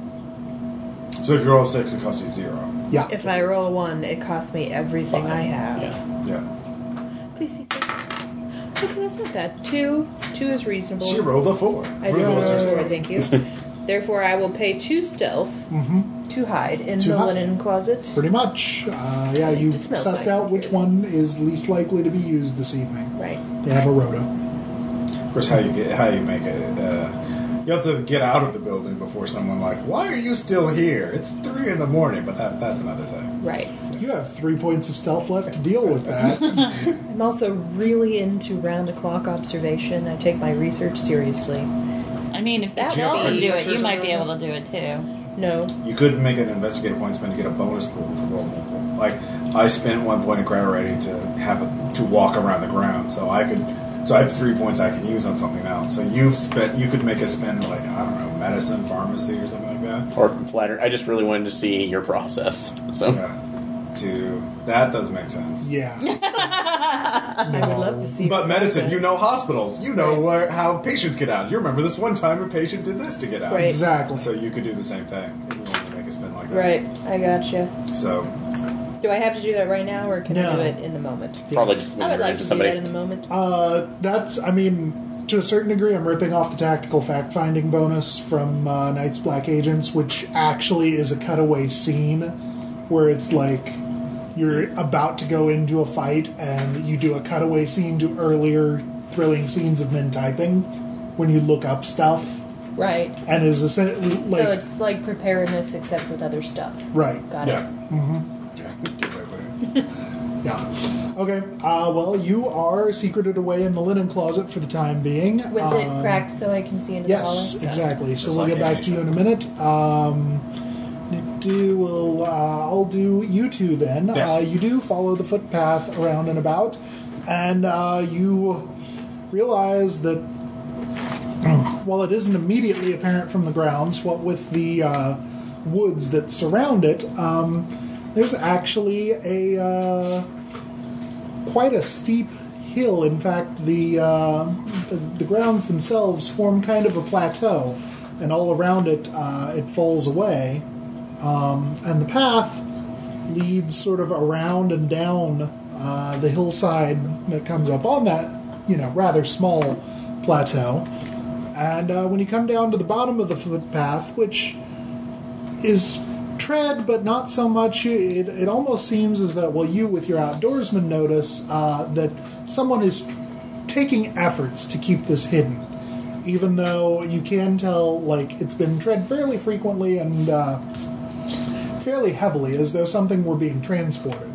Speaker 1: So if you roll six, it costs you zero.
Speaker 2: Yeah.
Speaker 16: If I roll a one, it costs me everything I have.
Speaker 5: Yeah.
Speaker 1: Yeah.
Speaker 4: Please be safe. Okay, that's not bad. Two, two is reasonable.
Speaker 1: She rolled a four.
Speaker 4: I do roll a four, thank you. Therefore, I will pay two stealth
Speaker 16: To hide in
Speaker 2: Mm-hmm. To
Speaker 16: the
Speaker 2: hide.
Speaker 16: linen closet.
Speaker 2: Pretty much. Uh, yeah, you
Speaker 4: it smells
Speaker 2: sussed
Speaker 4: like
Speaker 2: out which one is least likely to be used this evening.
Speaker 4: Right.
Speaker 2: They have a rota.
Speaker 1: Of course, how you get how you make it. Uh, you have to get out of the building before someone like, why are you still here? It's three in the morning. But that, that's another thing.
Speaker 4: Right.
Speaker 2: You have three points of stealth left to deal with that.
Speaker 4: I'm also really into round the clock observation. I take my research seriously.
Speaker 7: I mean, if that
Speaker 4: Did you have
Speaker 7: wall can do it, you
Speaker 4: architecture
Speaker 7: might be
Speaker 4: somewhere?
Speaker 7: able to do it too.
Speaker 4: No.
Speaker 1: You could make an investigative point spend to get a bonus pool to roll multiple. Like I spent one point of gravity to have a, to walk around the ground, so I could. So I have three points I can use on something else. So you've spent. You could make a spend like I don't know, medicine, pharmacy, or something like that.
Speaker 5: Or flatter. I just really wanted to see your process. So
Speaker 1: Yeah. To that does make sense.
Speaker 2: yeah.
Speaker 4: I would love to see.
Speaker 1: But medicine, you know hospitals, you know where, how patients get out. You remember this one time a patient did this to get out.
Speaker 4: Right.
Speaker 2: Exactly.
Speaker 1: So you could do the same thing if you wanted to make a spin like that.
Speaker 4: Right. I gotcha.
Speaker 1: So
Speaker 4: Do I have to do that right now, or can I
Speaker 2: No.
Speaker 4: do it in the moment?
Speaker 5: probably just
Speaker 4: I would like to
Speaker 5: into somebody.
Speaker 4: do that in the moment.
Speaker 2: Uh, that's, I mean, to a certain degree, I'm ripping off the tactical fact finding bonus from uh, Knights Black Agents, which actually is a cutaway scene where it's like you're about to go into a fight and you do a cutaway scene to earlier thrilling scenes of men typing when you look up stuff.
Speaker 4: Right.
Speaker 2: And is essentially like.
Speaker 4: so it's like preparedness, except with other stuff.
Speaker 2: right.
Speaker 4: Got
Speaker 1: yeah.
Speaker 4: it.
Speaker 1: Yeah. Good way to put it.
Speaker 2: Yeah. Okay. Uh, well, you are secreted away in the linen closet for the time being.
Speaker 4: With
Speaker 2: Um,
Speaker 4: it cracked, so I can see into
Speaker 2: Yes,
Speaker 4: the collar.
Speaker 2: exactly. So
Speaker 1: Just
Speaker 2: we'll
Speaker 1: like
Speaker 2: get back to you in a minute. Um, do will uh, I'll do you two then.
Speaker 1: Yes.
Speaker 2: Uh, you do follow the footpath around and about, and uh, you realize that while it isn't immediately apparent from the grounds, what with the uh, woods that surround it, um, there's actually a uh, quite a steep hill. In fact, the, uh, the the grounds themselves form kind of a plateau, and all around it, uh, it falls away. Um, and the path leads sort of around and down uh, the hillside that comes up on that, you know, rather small plateau. And uh, when you come down to the bottom of the footpath, which is tread, but not so much. It, it almost seems as though, well, you with your outdoorsman notice uh, that someone is taking efforts to keep this hidden, even though you can tell, like, it's been tread fairly frequently and uh, fairly heavily, as though something were being transported.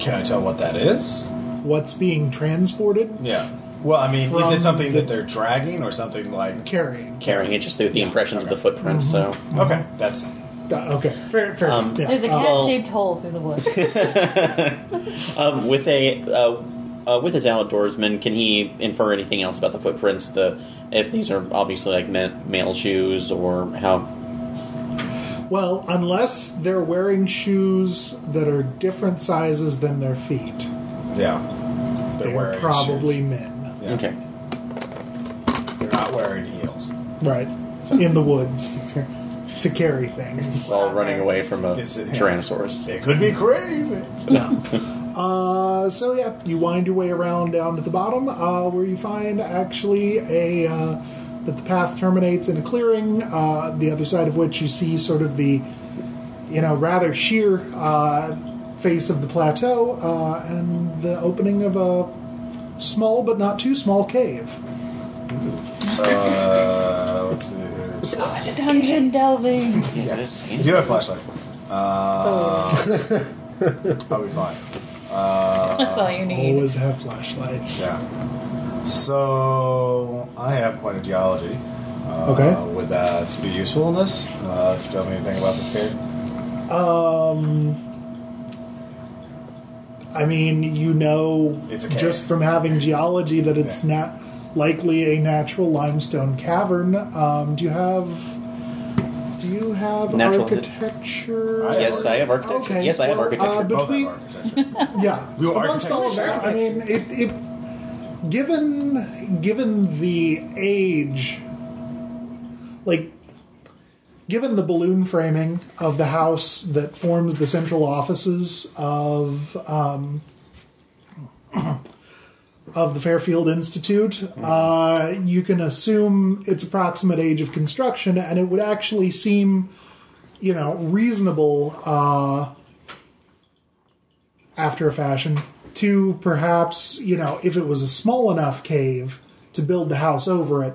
Speaker 1: Can I tell what that is?
Speaker 2: What's being transported?
Speaker 1: Yeah. Well, I mean, is
Speaker 2: From
Speaker 1: it something
Speaker 2: the-
Speaker 1: that they're dragging or something like?
Speaker 2: Carrying.
Speaker 5: Carrying it just through the impressions of the footprints, so.
Speaker 1: Okay, that's
Speaker 2: Uh, okay.
Speaker 9: Fair, fair.
Speaker 5: Um,
Speaker 2: Yeah.
Speaker 7: There's a
Speaker 2: uh,
Speaker 7: cat-shaped hole through the wood.
Speaker 4: Mm-hmm.
Speaker 5: Um, with a uh, uh, with his outdoorsman, can he infer anything else about the footprints? The if these are obviously like ma- male shoes or how?
Speaker 2: well, unless they're wearing shoes that are different sizes than their feet,
Speaker 1: yeah. They're
Speaker 2: they are
Speaker 1: wearing
Speaker 2: probably
Speaker 1: shoes.
Speaker 2: men.
Speaker 1: Yeah.
Speaker 5: Okay,
Speaker 1: They're not wearing heels.
Speaker 2: Right. In the woods to carry things.
Speaker 5: it's all running away from a
Speaker 1: It's-
Speaker 5: tyrannosaurus.
Speaker 1: It could be crazy.
Speaker 2: Uh, so yeah, you wind your way around down to the bottom, uh, where you find actually a uh, that the path terminates in a clearing. Uh, the other side of which you see sort of the you know rather sheer uh, face of the plateau uh, and the opening of a small but not too small cave.
Speaker 1: Uh, let's see. here.
Speaker 7: Dungeon delving.
Speaker 1: You do have flashlights. Uh, I'll be fine. Uh,
Speaker 7: That's all you need.
Speaker 2: Always have flashlights.
Speaker 1: yeah. So I have point of geology. Uh,
Speaker 2: Okay.
Speaker 1: Would that be useful in this? Uh, to tell me anything about this cave?
Speaker 2: Um, I mean, you know,
Speaker 1: It's a cave.
Speaker 2: just from having geology that it's not likely a natural limestone cavern. Um, do you have? Do you have
Speaker 5: Natural hi-
Speaker 2: architecture?
Speaker 1: I have
Speaker 5: Yes, I have architecture.
Speaker 2: Okay,
Speaker 5: Yes, I have
Speaker 2: well,
Speaker 5: architecture.
Speaker 2: Uh,
Speaker 1: Both
Speaker 2: between,
Speaker 1: have Oh, architecture.
Speaker 2: yeah,
Speaker 1: We will
Speaker 2: amongst all of that, I mean, it, it given given the age, like given the balloon framing of the house that forms the central offices of um, of the Fairfield Institute, uh, you can assume its approximate age of construction, and it would actually seem, you know, reasonable. Uh, after a fashion to perhaps you know if it was a small enough cave to build the house over it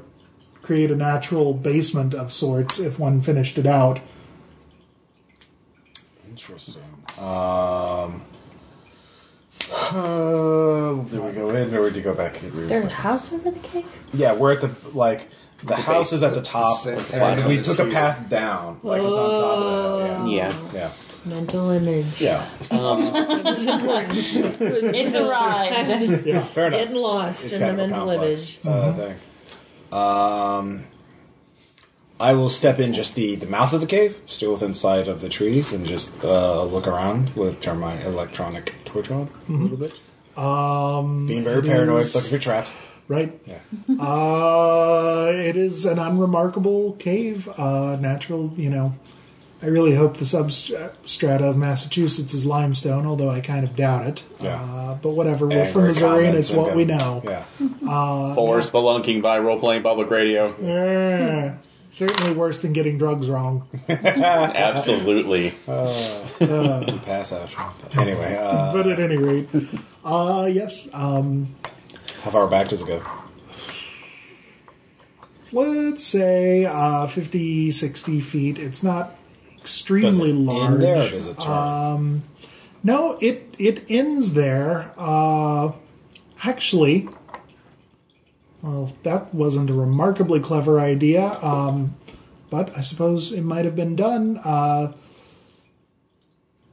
Speaker 2: create a natural basement of sorts if one finished it out
Speaker 1: Interesting. Um, uh, do we go in or do we go back?
Speaker 9: There's a house over the cave?
Speaker 1: Yeah, we're at the like the, house is at the top, and
Speaker 5: plateau
Speaker 1: we
Speaker 5: is
Speaker 1: took a path down, like it's on top
Speaker 4: uh,
Speaker 1: of the hill.
Speaker 5: Yeah,
Speaker 1: Yeah,
Speaker 4: Mental image.
Speaker 1: yeah,
Speaker 7: It's a
Speaker 4: I'm
Speaker 7: ride.
Speaker 4: just
Speaker 1: yeah. Fair enough.
Speaker 4: getting lost
Speaker 1: It's
Speaker 4: in the
Speaker 1: kind of a
Speaker 4: mental
Speaker 1: complex
Speaker 4: image.
Speaker 1: uh,
Speaker 2: Mm-hmm.
Speaker 1: thing. Um, I will step in just the, the mouth of the cave, still within sight of the trees, and just uh, look around with turn my electronic torch on a little bit. Um, Being very
Speaker 2: Mm-hmm. it
Speaker 1: paranoid,
Speaker 2: is-
Speaker 1: looking for traps.
Speaker 2: right
Speaker 1: Yeah.
Speaker 2: uh it is an unremarkable cave uh natural you know i really hope the substrata of massachusetts is limestone although i kind of doubt it
Speaker 1: Yeah.
Speaker 2: uh, but whatever we're
Speaker 1: Angry
Speaker 2: from missouri and
Speaker 1: comments
Speaker 2: it's what
Speaker 1: good-
Speaker 2: we know
Speaker 1: Yeah.
Speaker 5: for spelunking by role playing public radio.
Speaker 2: Yeah. certainly worse than getting drugs wrong
Speaker 5: Absolutely.
Speaker 1: Pass out. Anyway, uh,
Speaker 2: but at any rate, uh, yes. Um,
Speaker 1: how far back does it go?
Speaker 2: let's say uh, 50, 60 feet. It's not
Speaker 1: Does
Speaker 2: extremely
Speaker 1: it
Speaker 2: large. Uh,
Speaker 1: end there or does it turn?
Speaker 2: No, it it ends there. Uh, actually, well, that wasn't a remarkably clever idea, um, but I suppose it might have been done. Uh,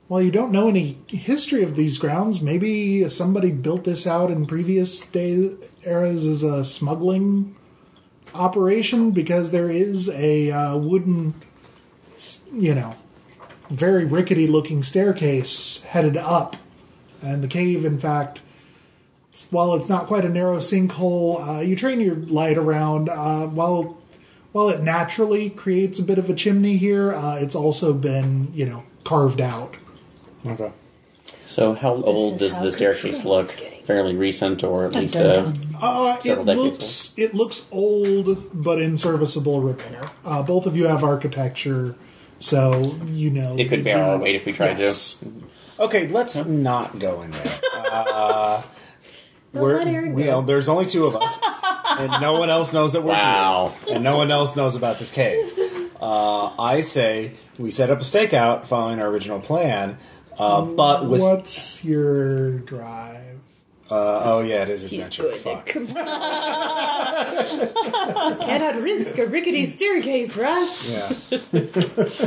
Speaker 2: well, you don't know any history of these grounds. Maybe somebody built this out in previous day eras as a smuggling operation because there is a uh, wooden, s- you know, very rickety looking staircase headed up. And the cave, in fact, it's- while it's not quite a narrow sinkhole, uh, you train your light around. Uh, while, while it naturally creates a bit of a chimney here, uh, it's also been, you know, carved out.
Speaker 1: okay.
Speaker 5: So, how old
Speaker 9: is
Speaker 5: does
Speaker 9: how
Speaker 5: the staircase
Speaker 9: control
Speaker 5: look?
Speaker 9: is getting.
Speaker 5: Fairly recent, or at least uh,
Speaker 2: Uh, it
Speaker 5: Several decades
Speaker 2: looks it looks old but in serviceable repair. Uh, both of you have architecture, so you know
Speaker 5: it could bear our weight if we tried
Speaker 2: Yes.
Speaker 1: Okay, let's not go in there. Uh, we're,
Speaker 4: let Aaron
Speaker 1: we-
Speaker 4: go.
Speaker 1: there's only two of us, and no one else knows that
Speaker 5: to.
Speaker 1: we're
Speaker 5: Wow.
Speaker 1: here, and no one else knows about this cave. Uh, I say we set up a stakeout following our original plan, uh, but with uh,
Speaker 2: What's your drive?
Speaker 1: oh yeah, it is
Speaker 8: He's
Speaker 1: adventure.
Speaker 8: good at
Speaker 1: Fuck.
Speaker 8: com- Cannot risk a rickety staircase, Russ.
Speaker 1: Yeah.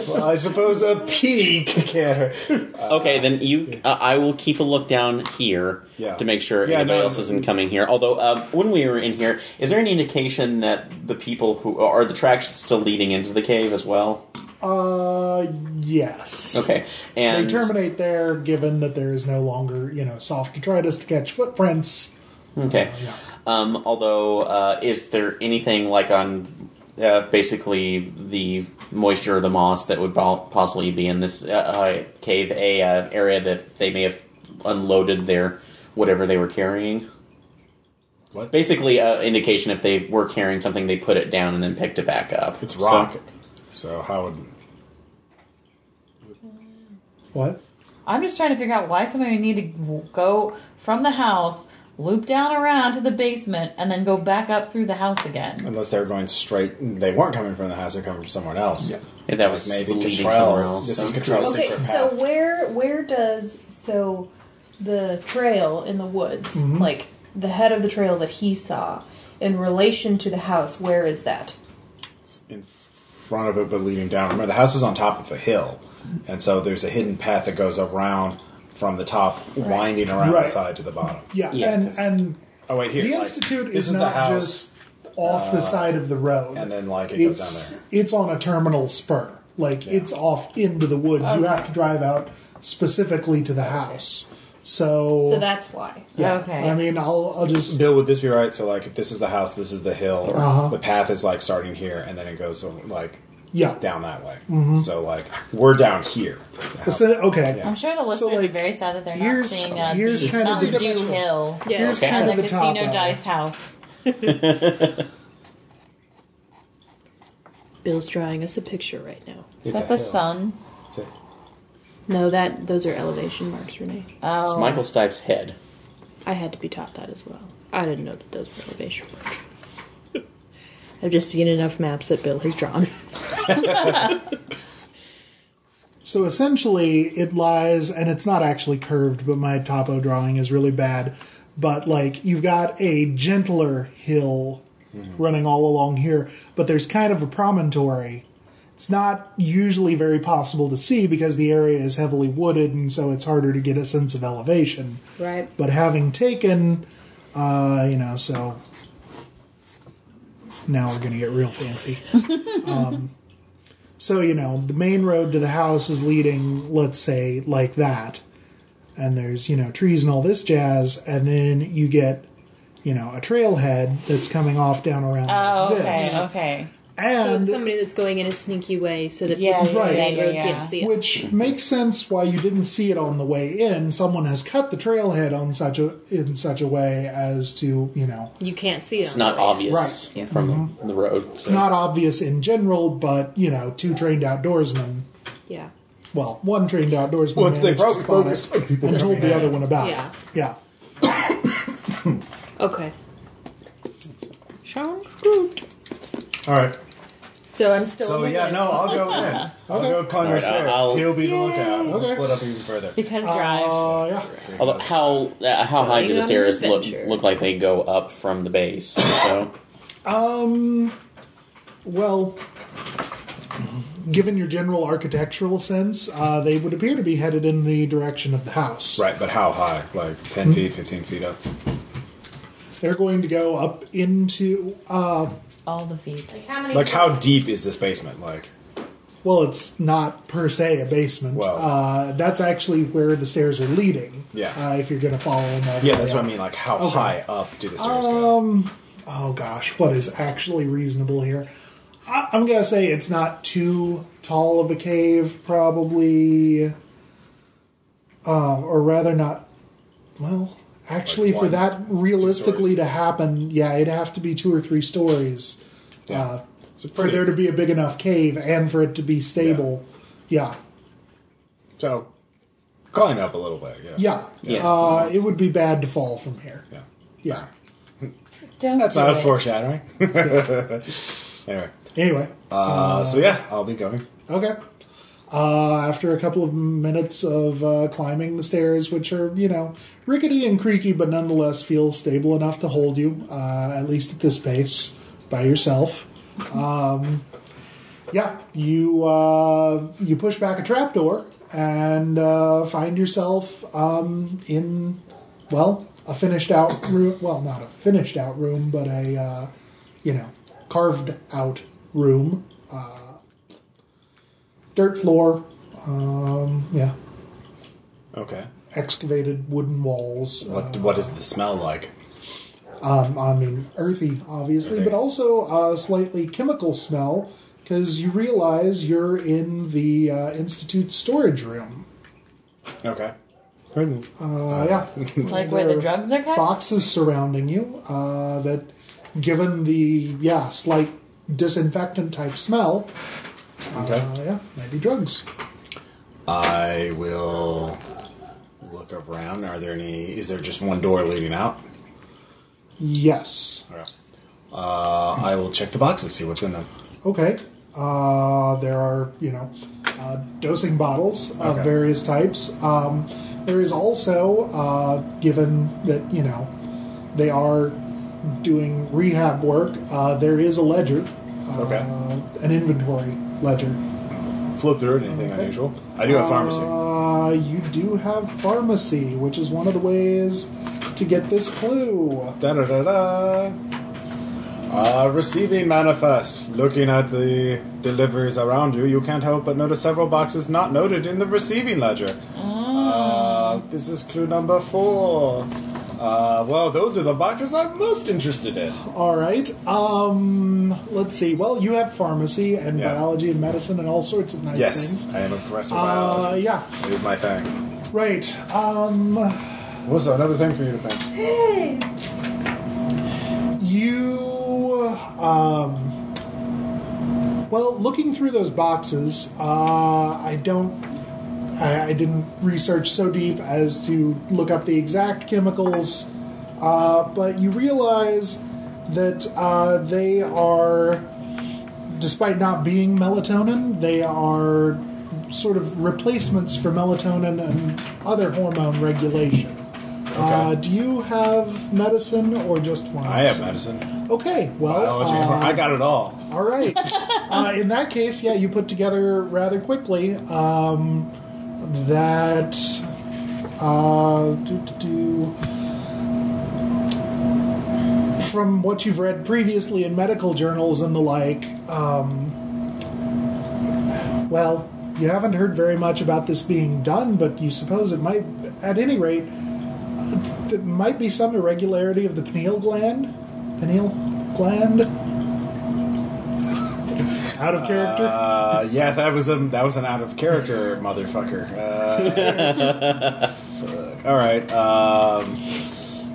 Speaker 1: well, I suppose a peak can hurt.
Speaker 5: Okay, then you. Uh, I will keep a look down here
Speaker 1: Yeah.
Speaker 5: to make sure
Speaker 1: Yeah,
Speaker 5: anybody
Speaker 1: no,
Speaker 5: else isn't coming here. Although uh, when we were in here, is there any indication that the people who are the tracks still leading into the cave as well?
Speaker 2: Uh, yes.
Speaker 5: Okay,
Speaker 2: They
Speaker 5: and
Speaker 2: terminate there, given that there is no longer, you know, soft detritus to catch footprints.
Speaker 5: okay.
Speaker 2: Oh, Yeah.
Speaker 5: Um, although, uh, is there anything like on uh, basically the moisture or the moss that would po- possibly be in this uh, uh, cave a uh, area that they may have unloaded their whatever they were carrying?
Speaker 1: What?
Speaker 5: Basically, uh, indication if they were carrying something, they put it down and then picked it back up.
Speaker 1: It's
Speaker 5: So-
Speaker 1: rock. So how would
Speaker 2: What?
Speaker 7: I'm just trying to figure out why somebody would need to w- go from the house, loop down around to the basement, and then go back up through the house again.
Speaker 1: unless they were going straight? They weren't coming from the house; they're coming from somewhere else. Yeah.
Speaker 5: Yeah, that was
Speaker 1: maybe
Speaker 5: leading
Speaker 1: Cottrell.
Speaker 5: somewhere else.
Speaker 1: This
Speaker 5: So-
Speaker 1: is Cottrell's
Speaker 9: Okay,
Speaker 1: secret
Speaker 9: so
Speaker 1: path.
Speaker 9: where where does so the trail in the woods,
Speaker 5: Mm-hmm.
Speaker 9: like the head of the trail that he saw, in relation to the house, where is that?
Speaker 1: It's in front of it, but leading down. Remember, the house is on top of a hill, and so there's a hidden path that goes around from the top, winding around
Speaker 2: Right.
Speaker 1: the side to the bottom.
Speaker 2: Yeah,
Speaker 5: Yeah,
Speaker 2: and
Speaker 5: 'cause-
Speaker 2: and
Speaker 1: Oh wait, here.
Speaker 2: the
Speaker 1: like,
Speaker 2: institute
Speaker 1: this
Speaker 2: is
Speaker 1: the
Speaker 2: not
Speaker 1: house, uh,
Speaker 2: just off the side of the road.
Speaker 1: and then like it
Speaker 2: it's
Speaker 1: goes down
Speaker 2: it's on a terminal spur. Like it's off into the woods. You
Speaker 5: Oh.
Speaker 2: have to drive out specifically to the house. So,
Speaker 9: So that's why.
Speaker 2: yeah.
Speaker 7: Okay.
Speaker 2: I mean, I'll I'll
Speaker 1: there.
Speaker 2: just
Speaker 1: Bill, would this be right? So like, if this is the house, this is the hill.
Speaker 2: Uh-huh.
Speaker 1: The path is like starting here, and then it goes like
Speaker 2: yeah. Mm-hmm.
Speaker 1: down that way. So like, we're down here.
Speaker 2: So- okay.
Speaker 1: Yeah.
Speaker 7: I'm sure the listeners
Speaker 2: like,
Speaker 7: are very sad that they're not
Speaker 2: here's-
Speaker 7: seeing uh,
Speaker 2: here's
Speaker 7: the
Speaker 2: kind of
Speaker 7: Mountain
Speaker 2: the-
Speaker 7: Dew Hill
Speaker 8: Yeah.
Speaker 2: Here's
Speaker 5: Okay.
Speaker 2: kind
Speaker 7: and
Speaker 2: of
Speaker 7: the
Speaker 2: the top
Speaker 7: Casino
Speaker 2: level.
Speaker 7: Dice House.
Speaker 8: Bill's drawing us a picture right now.
Speaker 1: It's
Speaker 7: Is that
Speaker 1: a
Speaker 7: the
Speaker 1: hill.
Speaker 7: sun?
Speaker 1: It's a-
Speaker 8: No, that those are elevation marks, Renee.
Speaker 7: Oh.
Speaker 5: It's Michael Stipe's head.
Speaker 8: I had to be taught that as well. I didn't know that those were elevation marks. I've just seen enough maps that Bill has drawn.
Speaker 2: So essentially, it lies, and it's not actually curved, but my topo drawing is really bad. But like, you've got a gentler hill running all along here, but there's kind of a promontory. It's not usually very possible to see because the area is heavily wooded, and so it's harder to get a sense of elevation.
Speaker 8: Right.
Speaker 2: But having taken, uh, you know, so now we're going to get real fancy. um, so, you know, the main road to the house is leading, let's say, like that. And there's, you know, trees and all this jazz. And then you get, you know, a trailhead that's coming off down around
Speaker 7: Oh,
Speaker 2: like
Speaker 7: okay,
Speaker 2: this.
Speaker 7: okay.
Speaker 9: Um,
Speaker 8: so
Speaker 2: And
Speaker 8: it's somebody that's going in a sneaky way so that
Speaker 7: Yeah,
Speaker 8: people
Speaker 7: yeah,
Speaker 8: on
Speaker 2: yeah,
Speaker 8: that
Speaker 7: yeah,
Speaker 8: road
Speaker 7: yeah.
Speaker 8: can't see it.
Speaker 2: which makes sense why you didn't see it on the way in. Someone has cut the trailhead on such a in such a way as to, you know,
Speaker 8: you can't see it.
Speaker 5: It's not obvious
Speaker 2: Right.
Speaker 5: from the road.
Speaker 2: it's not obvious in general, but you know, two trained outdoorsmen
Speaker 8: Yeah.
Speaker 2: well, one trained outdoorsman
Speaker 1: Well,
Speaker 2: managed
Speaker 1: they probably
Speaker 2: to spot
Speaker 1: focused
Speaker 2: it and told the other one about
Speaker 8: Yeah.
Speaker 2: it. Yeah.
Speaker 8: Okay.
Speaker 1: All right.
Speaker 8: So I'm still.
Speaker 1: So yeah, no, I'll go in. I'll go climb
Speaker 5: All
Speaker 1: your
Speaker 5: right,
Speaker 1: stairs.
Speaker 5: I'll-
Speaker 1: He'll be the lookout. We'll
Speaker 2: Okay.
Speaker 1: split up even further.
Speaker 7: Because drive.
Speaker 2: Uh, yeah.
Speaker 5: Although how uh, how high do
Speaker 8: Going
Speaker 5: the
Speaker 8: on
Speaker 5: stairs
Speaker 8: an
Speaker 5: look
Speaker 8: adventure.
Speaker 5: look like they go up from the base? So
Speaker 2: Well, given your general architectural sense, uh, they would appear to be headed in the direction of the house.
Speaker 1: Right, but how high? Like
Speaker 2: Mm-hmm.
Speaker 1: 10 feet, 15 feet up?
Speaker 2: They're going to go up into. Uh,
Speaker 7: All the feet.
Speaker 9: How many
Speaker 1: Like, how deep is this basement? Like,
Speaker 2: well, it's not per se a basement.
Speaker 1: Well-
Speaker 2: uh, that's actually where the stairs are leading.
Speaker 1: Yeah.
Speaker 2: Uh, if you're going to follow them. all the
Speaker 1: yeah,
Speaker 2: way
Speaker 1: that's what I
Speaker 2: up.
Speaker 1: mean. Like, how
Speaker 2: Okay.
Speaker 1: high up do the stairs go?
Speaker 2: oh gosh, what is actually reasonable here? I, I'm gonna say it's not too tall of a cave, probably, um, or rather not. Well, actually,
Speaker 1: Like
Speaker 2: for
Speaker 1: one,
Speaker 2: that realistically
Speaker 1: stories.
Speaker 2: to happen, yeah, it'd have to be two or three stories uh, for
Speaker 1: pretty-
Speaker 2: there to be a big enough cave and for it to be stable. Yeah,
Speaker 1: So, climb up a little bit, yeah.
Speaker 2: yeah.
Speaker 5: Yeah.
Speaker 2: Uh, it would be bad to fall from here.
Speaker 1: Yeah.
Speaker 2: Yeah.
Speaker 7: Don't
Speaker 1: That's
Speaker 7: do
Speaker 1: not
Speaker 7: it.
Speaker 1: foreshadowing. Anyway,
Speaker 2: Anyway,
Speaker 1: uh, so yeah, I'll be going.
Speaker 2: okay. Uh, after a couple of minutes of uh, climbing the stairs, which are, you know, rickety and creaky, but nonetheless feel stable enough to hold you, uh, at least at this pace, by yourself. um, yeah, you uh, you push back a trapdoor and uh, find yourself um, in well a finished out room. Well, not a finished out room, but a uh, you know carved out room. Uh, dirt floor. Um, yeah,
Speaker 1: Okay.
Speaker 2: excavated wooden walls.
Speaker 1: What What is the smell like?
Speaker 2: Um, I mean, earthy, obviously,
Speaker 1: Earthy.
Speaker 2: but also a slightly chemical smell because you realize you're in the uh, institute storage room.
Speaker 1: Okay.
Speaker 2: Uh, yeah,
Speaker 7: Like where
Speaker 2: There
Speaker 7: the
Speaker 2: are
Speaker 7: drugs are kept?
Speaker 2: boxes surrounding you uh, that, given the yeah slight disinfectant type smell,
Speaker 1: Okay.
Speaker 2: uh, yeah, maybe drugs.
Speaker 1: I will look around. Are there any? Is there just one door leading out?
Speaker 2: Yes.
Speaker 1: Okay. Uh, I will check the boxes, see what's in them.
Speaker 2: Okay. Uh, there are, you know, uh, dosing bottles of
Speaker 1: Okay.
Speaker 2: various types. Um, there is also, uh, given that, you know, they are doing rehab work, uh, there is a ledger. Uh,
Speaker 1: Okay.
Speaker 2: An inventory ledger.
Speaker 1: Flip through it, anything
Speaker 2: Okay.
Speaker 1: unusual. I do have pharmacy.
Speaker 2: Uh, you do have pharmacy, which is one of the ways to get this clue.
Speaker 1: Da da da da. Uh, receiving manifest. Looking at the deliveries around you, you can't help but notice several boxes not noted in the receiving ledger. Uh, this is clue number four. Uh, well, those are the boxes I'm most interested in.
Speaker 2: All right. Um, let's see. Well, you have pharmacy and
Speaker 1: Yeah.
Speaker 2: biology and medicine and all sorts of nice
Speaker 1: yes,
Speaker 2: things.
Speaker 1: I am a professor. of
Speaker 2: Uh,
Speaker 1: biology.
Speaker 2: yeah.
Speaker 1: It is my thing.
Speaker 2: Right. Um,
Speaker 1: What's another thing for you to think?
Speaker 2: you. Um, well, looking through those boxes, uh, I don't. I, I didn't research so deep as to look up the exact chemicals, uh, but you realize that uh, they are. despite not being melatonin, they are sort of replacements for melatonin and other hormone regulation. Uh, do you have medicine or just pharmacy?
Speaker 1: I have medicine.
Speaker 2: Okay, well,
Speaker 1: Biology.
Speaker 2: uh,
Speaker 1: I got it all.
Speaker 2: all right. uh, in that case, yeah, you put together rather quickly um, that. Uh, do, do, do. From what you've read previously in medical journals and the like, um, well, you haven't heard very much about this being done, but you suppose it might, at any rate, uh, there might be some irregularity of the pineal gland. Pineal gland? Out of character?
Speaker 1: Uh, yeah, that was a that was an out of character motherfucker. Uh, fuck. All right. Um,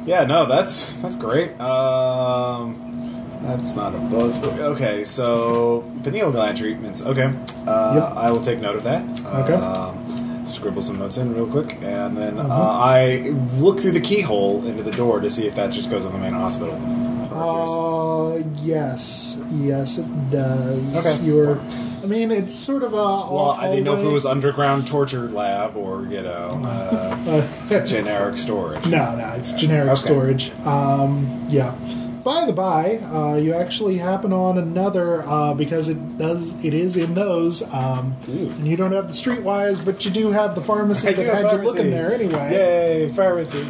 Speaker 1: yeah, no, that's that's great. Um, that's not a buzz. but- Okay, so pineal gland treatments. Okay, uh,
Speaker 2: Yep.
Speaker 1: I will take note of that.
Speaker 2: Okay. Mm-hmm.
Speaker 1: Um, scribble some notes in real quick, and then uh, I look through the keyhole into the door to see if that just goes on the main hospital.
Speaker 2: Uh, yes, yes, it does.
Speaker 1: Okay.
Speaker 2: You're. I mean, it's sort of a.
Speaker 1: Well, I didn't know if it was underground torture lab or you know uh, generic storage.
Speaker 2: No, no, it's generic
Speaker 1: Okay.
Speaker 2: storage. Um, yeah. By the by, uh, you actually happen on another uh, because it does. It is in those, um, and you don't have the streetwise, but you do have the pharmacy
Speaker 1: I
Speaker 2: that
Speaker 1: do have
Speaker 2: had you
Speaker 1: pharmacy.
Speaker 2: looking there anyway.
Speaker 1: Yay, pharmacy!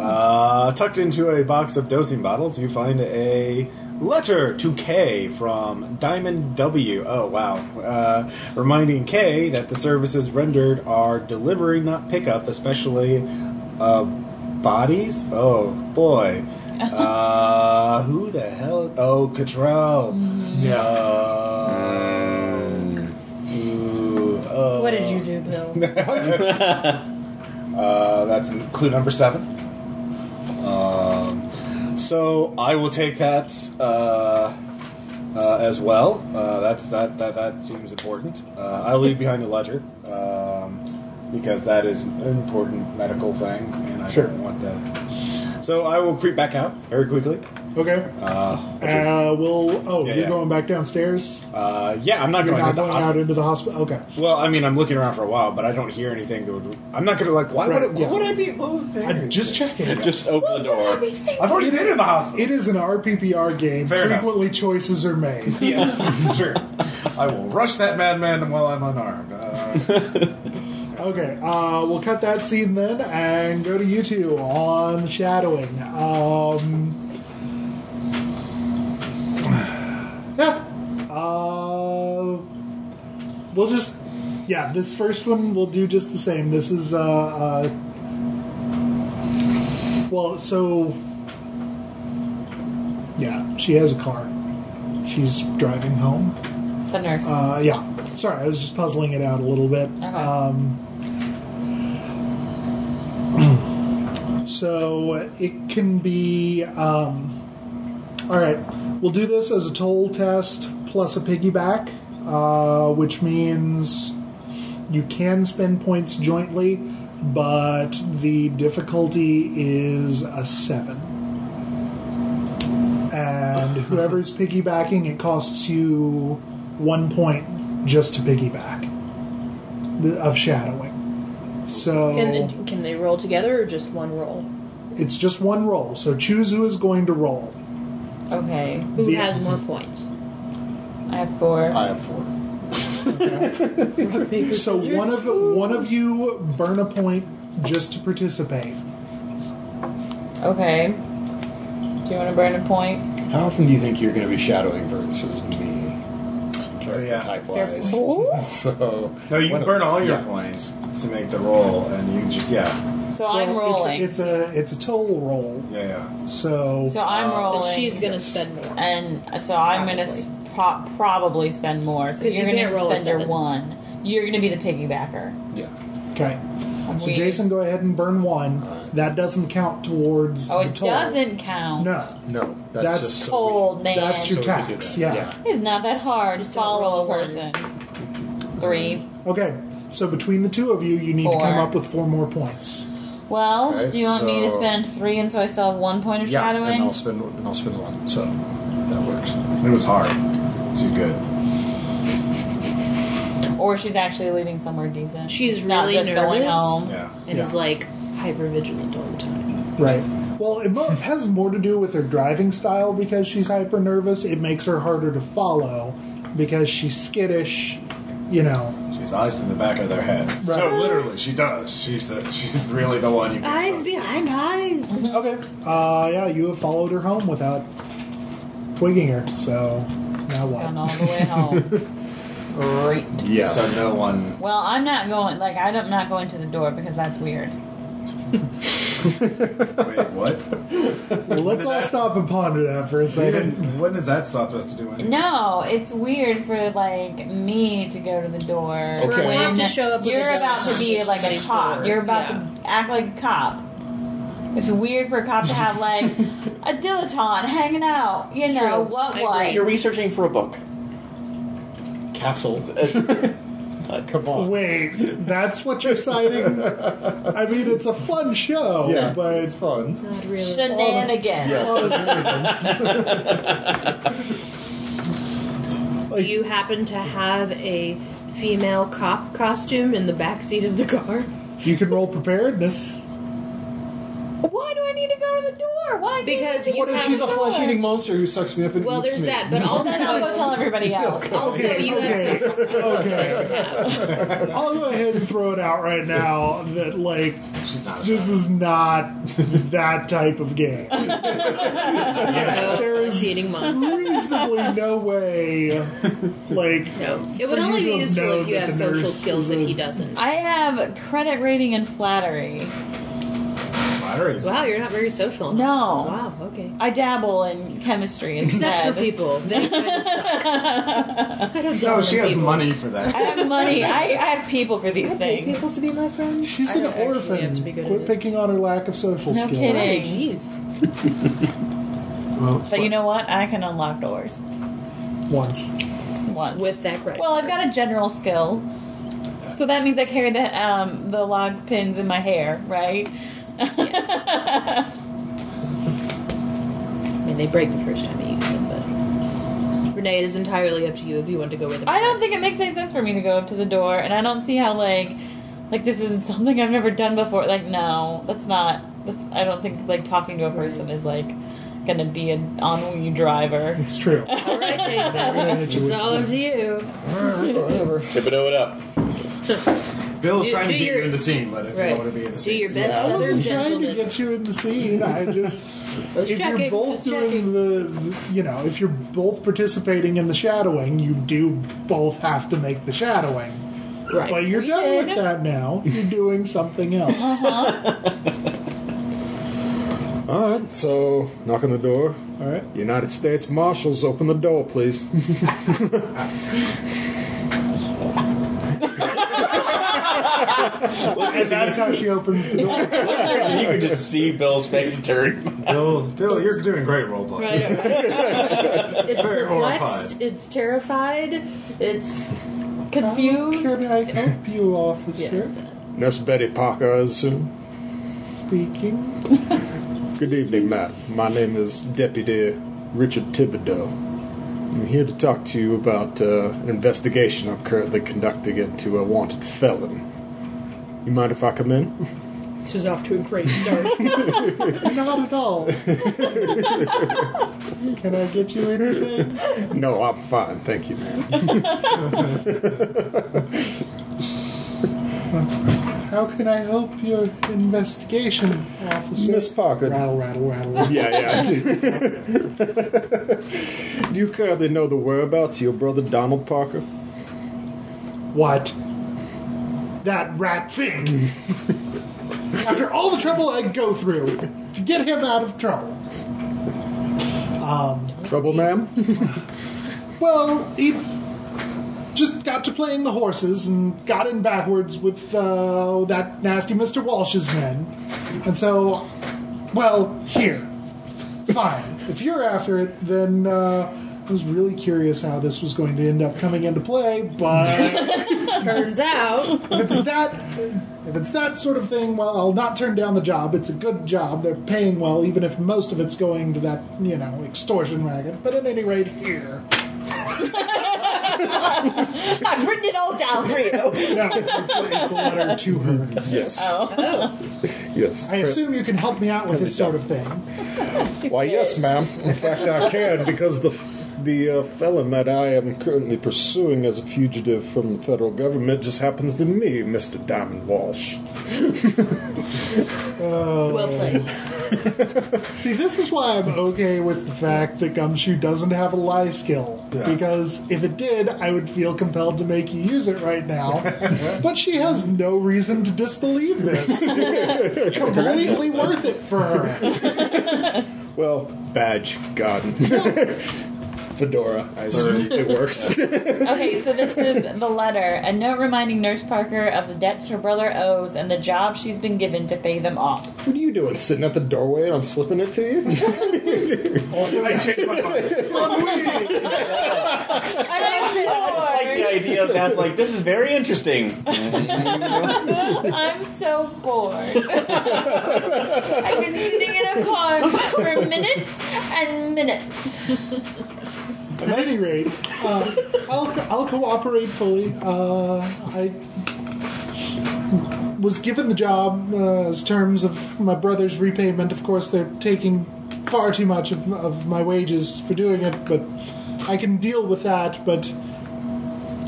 Speaker 1: uh, tucked into a box of dosing bottles, you find a letter to K from Diamond W. Oh wow! Uh, reminding K that the services rendered are delivery, not pickup, especially uh, bodies. Oh boy! uh, who the hell? Oh, Cottrell. Uh,
Speaker 14: Yeah.
Speaker 1: Um, ooh, uh,
Speaker 7: What did you do, Bill?
Speaker 1: Uh, that's clue number seven. Um, so I will take that uh, uh, as well. Uh, that's that, that that seems important. Uh, I'll leave behind the ledger um, because that is an important medical thing, and I
Speaker 2: Sure.
Speaker 1: don't want that. So I will creep back out very quickly
Speaker 2: Okay.
Speaker 1: Uh,
Speaker 2: Uh, we'll. Oh,
Speaker 1: Yeah,
Speaker 2: you're
Speaker 1: yeah.
Speaker 2: going back downstairs.
Speaker 1: uh, yeah, I'm not
Speaker 2: You're
Speaker 1: going
Speaker 2: not
Speaker 1: to the
Speaker 2: going out
Speaker 1: hospital.
Speaker 2: into the hospital. Okay.
Speaker 1: Well, I mean, I'm looking around for a while, but I don't hear anything that would. I'm not going to like. Why
Speaker 2: Right,
Speaker 1: would it,
Speaker 2: yeah.
Speaker 1: What would I be? What would
Speaker 2: I'm just checking.
Speaker 5: Just open the door.
Speaker 1: I've already been in the hospital.
Speaker 2: It is an RPPR game.
Speaker 1: Fair enough.
Speaker 2: Frequently, choices are made.
Speaker 1: yeah, this is true. I will rush that madman while I'm unarmed. Uh,
Speaker 2: Okay, uh, we'll cut that scene then and go to you two on shadowing. Um, yeah. Uh, we'll just. Yeah, this first one we'll do just the same. This is. Uh, uh, well, so. Yeah, she has a car. She's driving home.
Speaker 7: The nurse.
Speaker 2: Uh, yeah. Sorry, I was just puzzling it out a little bit.
Speaker 7: Okay.
Speaker 2: Um, so it can be. Um, all right, we'll do this as a toll test plus a piggyback, uh, which means you can spend points jointly, but the difficulty is a seven. And whoever's piggybacking, it costs you one point just to piggyback th- of shadowing. So
Speaker 9: Can they, can they roll together or just one roll?
Speaker 2: it's just one roll. So choose who is going to roll.
Speaker 7: okay.
Speaker 9: Who
Speaker 2: The-
Speaker 9: has more points?
Speaker 7: I have four.
Speaker 3: I have four.
Speaker 2: So one of one of you burn a point just to participate.
Speaker 7: okay. Do you want to burn a point?
Speaker 6: How often do you think you're going to be shadowing versus me? Character
Speaker 1: Oh, yeah.
Speaker 6: type wise. so
Speaker 1: no, you
Speaker 6: One of-
Speaker 1: burn all your
Speaker 6: yeah.
Speaker 1: points to make the roll, and you just yeah,
Speaker 7: So I'm
Speaker 2: Well, it's-
Speaker 7: rolling.
Speaker 2: It's, a it's a toll roll.
Speaker 1: yeah, yeah.
Speaker 2: So
Speaker 7: so I'm rolling.
Speaker 9: She's gonna spend more.
Speaker 7: And so I'm going to pro- probably spend more. So
Speaker 9: 'Cause
Speaker 7: you're
Speaker 9: you
Speaker 7: going
Speaker 9: can't
Speaker 7: to
Speaker 9: roll a
Speaker 7: spend your
Speaker 9: seven.
Speaker 7: one. You're going to be the piggybacker.
Speaker 6: Yeah.
Speaker 2: okay. So
Speaker 7: Weird.
Speaker 2: Jason, go ahead and burn one. That doesn't count towards
Speaker 7: Oh,
Speaker 2: the
Speaker 7: it
Speaker 2: toll.
Speaker 7: doesn't count.
Speaker 2: No,
Speaker 6: No, that's,
Speaker 2: That's
Speaker 6: just so we-
Speaker 7: Cold man.
Speaker 2: that's your
Speaker 6: So we did
Speaker 2: tax.
Speaker 6: that,
Speaker 2: Yeah.
Speaker 6: yeah.
Speaker 7: It's not that hard to
Speaker 9: don't
Speaker 7: follow a
Speaker 9: roll one.
Speaker 7: person. Three.
Speaker 2: Okay. So between the two of you, you need to
Speaker 7: Four.
Speaker 2: come up with four more points.
Speaker 7: Well,
Speaker 6: Okay,
Speaker 7: do you want me to
Speaker 6: so-
Speaker 7: spend three and so I still have one point of
Speaker 6: Yeah,
Speaker 7: shadowing?
Speaker 6: and I'll spend and I'll spend one, so that works.
Speaker 1: It was hard. She's good.
Speaker 7: Or she's actually leaving somewhere decent.
Speaker 8: She's
Speaker 7: not
Speaker 8: really
Speaker 7: just going
Speaker 8: nervous.
Speaker 7: home.
Speaker 1: Yeah.
Speaker 8: And
Speaker 2: Yeah.
Speaker 8: is like hyper vigilant all the time.
Speaker 2: Right. Well, it mo- has more to do with her driving style because she's hyper nervous. It makes her harder to follow because she's skittish. You know.
Speaker 1: She has eyes in the back of their head.
Speaker 2: Right.
Speaker 1: No, literally, she does. She's the, she's really the one you. can
Speaker 8: Eyes
Speaker 1: trust.
Speaker 8: behind eyes.
Speaker 7: Mm-hmm.
Speaker 2: Okay. Uh, yeah, you have followed her home without twigging her. So now
Speaker 7: Gone
Speaker 2: what?
Speaker 7: all the way home. Great.
Speaker 6: Yeah.
Speaker 1: So no one.
Speaker 7: Well, I'm not going. Like I don't- I'm not going to the door because that's weird.
Speaker 1: Wait, what?
Speaker 2: Well, let's all stop and ponder that for a second.
Speaker 1: Even when does that stop us to do anything?
Speaker 7: No, it's weird for like me to go to the door.
Speaker 6: Okay.
Speaker 7: When
Speaker 9: We have to show up with
Speaker 7: you're
Speaker 9: a-
Speaker 7: about to be like a cop. You're about to act like a cop. It's weird for a cop to have like a dilettante hanging out. You know
Speaker 9: True.
Speaker 7: what?
Speaker 9: I
Speaker 7: What?
Speaker 5: You're researching for a book.
Speaker 6: Castle.
Speaker 5: Uh,
Speaker 6: Come on.
Speaker 2: Wait, that's what you're citing? I mean, it's a fun show,
Speaker 6: Yeah,
Speaker 2: but
Speaker 6: it's fun.
Speaker 8: Not really.
Speaker 7: Shenanigans.
Speaker 8: Do you happen to have a female cop costume in the backseat of the car?
Speaker 2: you can roll preparedness.
Speaker 7: Why do I need to go to the door? Why?
Speaker 8: Because you
Speaker 14: What if
Speaker 8: have
Speaker 14: she's a
Speaker 8: the-
Speaker 14: flesh eating monster who sucks me up and
Speaker 8: Well,
Speaker 14: eats
Speaker 8: there's
Speaker 14: me?
Speaker 8: that, but
Speaker 7: Well, then I'll go
Speaker 8: also,
Speaker 7: tell everybody else.
Speaker 8: also you
Speaker 2: Okay.
Speaker 8: have social skills.
Speaker 2: Okay. I'll go ahead and throw it out right now that like
Speaker 1: She's not. A
Speaker 2: this is not that type of game.
Speaker 8: No,
Speaker 2: There is-
Speaker 8: cheating monster.
Speaker 2: Reasonably no way like
Speaker 8: No. It
Speaker 2: For
Speaker 8: would
Speaker 2: you
Speaker 8: only
Speaker 2: to
Speaker 8: be
Speaker 2: have
Speaker 8: useful
Speaker 2: known
Speaker 8: if you
Speaker 2: that
Speaker 8: have
Speaker 2: the
Speaker 8: social
Speaker 2: nurse
Speaker 8: skills
Speaker 2: is
Speaker 8: that
Speaker 2: a-
Speaker 8: he doesn't.
Speaker 7: I have credit rating and flattery.
Speaker 1: flatteries.
Speaker 8: Wow, you're not very social. huh?
Speaker 7: No.
Speaker 8: Wow, okay.
Speaker 7: I dabble in chemistry
Speaker 8: Except
Speaker 7: instead.
Speaker 8: for people. They kind of suck. I don't
Speaker 1: No,
Speaker 8: date
Speaker 1: she has
Speaker 8: people.
Speaker 1: money for
Speaker 7: I
Speaker 1: that.
Speaker 7: have money. I, I have people for these things.
Speaker 9: to be my friend.
Speaker 2: she's
Speaker 8: I
Speaker 2: an
Speaker 8: don't actually
Speaker 2: orphan.
Speaker 8: have to be good at
Speaker 2: Quit
Speaker 8: it.
Speaker 2: picking on her lack of social
Speaker 7: No
Speaker 2: skills.
Speaker 7: kidding.
Speaker 8: Jeez.
Speaker 7: But you know what? I can unlock doors
Speaker 2: Once.
Speaker 7: once.
Speaker 8: With that credit.
Speaker 7: well, I've got a general skill, so that means I carry the um, the log pins in my hair, right?
Speaker 4: mean, they break the first time you use them, but. Renee, it is entirely up to you if you want to go with them.
Speaker 7: I don't think it makes any sense for me to go up to the door, and I don't see how like like this isn't something I've never done before. Like, no, that's not. That's, I don't think like talking to a person is like gonna be an on wheel driver.
Speaker 2: It's true.
Speaker 4: All right, Jason. it's all up to you.
Speaker 6: Whatever.
Speaker 5: Thibodeau it up.
Speaker 3: Bill's
Speaker 4: Do-
Speaker 3: trying to
Speaker 4: do
Speaker 3: beat
Speaker 4: your-
Speaker 3: you in the scene, but if
Speaker 4: Right.
Speaker 3: you want to be in the
Speaker 4: Do
Speaker 3: scene,
Speaker 4: your
Speaker 3: it's
Speaker 4: best
Speaker 2: I
Speaker 3: valid.
Speaker 2: wasn't
Speaker 4: Southern
Speaker 2: trying to
Speaker 4: gentleman.
Speaker 2: get you in the scene. I just
Speaker 4: Let's
Speaker 2: if
Speaker 4: check
Speaker 2: you're
Speaker 4: it,
Speaker 2: both
Speaker 4: let's
Speaker 2: doing the you know if you're both participating in the shadowing, you do both have to make the shadowing.
Speaker 8: Right.
Speaker 2: But you're
Speaker 7: We
Speaker 2: done
Speaker 7: did.
Speaker 2: with that now. You're doing something else.
Speaker 6: All right. So knock on the door.
Speaker 2: All right.
Speaker 6: United States Marshals, open the door, please.
Speaker 2: And that's how she opens the door.
Speaker 5: you could just see Bill's face turn.
Speaker 3: Bill, Bill, you're doing great roleplay.
Speaker 9: Right, right. it's
Speaker 3: Very
Speaker 9: perplexed.
Speaker 3: horrified.
Speaker 9: It's terrified. It's confused.
Speaker 2: Can I help you, officer?
Speaker 6: Nurse Betty Parker, I assume.
Speaker 2: Speaking.
Speaker 6: Good evening, Matt. My name is Deputy Richard Thibodeau. I'm here to talk to you about uh, an investigation I'm currently conducting into a wanted felon. You mind if I come in?
Speaker 8: This is off to a great start.
Speaker 2: Not at all. Can I get you anything?
Speaker 6: no, I'm fine. Thank you, ma'am.
Speaker 2: How can I help your investigation, officer?
Speaker 6: Miss Parker.
Speaker 2: Rattle, rattle, rattle.
Speaker 6: Yeah, yeah. Do you currently know the whereabouts of your brother Donald Parker?
Speaker 2: what? That rat thing. After all the trouble I go through to get him out of trouble.
Speaker 6: Trouble, ma'am?
Speaker 2: Well, he just got to playing the horses and got in backwards with uh, that nasty Mr. Walsh's men. And so, well, here. Fine. If you're after it, then uh, I was really curious how this was going to end up coming into play, but if
Speaker 4: Turns out,
Speaker 2: it's that. If it's that sort of thing, well, I'll not turn down the job. It's a good job. They're paying well, even if most of it's going to that, you know, extortion racket. But at any rate, here.
Speaker 7: I've written it all down for you.
Speaker 2: No, it's, it's a letter to her.
Speaker 6: Yes. Yes.
Speaker 2: I assume you can help me out with this sort of thing.
Speaker 6: Why, yes, ma'am. In fact, I can because the the uh, felon that I am currently pursuing as a fugitive from the federal government just happens to be Mr. Diamond Walsh.
Speaker 4: well played.
Speaker 2: See, this is why I'm okay with the fact that Gumshoe doesn't have a lie skill. Because if it did, I would feel compelled to make you use it right now. but she has no reason to disbelieve this. It's completely worth it for her.
Speaker 6: Well, badge, garden, fedora. I assume it works.
Speaker 7: Okay, so this is the letter: a note reminding Nurse Parker of the debts her brother owes and the job she's been given to pay them off.
Speaker 6: what are you doing? Sitting at the doorway and I'm slipping it to you?
Speaker 3: Also, I changed my mind.
Speaker 5: I like the idea of that. Like, this is very interesting.
Speaker 7: I'm so bored. I've been sitting in a car for minutes and minutes.
Speaker 2: At any rate, uh, I'll, I'll cooperate fully. Uh, I was given the job uh, as terms of my brother's repayment. Of course, they're taking far too much of, of my wages for doing it, but I can deal with that. But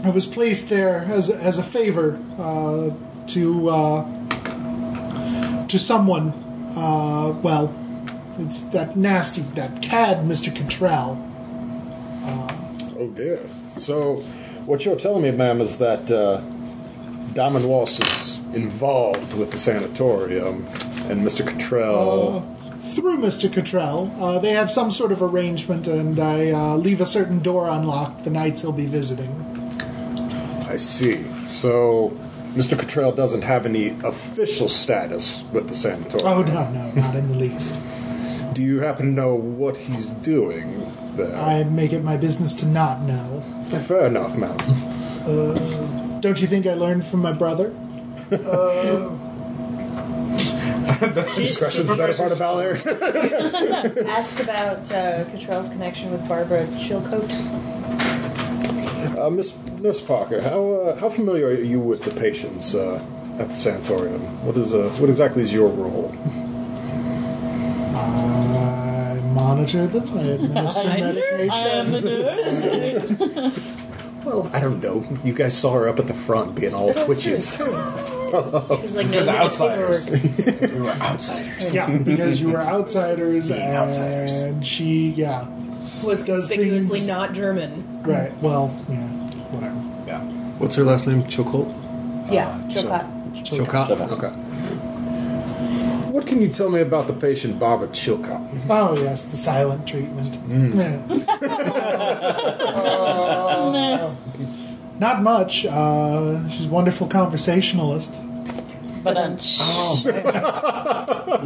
Speaker 2: I was placed there as, as a favor uh, to uh, to someone. Uh, well, it's that nasty, that cad, Mr. Cantrell.
Speaker 6: oh dear. So, what you're telling me, ma'am, is that uh, Diamond Walsh is involved with the sanatorium and Mr. Cottrell.
Speaker 2: through Mr. Cottrell. Uh, they have some sort of arrangement, and I uh, leave a certain door unlocked the nights he'll be visiting.
Speaker 6: I see. So, Mr. Cottrell doesn't have any official status with the
Speaker 2: Oh,
Speaker 6: sanatorium.
Speaker 2: no, no, not in the least.
Speaker 6: Do you happen to know what he's doing there?
Speaker 2: I make it my business to not know.
Speaker 6: Fair enough, ma'am.
Speaker 2: Don't you think I learned from my brother?
Speaker 3: That's discretion's the better part of valor.
Speaker 9: Ask about uh, Cottrell's connection with Barbara Chilcote.
Speaker 6: Uh, Miss Nurse Parker, how uh, how familiar are you with the patients uh, at the sanatorium? What is uh, what exactly is your role?
Speaker 2: I monitor them. I administer
Speaker 7: I am
Speaker 2: medication.
Speaker 7: the nurse.
Speaker 6: Well, I don't know. You guys saw her up at the front, being all twitchy and stuff.
Speaker 4: She was like,
Speaker 3: Because
Speaker 4: no,
Speaker 3: outsiders. we were outsiders.
Speaker 2: Yeah, because you were outsiders,
Speaker 3: Being
Speaker 2: and
Speaker 3: outsiders.
Speaker 2: she, yeah,
Speaker 9: Was
Speaker 2: Does
Speaker 9: conspicuously
Speaker 2: things-
Speaker 9: not German.
Speaker 2: right. Well, yeah, whatever.
Speaker 3: Yeah.
Speaker 6: What's her last name? Chocolt?
Speaker 9: yeah,
Speaker 3: so-
Speaker 9: Chilcote.
Speaker 6: Chilcott?
Speaker 5: Chilcott.
Speaker 6: Okay. What can you tell me about the patient Barbara Chilcott?
Speaker 2: Oh yes, the silent treatment. Yeah. Uh, not much. Uh, she's a wonderful conversationalist.
Speaker 7: But um,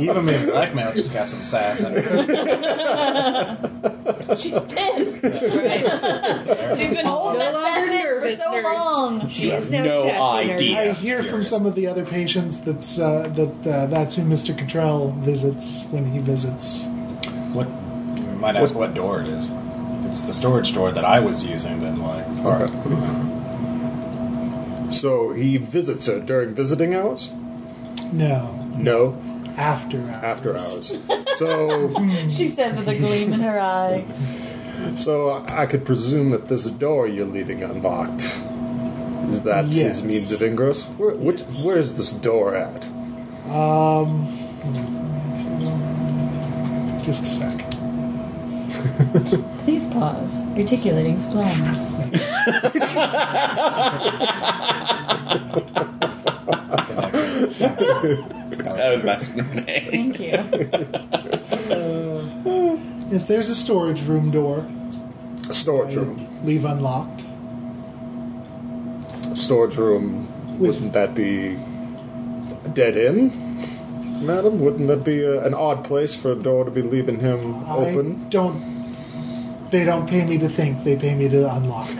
Speaker 3: Even being blackmailed just got some sass in it.
Speaker 7: she's pissed. She's been
Speaker 9: No
Speaker 7: holding that
Speaker 9: longer
Speaker 7: for
Speaker 9: nervous
Speaker 7: so
Speaker 9: nurse.
Speaker 7: long.
Speaker 9: She is now
Speaker 5: no
Speaker 9: sassy nurse.
Speaker 5: idea.
Speaker 2: I hear from
Speaker 3: period.
Speaker 2: some of the other patients that's uh, that uh, that's who Mr. Cottrell visits when he visits.
Speaker 3: What? You might ask what door it is. If it's the storage door that I was using, then like, all right.
Speaker 6: So he visits her during visiting hours?
Speaker 2: No,
Speaker 6: No,
Speaker 2: after hours.
Speaker 6: after hours. So,
Speaker 7: She says with a gleam in her eye.
Speaker 6: so I could presume that this door you're leaving unlocked is that
Speaker 2: Yes.
Speaker 6: his means of ingress? Where, which, where is this door at?
Speaker 2: Um, Just a sec.
Speaker 7: Please pause. Reticulating splines.
Speaker 5: That was nice. Renee.
Speaker 7: Thank you.
Speaker 2: Yes, there's a storage room door.
Speaker 6: A storage
Speaker 2: I
Speaker 6: room.
Speaker 2: leave unlocked.
Speaker 6: A storage room. Wouldn't that be a dead end, madam? Wouldn't that be uh an odd place for a door to be leaving him open?
Speaker 2: I don't. They don't pay me to think. They pay me to unlock.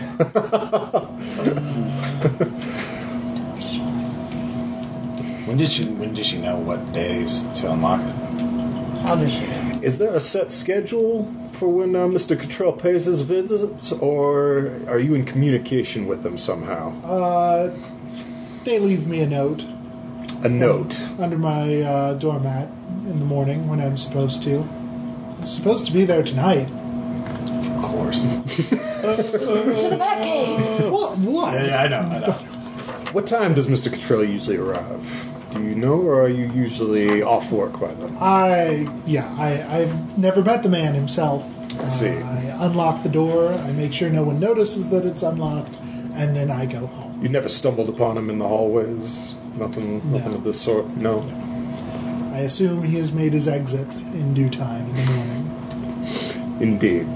Speaker 3: When did she? When did she know what days to unlock it?
Speaker 7: How does she?
Speaker 6: Is there a set schedule for when uh, Mr. Cottrell pays his visits, or are you in communication with him somehow?
Speaker 2: uh, they leave me a note
Speaker 6: A note.
Speaker 2: under my uh, doormat in the morning when I'm supposed to. It's supposed to be there tonight.
Speaker 3: Of course.
Speaker 7: To the back cave.
Speaker 2: What? What?
Speaker 3: yeah, I know. I know.
Speaker 6: What time does Mr. Cottrell usually arrive? Do you know, or are you usually off work by then?
Speaker 2: I yeah. I I've never met the man himself. I
Speaker 6: see.
Speaker 2: I unlock the door. I make sure no one notices that it's unlocked, and then I go home.
Speaker 6: You never stumbled upon him in the hallways? Nothing, nothing
Speaker 2: No.
Speaker 6: of this sort? No?
Speaker 2: I assume he has made his exit in due time in the morning.
Speaker 6: Indeed.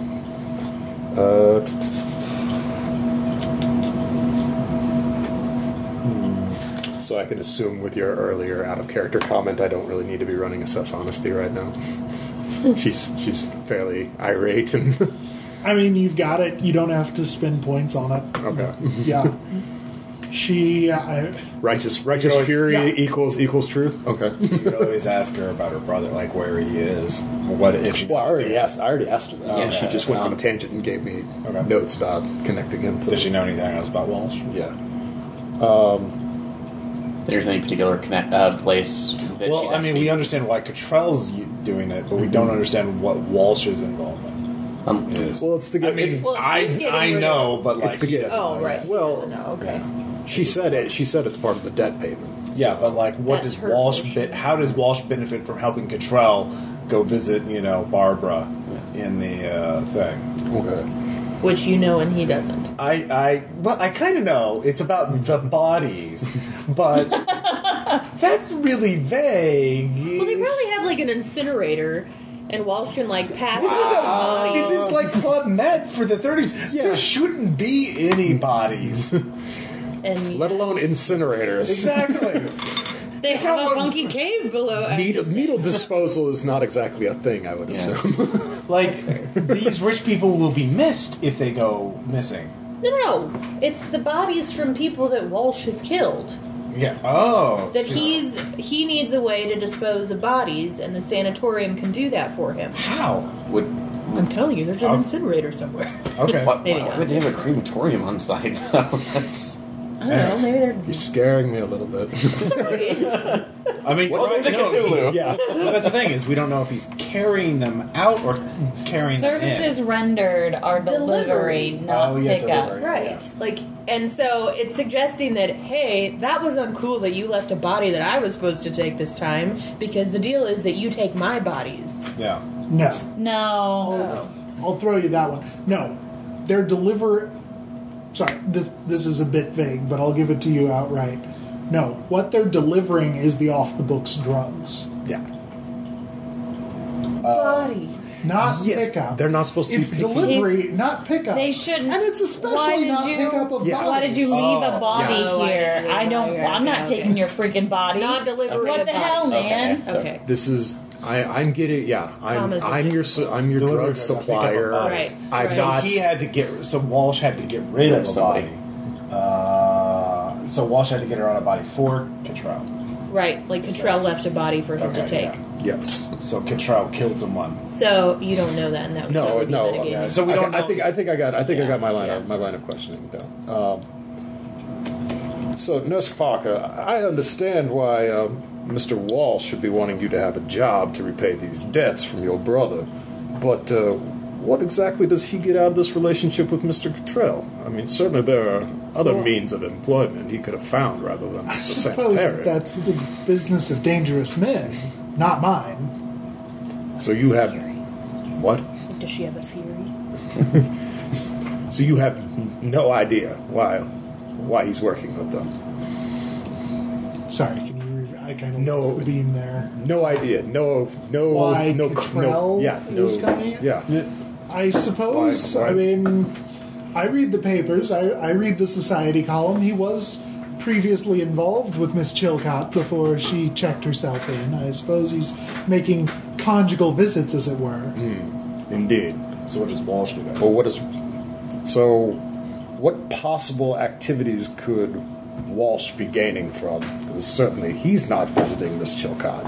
Speaker 6: Uh, hmm. so I can assume with your earlier out of character comment, I don't really need to be running assess honesty right now. she's she's fairly irate and
Speaker 2: I mean, you've got it. You don't have to spend points on it.
Speaker 6: okay.
Speaker 2: Yeah. she, I,
Speaker 6: Righteous righteous fury
Speaker 2: yeah.
Speaker 6: equals equals truth. Okay.
Speaker 3: You could always ask her about her brother, like where he is, or what if she.
Speaker 6: Well, I already asked. I already asked her that.
Speaker 3: Yeah,
Speaker 6: she
Speaker 3: okay.
Speaker 6: just went on a tangent and gave me
Speaker 3: Okay.
Speaker 6: notes about connecting him to.
Speaker 3: Does she know anything else about Walsh?
Speaker 6: Yeah.
Speaker 5: There's any particular connect, uh, place that she's
Speaker 1: Well, I mean,
Speaker 5: asking-
Speaker 1: we understand why Cottrell's u- doing it, but we don't
Speaker 6: Mm-hmm.
Speaker 1: understand what Walsh's involvement
Speaker 5: Um,
Speaker 1: is.
Speaker 6: Well, it's the.
Speaker 1: I mean,
Speaker 9: Well,
Speaker 1: I
Speaker 9: he's getting
Speaker 1: I
Speaker 9: rid of-
Speaker 1: know, but like
Speaker 6: It's the
Speaker 1: he
Speaker 6: get-
Speaker 1: doesn't
Speaker 9: Oh,
Speaker 1: know.
Speaker 9: right.
Speaker 6: Well-
Speaker 9: no, okay.
Speaker 6: she said it. She said it's part of the debt payment.
Speaker 1: Yeah, but like, what
Speaker 9: That's
Speaker 1: does
Speaker 9: her
Speaker 1: Walsh?
Speaker 9: portion.
Speaker 1: Be- how does Walsh benefit from helping Cottrell go visit? You know, Barbara in the uh, thing.
Speaker 6: Okay.
Speaker 9: Which you know and he doesn't.
Speaker 1: I I well, I kind of know it's about the bodies, but that's really vague.
Speaker 9: Well, they probably have like an incinerator, and Walsh can like pass.
Speaker 1: This is,
Speaker 9: out
Speaker 1: a,
Speaker 9: bodies.
Speaker 1: this is like Club Med for the 30s. There shouldn't be any bodies.
Speaker 9: and
Speaker 6: let alone incinerators.
Speaker 1: exactly.
Speaker 9: they have a funky cave below. I'm
Speaker 6: Needle,
Speaker 9: just saying.
Speaker 6: needle disposal is not exactly a thing, I would assume.
Speaker 1: Like, these rich people will be missed if they go missing.
Speaker 9: No, no, no. It's the bodies from people that Walsh has killed.
Speaker 3: Yeah. Oh.
Speaker 9: That he's he needs a way to dispose of bodies, and the sanatorium can do that for him.
Speaker 3: How?
Speaker 5: Would
Speaker 9: I'm telling you, there's an
Speaker 3: Oh.
Speaker 9: incinerator somewhere.
Speaker 3: Okay.
Speaker 5: why,
Speaker 9: Maybe
Speaker 5: why
Speaker 9: not.
Speaker 5: would they have a crematorium on site? though? That's
Speaker 9: I don't know. Maybe they're
Speaker 6: You're scaring me a little bit.
Speaker 3: I mean,
Speaker 5: Welcome
Speaker 3: right,
Speaker 5: to
Speaker 3: no, he-
Speaker 5: Cthulhu.
Speaker 6: yeah.
Speaker 3: Well, that's the thing is we don't know if he's carrying them out or carrying
Speaker 7: Services
Speaker 3: them
Speaker 7: rendered are delivery,
Speaker 9: Delivery.
Speaker 7: not
Speaker 3: Oh, yeah,
Speaker 7: pickup.
Speaker 3: delivery.
Speaker 9: right. Like, and so it's suggesting that hey, that was uncool that you left a body that I was supposed to take this time because the deal is that you take my bodies.
Speaker 3: in. Yeah.
Speaker 2: No,
Speaker 7: No.
Speaker 9: Oh.
Speaker 2: I'll throw you that one. No, they're deliver. Sorry, th- this is a bit vague, but I'll give it to you outright. No, what they're delivering is the off the books drugs,
Speaker 6: yeah.
Speaker 9: Body.
Speaker 2: not
Speaker 6: Yes,
Speaker 2: pickup.
Speaker 6: they're not supposed to be
Speaker 2: It's
Speaker 6: picky.
Speaker 2: delivery, not pickup.
Speaker 7: They shouldn't.
Speaker 2: and it's
Speaker 7: Why
Speaker 2: especially
Speaker 7: did
Speaker 2: not
Speaker 7: you-
Speaker 2: pickup of
Speaker 6: Yeah.
Speaker 7: Why did you
Speaker 2: bodies.
Speaker 7: leave
Speaker 3: Oh,
Speaker 7: a body
Speaker 9: yeah. Oh, I
Speaker 7: here?
Speaker 9: see.
Speaker 7: I don't.
Speaker 9: Okay,
Speaker 7: I'm not
Speaker 9: okay,
Speaker 7: taking your freaking body.
Speaker 9: Not delivery.
Speaker 7: What the hell,
Speaker 5: Okay.
Speaker 7: man?
Speaker 5: So-
Speaker 9: Okay.
Speaker 6: This is I, I'm getting yeah I'm
Speaker 9: Thomas
Speaker 6: I'm your su- I'm your
Speaker 3: Delivery
Speaker 6: drug
Speaker 3: does not pick up
Speaker 6: supplier.
Speaker 3: on
Speaker 9: bodies. Right,
Speaker 6: I
Speaker 9: right.
Speaker 6: got
Speaker 3: So he had to get. So Walsh had to get rid of a
Speaker 5: Somebody.
Speaker 3: body. Uh, so Walsh had to get her on a body for Cottrell.
Speaker 9: Right. Like Cottrell left a body for him to take.
Speaker 3: yeah.
Speaker 6: yes
Speaker 3: So Cottrell killed someone.
Speaker 9: So you don't know that, and that that
Speaker 6: no
Speaker 9: would be
Speaker 6: no
Speaker 9: metagaming.
Speaker 3: yeah. So we
Speaker 6: Okay,
Speaker 3: don't
Speaker 6: I
Speaker 3: know-
Speaker 6: think I think I got I think I
Speaker 9: Yeah,
Speaker 6: got my line
Speaker 9: yeah.
Speaker 6: of my line of questioning down. Um, so Nurse Parker, I understand why um, Mr. Walsh should be wanting you to have a job to repay these debts from your brother, but. Uh, what exactly does he get out of this relationship with Mr. Cottrell? I mean, certainly there are other means of employment he could have found rather than
Speaker 2: I
Speaker 6: the
Speaker 2: suppose
Speaker 6: sanitarium.
Speaker 2: that's the business of dangerous men, not mine.
Speaker 6: So you have what?
Speaker 4: Does she have a fury?
Speaker 6: So you have no idea why why he's working with them.
Speaker 2: Sorry, can you? Re- I kind of
Speaker 6: No.
Speaker 2: lost the beam there.
Speaker 6: No idea. No no
Speaker 2: Why
Speaker 6: no
Speaker 2: Cottrell
Speaker 6: no yeah no
Speaker 2: is coming in?
Speaker 6: yeah.
Speaker 2: I suppose.
Speaker 6: Why- why-
Speaker 2: I mean, I read the papers. I, I read the society column. He was previously involved with Miss Chilcott before she checked herself in. I suppose he's making conjugal visits, as it were.
Speaker 6: Hmm. Indeed.
Speaker 3: So what does Walsh do? Then?
Speaker 6: Well,
Speaker 5: Oh.
Speaker 6: what is so? What possible activities could Walsh be gaining from? 'Cause certainly he's not visiting Miss Chilcott.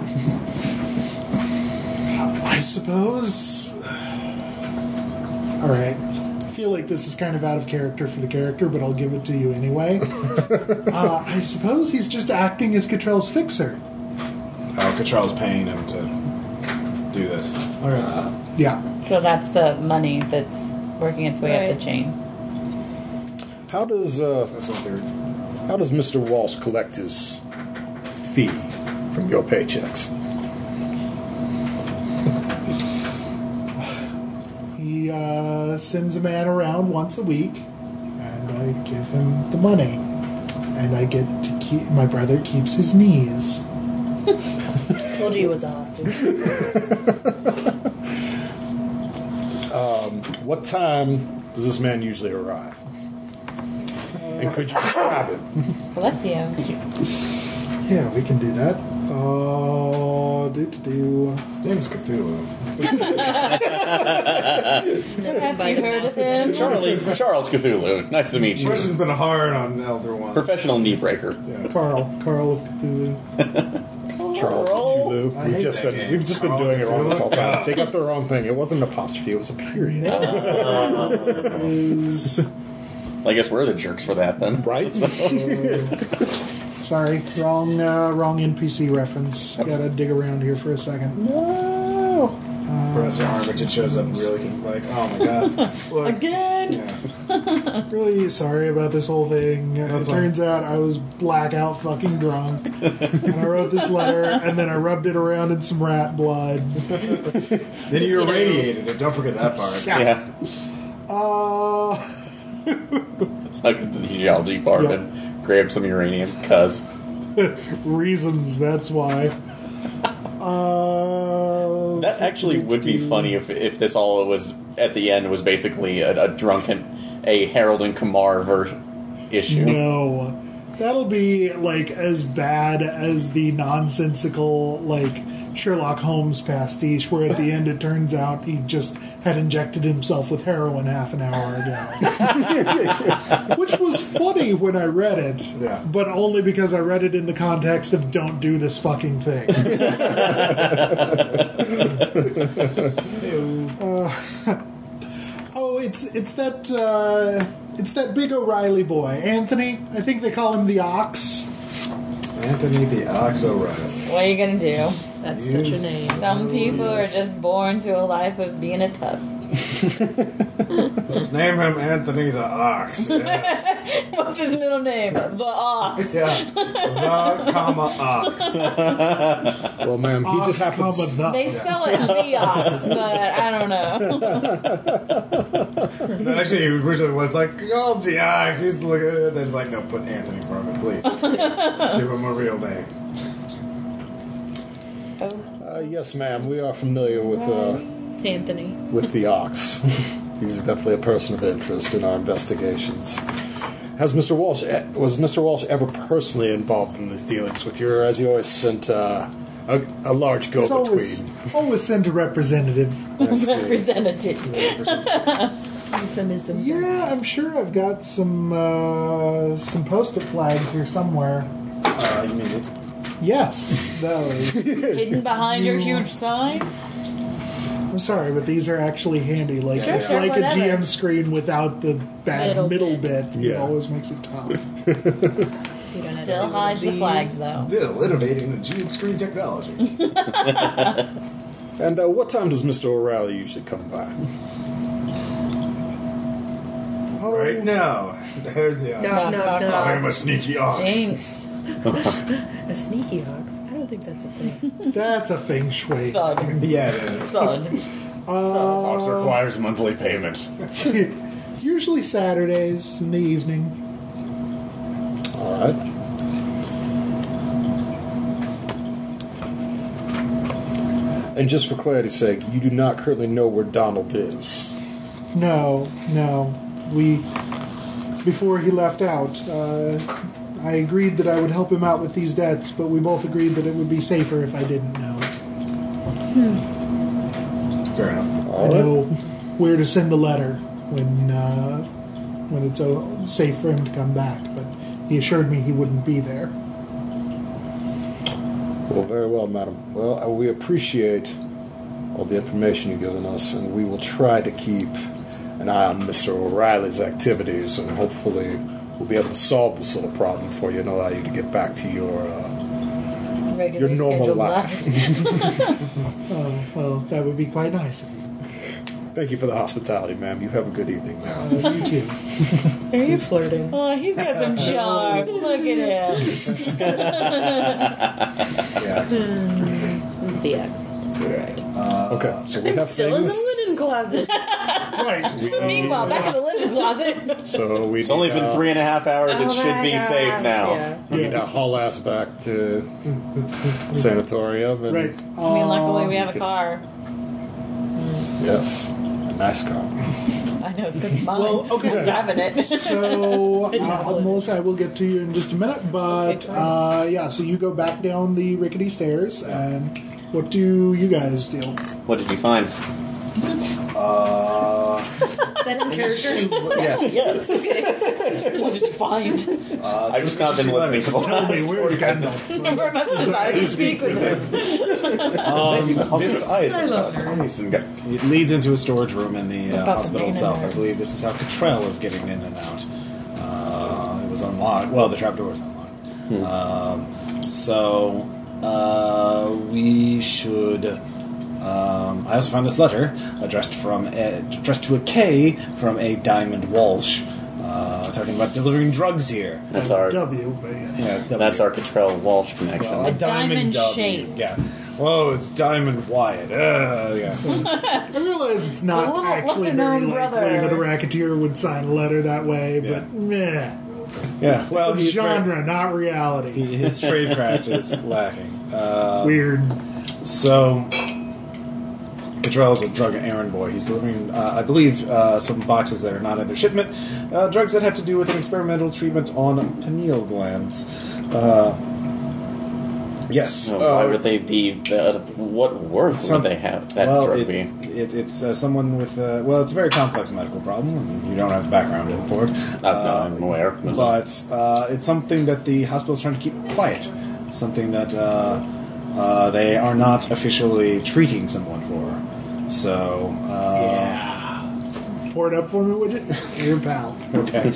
Speaker 2: I suppose. uh, All right. I feel like this is kind of out of character for the character, but I'll give it to you anyway. uh, I suppose he's just acting as Cottrell's fixer.
Speaker 3: Uh, Cottrell's paying him to do this.
Speaker 2: All right. yeah.
Speaker 7: So that's the money that's working its way up
Speaker 9: Right.
Speaker 7: the chain.
Speaker 6: How does uh,
Speaker 3: That's what they're.
Speaker 6: how does Mr. Walsh collect his fee from your paychecks?
Speaker 2: He uh, sends a man around once a week, and I give him the money. And I get to keep my brother keeps his knees.
Speaker 4: Told you it was a hostage.
Speaker 6: What time does this man usually arrive? And could you describe it?
Speaker 7: Alessio.
Speaker 2: Yeah, we can do that. Uh, do to do.
Speaker 3: His name's Cthulhu.
Speaker 7: Perhaps you heard of him.
Speaker 5: Charlie Charles Cthulhu. Nice to meet you.
Speaker 3: Person's been hard on Elder One.
Speaker 5: Professional knee breaker.
Speaker 2: Carl, Carl of Cthulhu.
Speaker 6: Charles Cthulhu.
Speaker 3: I
Speaker 6: We've
Speaker 3: hate
Speaker 6: just
Speaker 3: that
Speaker 6: been
Speaker 3: game.
Speaker 6: we've just been
Speaker 3: Charles
Speaker 6: doing it wrong this
Speaker 3: Cthulhu.
Speaker 6: whole time. They got the wrong thing. It wasn't an apostrophe. It was a period.
Speaker 2: Is-
Speaker 5: I guess we're the jerks for that then.
Speaker 6: Right?
Speaker 2: sorry, wrong, uh, wrong NPC reference. Gotta dig around here for a second.
Speaker 3: Professor Armitage shows up and really can, like, oh my god. Look.
Speaker 7: Again.
Speaker 3: Yeah.
Speaker 2: Really sorry about this whole thing. Uh, it
Speaker 3: fine.
Speaker 2: turns out I was blackout fucking drunk. and I wrote this letter, and then I rubbed it around in some rat blood.
Speaker 3: Then you irradiated it. Don't forget that part.
Speaker 5: Yeah.
Speaker 2: Uh,
Speaker 5: Snuck into the geology bar
Speaker 2: Yeah.
Speaker 5: and grabbed some uranium because
Speaker 2: reasons, that's why. Uh,
Speaker 5: that actually would be funny if, if this all was at the end was basically a, a drunken a Harold and Kumar version issue.
Speaker 2: No. That'll be like as bad as the nonsensical like Sherlock Holmes pastiche, where at the end it turns out he just had injected himself with heroin half an hour ago. Which was funny when I read it,
Speaker 3: Yeah.
Speaker 2: but only because I read it in the context of don't do this fucking thing. oh, it's it's that uh, it's that big O'Reilly boy, Anthony. I think they call him the Ox.
Speaker 3: Anthony the Ox O'Reilly.
Speaker 7: What are you gonna do?
Speaker 8: That's such a name.
Speaker 7: Some people are just born to a life of being a tough.
Speaker 3: Let's name him Anthony the Ox. Yeah,
Speaker 7: What's his middle name? The Ox.
Speaker 3: yeah. the comma Ox.
Speaker 6: Well, ma'am, he
Speaker 2: Ox,
Speaker 6: just happens.
Speaker 2: comma, the-
Speaker 7: They spell it the Ox, but I don't know.
Speaker 3: No, actually, he originally was like, "Oh, the Ox." He's looking, and then he's like, "No, put Anthony in front of it, please. Give him a real name."
Speaker 6: Uh, yes, ma'am. We are familiar with uh,
Speaker 8: Anthony.
Speaker 6: with the ox. He's definitely a person of interest in our investigations. Has Mr. Walsh e- was Mr. Walsh ever personally involved in these dealings with you, or has he always sent uh, a, a large
Speaker 2: It's
Speaker 6: go-between?
Speaker 2: always always send a representative.
Speaker 6: I see.
Speaker 7: Representative.
Speaker 8: Euphemism.
Speaker 2: Yeah, I'm sure I've got some uh, some post-it flags here somewhere.
Speaker 1: Uh, you mean it?
Speaker 2: Yes, those.
Speaker 7: Hidden behind your huge sign?
Speaker 2: I'm sorry, but these are actually handy. Like
Speaker 7: Sure,
Speaker 2: it's
Speaker 7: sure,
Speaker 2: like
Speaker 7: whatever.
Speaker 2: a GM screen without the bad middle,
Speaker 7: Middle
Speaker 2: bit.
Speaker 7: bit.
Speaker 2: It
Speaker 6: Yeah.
Speaker 2: always makes it tough.
Speaker 7: Still hides the flags, though.
Speaker 1: Bill innovating in gene screen technology.
Speaker 6: And uh, what time does Mr. O'Reilly usually come by?
Speaker 2: Oh,
Speaker 1: Right now, there's the Ox.
Speaker 8: No, no,
Speaker 1: I
Speaker 8: no.
Speaker 1: am a sneaky Ox.
Speaker 7: Jinx.
Speaker 8: A sneaky ox. I don't think that's a thing.
Speaker 2: that's a feng shui.
Speaker 7: Thud.
Speaker 1: Yeah, it is.
Speaker 7: Thud.
Speaker 1: Ox requires monthly payment.
Speaker 2: Usually Saturdays in the evening.
Speaker 6: All right. And just for clarity's sake, you do not currently know where Donald is.
Speaker 2: No, no. We before he left out, uh, I agreed that I would help him out with these debts, but we both agreed that it would be safer if I didn't know.
Speaker 1: Fair enough.
Speaker 2: I
Speaker 6: All right.
Speaker 2: know where to send the letter when uh, when it's uh, safe for him to come back. But he assured me he wouldn't be there.
Speaker 6: Well, very well, madam. Well, uh, we appreciate all the information you've given us, and we will try to keep an eye on Mr. O'Reilly's activities, and hopefully we'll be able to solve this little problem for you and allow you to get back to your. Uh,
Speaker 7: Regular
Speaker 6: Your normal
Speaker 7: scheduled
Speaker 6: life.
Speaker 2: Oh well, that would be quite nice of you.
Speaker 6: thank you for the hospitality, ma'am. You have a good evening, ma'am.
Speaker 2: Uh, you too.
Speaker 8: Are you flirting?
Speaker 7: Oh, he's got some charm. Look at him.
Speaker 1: Yeah.
Speaker 8: The accent. You're right.
Speaker 6: okay, so we have
Speaker 8: Still in
Speaker 6: things.
Speaker 8: the linen closet.
Speaker 7: Meanwhile, back in the linen closet.
Speaker 6: So we
Speaker 5: It's only been three and a half hours. It
Speaker 8: Oh
Speaker 5: should
Speaker 8: my
Speaker 5: be
Speaker 8: God.
Speaker 5: safe now.
Speaker 8: Yeah.
Speaker 6: We need to haul ass back to sanatorium, and
Speaker 2: Right.
Speaker 7: I mean, luckily
Speaker 2: Uh,
Speaker 7: we have a car.
Speaker 6: yes, nice car.
Speaker 7: I know it's good. Mine.
Speaker 2: Well, okay.
Speaker 7: I'm driving it.
Speaker 2: so, uh, Melissa, I will get to you in just a minute, but uh, yeah, so you go back down the rickety stairs, and what do you guys do?
Speaker 5: What did you find?
Speaker 1: Uh,
Speaker 8: that in character?
Speaker 1: yes.
Speaker 5: Yes.
Speaker 7: what did you find?
Speaker 1: Uh,
Speaker 5: I've just not been listening to the
Speaker 2: Tell me,
Speaker 5: last.
Speaker 2: where's Gandalf?
Speaker 7: Where am I supposed to start? speak with him?
Speaker 1: Um,
Speaker 5: This,
Speaker 1: this,
Speaker 5: I
Speaker 8: love
Speaker 1: it leads into a storage room in the uh,
Speaker 7: the
Speaker 1: hospital
Speaker 7: main
Speaker 1: itself. I
Speaker 7: entrance?
Speaker 1: believe this is how Cottrell is getting in and out. Uh, it was unlocked. Well, the trapdoor is unlocked.
Speaker 5: Hmm.
Speaker 1: Um, so uh, we should. Um, I also found this letter addressed from a, addressed to a K from a Diamond Walsh, uh, talking about delivering drugs here.
Speaker 5: That's our
Speaker 2: W, but yes.
Speaker 1: Yeah, W.
Speaker 5: that's our Cottrell Walsh connection.
Speaker 1: Well, a diamond,
Speaker 7: diamond
Speaker 1: W.
Speaker 7: shape.
Speaker 1: Yeah. Whoa, it's Diamond Wyatt. Uh, yeah.
Speaker 2: I realize it's not
Speaker 7: The little
Speaker 2: actually very
Speaker 7: lesser-known
Speaker 2: likely
Speaker 7: brother.
Speaker 2: that a racketeer would sign a letter that way,
Speaker 1: Yeah.
Speaker 2: but meh.
Speaker 1: yeah. Well,
Speaker 2: It's
Speaker 1: he's
Speaker 2: genre, not reality.
Speaker 1: very- his tradecraft is lacking. Uh,
Speaker 2: Weird.
Speaker 1: so, Cottrell's a drug errand boy. He's delivering, uh, I believe, uh, some boxes that are not in their shipment. Uh, drugs that have to do with an experimental treatment on pineal glands. Uh, Yes.
Speaker 5: So why
Speaker 1: uh,
Speaker 5: would they be? Uh, what worth
Speaker 1: Some-
Speaker 5: would they have that
Speaker 1: well,
Speaker 5: drug
Speaker 1: it,
Speaker 5: be?
Speaker 1: it, it's uh, someone with uh, well, it's a very complex medical problem. and You don't have the background in for it.
Speaker 5: no, I'm aware.
Speaker 1: uh, but uh, it's something that the hospital's trying to keep quiet. Something that uh, uh, they are not officially treating someone for. So uh,
Speaker 2: Pour it up for me, would you? Your pal.
Speaker 1: okay.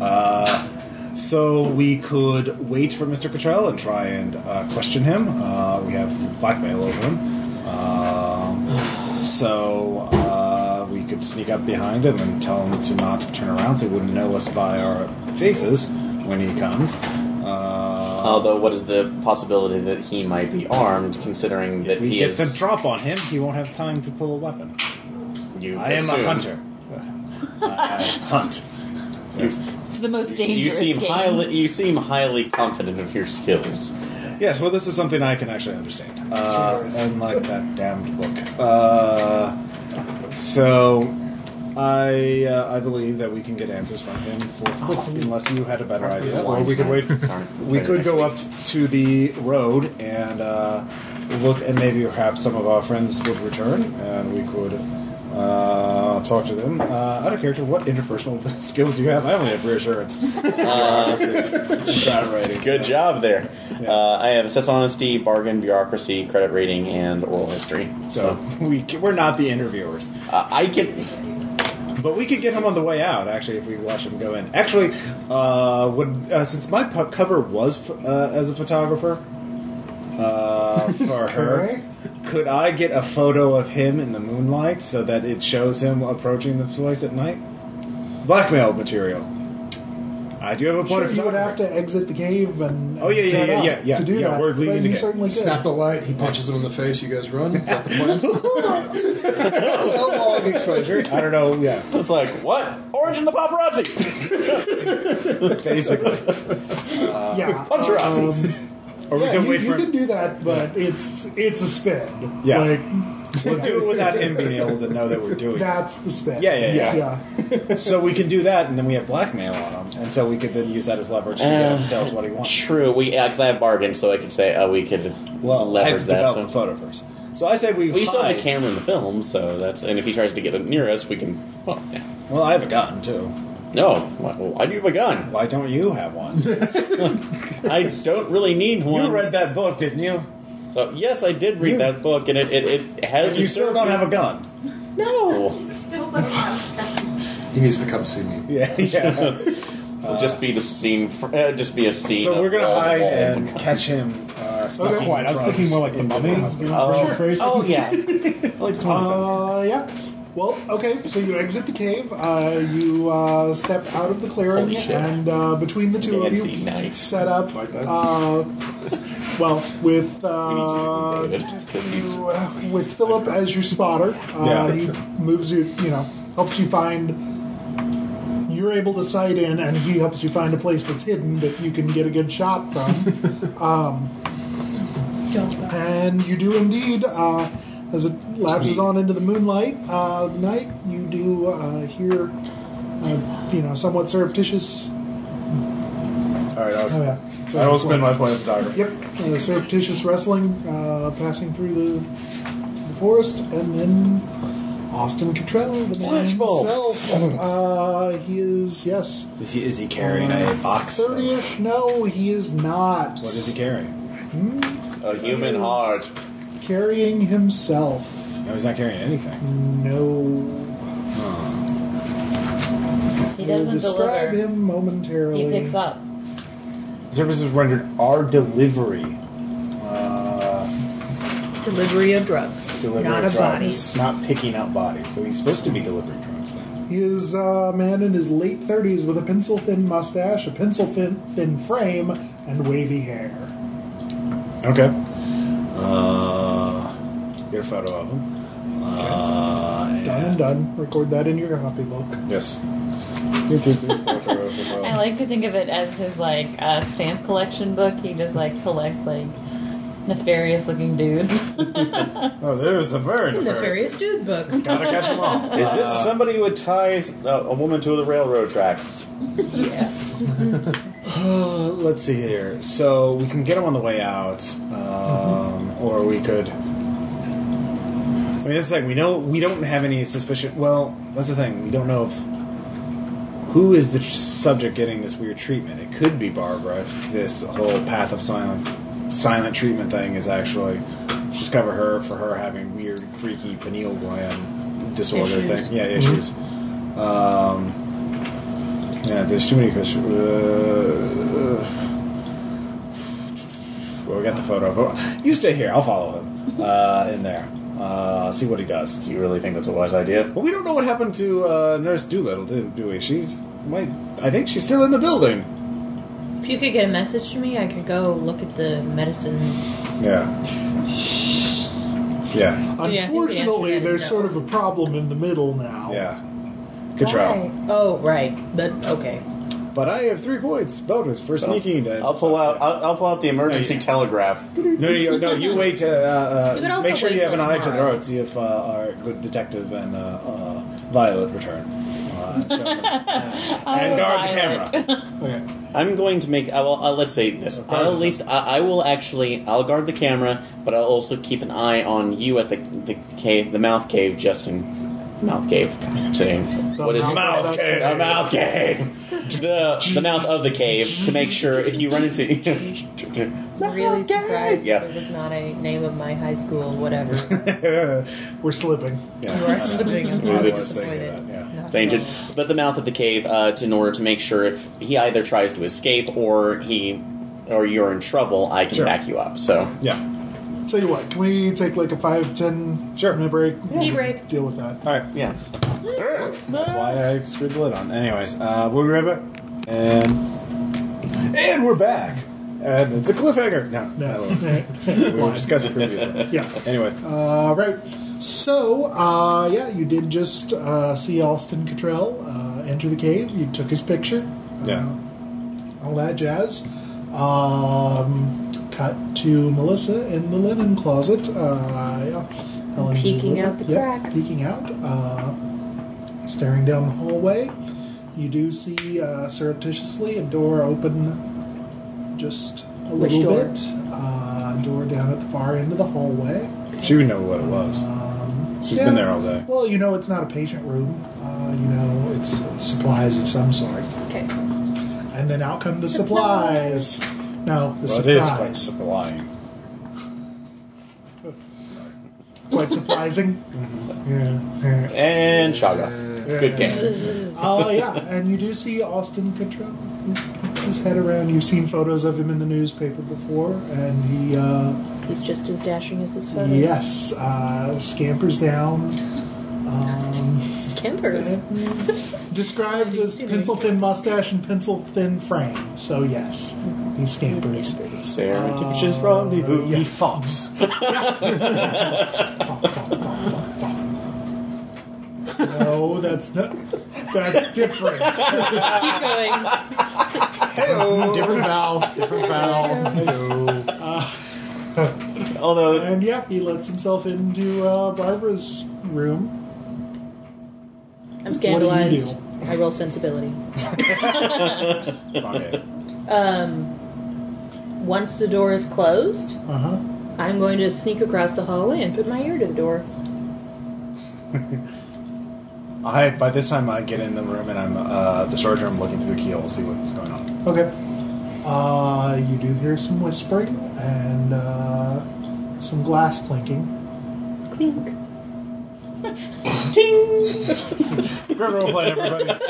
Speaker 1: uh, so we could wait for Mr. Cottrell and try and uh, question him. Uh, we have blackmail over him. Um, so uh, we could sneak up behind him and tell him to not turn around so he wouldn't know us by our faces when he comes. Uh,
Speaker 5: Although, what is the possibility that he might be armed, considering that
Speaker 1: if we
Speaker 5: he
Speaker 1: get
Speaker 5: is?
Speaker 1: the drop on him, he won't have time to pull a weapon.
Speaker 5: you
Speaker 1: I am a
Speaker 5: assume-
Speaker 1: hunter. I hunt. Yes.
Speaker 7: It's the most
Speaker 5: You,
Speaker 7: dangerous
Speaker 5: you seem
Speaker 7: game.
Speaker 5: highly. You seem highly confident of your skills.
Speaker 1: Yes, well, this is something I can actually understand. Uh, unlike that damned book. Uh, so, I uh, I believe that we can get answers from him forthwith,
Speaker 5: Oh,
Speaker 1: unless you had a better idea. Or we could wait.
Speaker 5: Sorry.
Speaker 1: We
Speaker 5: Try
Speaker 1: could
Speaker 5: next
Speaker 1: go
Speaker 5: week.
Speaker 1: up to the road and uh, look, and maybe perhaps some of our friends would return, and we could uh, talk to them. Uh, out of character, what interpersonal skills do you have? I only have reassurance. Bad writing,
Speaker 5: Good
Speaker 1: so.
Speaker 5: job there.
Speaker 1: Yeah.
Speaker 5: Uh, I have assess honesty, bargain, bureaucracy, credit rating, and oral history.
Speaker 1: So
Speaker 5: So,
Speaker 1: we c- we're not the interviewers,
Speaker 5: uh, I can.
Speaker 1: but we could get him on the way out. Actually, if we watch him go in. Actually, uh, would uh, since my pu- cover was f- uh, as a photographer uh, for her, could I get a photo of him in the moonlight so that it shows him approaching the place at night? Blackmail material. I do have a point
Speaker 2: Sure,
Speaker 1: of
Speaker 2: you would have
Speaker 1: photography.
Speaker 2: to exit the cave and.
Speaker 1: Oh, yeah, yeah,
Speaker 2: set
Speaker 1: yeah,
Speaker 2: up
Speaker 1: yeah, yeah,
Speaker 2: To do
Speaker 1: yeah,
Speaker 2: that,
Speaker 1: we're leaving
Speaker 2: But
Speaker 1: the
Speaker 2: you
Speaker 1: gate.
Speaker 2: certainly could.
Speaker 14: Snap the light. He punches him in the face. You guys run. Is that the plan?
Speaker 2: Oh,
Speaker 1: Prologue exposure. I don't know. Yeah.
Speaker 5: It's like what? Origin the paparazzi.
Speaker 1: Basically.
Speaker 2: yeah,
Speaker 5: Punch her out.
Speaker 2: um,
Speaker 1: Or we
Speaker 2: yeah,
Speaker 1: can
Speaker 2: you,
Speaker 1: wait
Speaker 2: you
Speaker 1: for
Speaker 2: can do that, but it's it's a spin.
Speaker 1: Yeah.
Speaker 2: like,
Speaker 1: We'll do it without him being able to know that we're doing it.
Speaker 2: that's the spin.
Speaker 1: Yeah, yeah, yeah.
Speaker 2: yeah.
Speaker 1: So we can do that, and then we have blackmail on him, and so we could then use that as leverage to get him to tell us what he wants.
Speaker 5: True. We because I have bargain, so I could say uh, we could
Speaker 1: Well, I have
Speaker 5: leverage
Speaker 1: to
Speaker 5: that.
Speaker 1: develop
Speaker 5: So.
Speaker 1: the photo first. So I say we.
Speaker 5: We still have
Speaker 1: hide-
Speaker 5: the camera in the film, so that's and if he tries to get near us, we can. Well, yeah.
Speaker 1: Well, I have a gun too.
Speaker 5: No, why, why do you have a gun?
Speaker 1: Why don't you have one?
Speaker 5: I don't really need one.
Speaker 1: you read that book, didn't you?
Speaker 5: So yes, I did read that book, and it it, it has.
Speaker 1: You
Speaker 5: to
Speaker 1: still
Speaker 5: serve
Speaker 1: don't
Speaker 5: me-
Speaker 1: have a gun.
Speaker 5: no.
Speaker 14: he needs to come see me.
Speaker 1: Yeah, yeah.
Speaker 5: It'll just be the scene. fr- uh, just be a scene.
Speaker 1: so we're
Speaker 5: of
Speaker 1: gonna
Speaker 5: wall to
Speaker 1: hide
Speaker 5: wall.
Speaker 1: and catch him. Uh,
Speaker 6: Not
Speaker 1: smoking
Speaker 6: quite. I was
Speaker 1: drugs
Speaker 6: thinking more like the
Speaker 1: in
Speaker 6: mummy.
Speaker 1: hospital.
Speaker 5: Oh,
Speaker 6: Paraphrasing.
Speaker 5: oh yeah. Oh, I like Tom Cruise.
Speaker 2: Uh, yeah. Well, okay, so you exit the cave, uh, you uh, step out of the clearing,
Speaker 5: Holy shit.
Speaker 2: and uh, between the two of
Speaker 5: Nancy,
Speaker 2: you,
Speaker 5: nice.
Speaker 2: set up,
Speaker 14: Like that?
Speaker 2: uh, well, with
Speaker 5: We need
Speaker 2: uh,
Speaker 5: you to do David because he's
Speaker 2: you, uh, with Philip as your spotter. Uh,
Speaker 1: Yeah.
Speaker 2: He moves you, you know, helps you find. You're able to sight in, and he helps you find a place that's hidden that you can get a good shot from. Um, And you do indeed, uh, as it lapses on into the moonlight uh, night, you do uh, hear, uh, you know, somewhat surreptitious.
Speaker 1: All right, I was.
Speaker 2: Oh, yeah.
Speaker 1: I will spend my point of photography.
Speaker 2: Yep, uh, surreptitious wrestling uh, passing through the, the forest, and then Austin Cottrell, the man
Speaker 5: Flashbulb.
Speaker 2: himself. Uh, he is yes, uh,
Speaker 1: Is he, is he carrying a box? of-
Speaker 2: thirty-ish. No, he is not.
Speaker 1: What is he carrying?
Speaker 5: a human heart.
Speaker 2: Carrying himself.
Speaker 1: No, he's not carrying anything.
Speaker 2: No.
Speaker 7: He
Speaker 2: we'll
Speaker 7: doesn't
Speaker 2: describe
Speaker 7: deliver.
Speaker 2: him momentarily.
Speaker 7: He picks up.
Speaker 1: Services rendered are delivery. Uh,
Speaker 8: Delivery of drugs.
Speaker 1: delivery
Speaker 9: Not
Speaker 1: of
Speaker 9: of
Speaker 1: drugs,
Speaker 9: bodies.
Speaker 1: not picking up bodies. So he's supposed to be delivering drugs.
Speaker 2: He is uh, a man in his late 30s with a pencil thin mustache, a pencil thin, thin frame, and wavy hair.
Speaker 1: Okay. Uh, get a photo of him. Uh,
Speaker 2: Done and done. Record that in your copy book.
Speaker 1: Yes.
Speaker 7: I like to think of it as his like uh, stamp collection book. He just like collects like nefarious looking dudes.
Speaker 1: oh, there's a bird.
Speaker 9: Nefarious dude book.
Speaker 1: Gotta catch them all.
Speaker 5: Is this somebody who would tie uh, a woman to the railroad tracks?
Speaker 7: yes.
Speaker 1: Uh, let's see here. So we can get him on the way out, um, or we could. I mean, that's the thing. We know we don't have any suspicion. Well, that's the thing. We don't know if who is the tr- subject getting this weird treatment. It could be Barbara. If this whole path of silence, silent treatment thing is actually just cover her for her having weird, freaky pineal gland disorder
Speaker 4: Issues.
Speaker 1: thing. Yeah, issues. Um, yeah, there's too many questions. Uh, well, we got the photo. Oh, You stay here. I'll follow him uh, in there. Uh, see what he does.
Speaker 5: Do you really think that's a wise idea?
Speaker 1: But we don't know what happened to uh, Nurse Doolittle, do do we? She's might. I think she's still in the building.
Speaker 9: If you could get a message to me, I could go look at the medicines.
Speaker 1: Yeah. Yeah.
Speaker 9: I think the answer to
Speaker 2: Unfortunately,
Speaker 9: that is
Speaker 2: there's
Speaker 9: no.
Speaker 2: sort of a problem in the middle now.
Speaker 1: Yeah. Good try.
Speaker 9: Why? Oh, right. But okay.
Speaker 1: But I have three points bonus for sneaking. to-
Speaker 5: I'll pull out. I'll, I'll pull out the emergency
Speaker 1: Hey.
Speaker 5: telegraph.
Speaker 1: No, you, no, you wait. To, uh,
Speaker 9: You
Speaker 1: uh,
Speaker 9: can also
Speaker 1: make sure
Speaker 9: wait
Speaker 1: you have an
Speaker 9: till
Speaker 1: eye to the
Speaker 9: tomorrow.
Speaker 1: road. See if uh, our good detective and uh, uh, Violet return. Uh, and guard the
Speaker 7: Violet.
Speaker 1: camera.
Speaker 2: Okay.
Speaker 5: I'm going to make. I will, uh, let's say this. I'll at least I, I will actually. I'll guard the camera, but I'll also keep an eye on you at the the cave, the mouth cave, Justin. Mouth cave. God, dang. What is
Speaker 2: mouth-
Speaker 1: Mouth cave.
Speaker 5: The mouth cave. The, the mouth of the cave to make sure if you run into.
Speaker 9: Really surprised
Speaker 5: Yeah.
Speaker 9: that it was not a name of my high school, whatever.
Speaker 2: We're slipping.
Speaker 9: you are slipping. I'm
Speaker 1: I
Speaker 9: really
Speaker 1: was thinking
Speaker 9: disappointed.
Speaker 1: that, yeah.
Speaker 9: Not
Speaker 5: danger.
Speaker 9: at all.
Speaker 5: But the mouth of the cave, uh, to, in order to make sure if he either tries to escape or he or you're in trouble, I can
Speaker 1: Sure.
Speaker 5: back you up. So
Speaker 1: Yeah.
Speaker 2: Tell you what, can we take like a five, ten
Speaker 1: Sure.
Speaker 2: minute break?
Speaker 9: Knee break.
Speaker 2: Deal with that.
Speaker 1: All right.
Speaker 5: yeah.
Speaker 1: That's why I screwed the lid on. Anyways, uh, we'll be right back. And and we're back. And it's a cliffhanger. No, no.
Speaker 2: No.
Speaker 1: we were discussing previously.
Speaker 2: yeah.
Speaker 1: Anyway,
Speaker 2: Uh, right. So, uh, yeah, you did just uh, see Austin Cottrell uh, enter the cave. You took his picture.
Speaker 1: Yeah.
Speaker 2: Uh, all that jazz. Um, cut to Melissa in the linen closet. Uh, yeah. Helen
Speaker 4: Peeking out the
Speaker 2: Yep,
Speaker 4: crack.
Speaker 2: Peeking out. Uh, staring down the hallway. You do see uh, surreptitiously a door open just a
Speaker 4: Which
Speaker 2: little
Speaker 4: door?
Speaker 2: bit. Uh, door down at the far end of the hallway.
Speaker 1: she would know what it was.
Speaker 2: Um,
Speaker 1: She's been there all day.
Speaker 2: Well, you know, it's not a patient room. Uh, you know, it's supplies of some sort.
Speaker 9: Okay.
Speaker 2: And then out come the supplies. No, the
Speaker 1: Well, it is quite
Speaker 2: surprise.
Speaker 1: supplying.
Speaker 2: quite, surprising.
Speaker 1: Mm-hmm.
Speaker 2: yeah.
Speaker 5: And Shaga.
Speaker 2: yeah.
Speaker 5: Good game.
Speaker 2: Uh, yeah, and you do see Austin Cottrell. He puts his head around. You've seen photos of him in the newspaper before, and he, uh,
Speaker 4: He's just as dashing as his photo.
Speaker 2: yes, uh, scampers down. Um,
Speaker 4: Skimpers.
Speaker 2: described as pencil thin mustache and pencil thin frame. So yes, he scampers.
Speaker 5: Serendipitous rendezvous.
Speaker 2: He fops. Fop, fop, fop, fop, fop. No, that's not. That's different.
Speaker 9: Keep going.
Speaker 14: Different vowel. Different vowel.
Speaker 5: Although
Speaker 2: And yeah, he lets himself into uh, Barbara's room.
Speaker 9: I'm
Speaker 2: do you do?
Speaker 9: scandalized. I roll sensibility.
Speaker 1: Okay.
Speaker 9: Um, once the door is closed,
Speaker 2: Uh huh.
Speaker 9: I'm going to sneak across the hallway and put my ear to the door.
Speaker 1: I by this time I get in the room and I'm uh, the storage room looking through the keyhole, see what's going on.
Speaker 2: Okay. Uh, you do hear some whispering and uh, some glass clinking.
Speaker 4: Clink.
Speaker 1: Grim role play, everybody.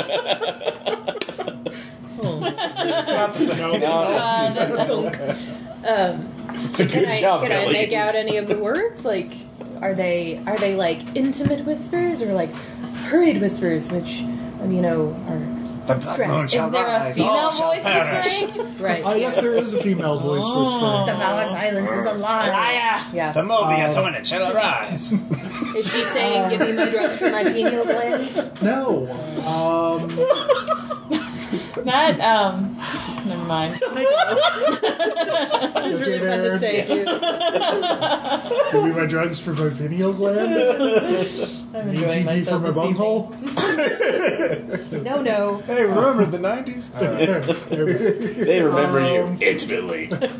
Speaker 1: It's not the same.
Speaker 7: Uh, that-
Speaker 5: it's a
Speaker 9: Um, Can
Speaker 5: good
Speaker 9: I,
Speaker 5: job,
Speaker 9: can I
Speaker 5: Billy.
Speaker 9: make out any of the words? Like, are they are they like intimate whispers or like hurried whispers? Which, um, you know, are
Speaker 1: The black
Speaker 9: Stress.
Speaker 1: moon
Speaker 9: Is
Speaker 1: shall
Speaker 7: is there a
Speaker 1: rise,
Speaker 7: female
Speaker 1: all shall
Speaker 7: voice
Speaker 1: perish.
Speaker 7: whispering?
Speaker 9: right.
Speaker 2: Uh, yes, there is a female voice
Speaker 9: The
Speaker 2: whispering.
Speaker 9: vow of silence is a lie.
Speaker 7: Liar.
Speaker 9: Yeah.
Speaker 1: The Mobius when it shall arise.
Speaker 9: Is she saying, "Give me my drugs for my pineal gland"?
Speaker 2: No. Um,
Speaker 7: That um, Never mind.
Speaker 4: That was really fun to say, too.
Speaker 2: Give me my drugs for my pineal gland.
Speaker 7: I'm enjoying
Speaker 2: GP for
Speaker 7: myself
Speaker 2: my
Speaker 7: this evening.
Speaker 2: bunghole.
Speaker 4: No, no.
Speaker 17: Hey, remember the 90s?
Speaker 1: Uh,
Speaker 5: They remember
Speaker 2: Um,
Speaker 5: you intimately.
Speaker 4: Okay,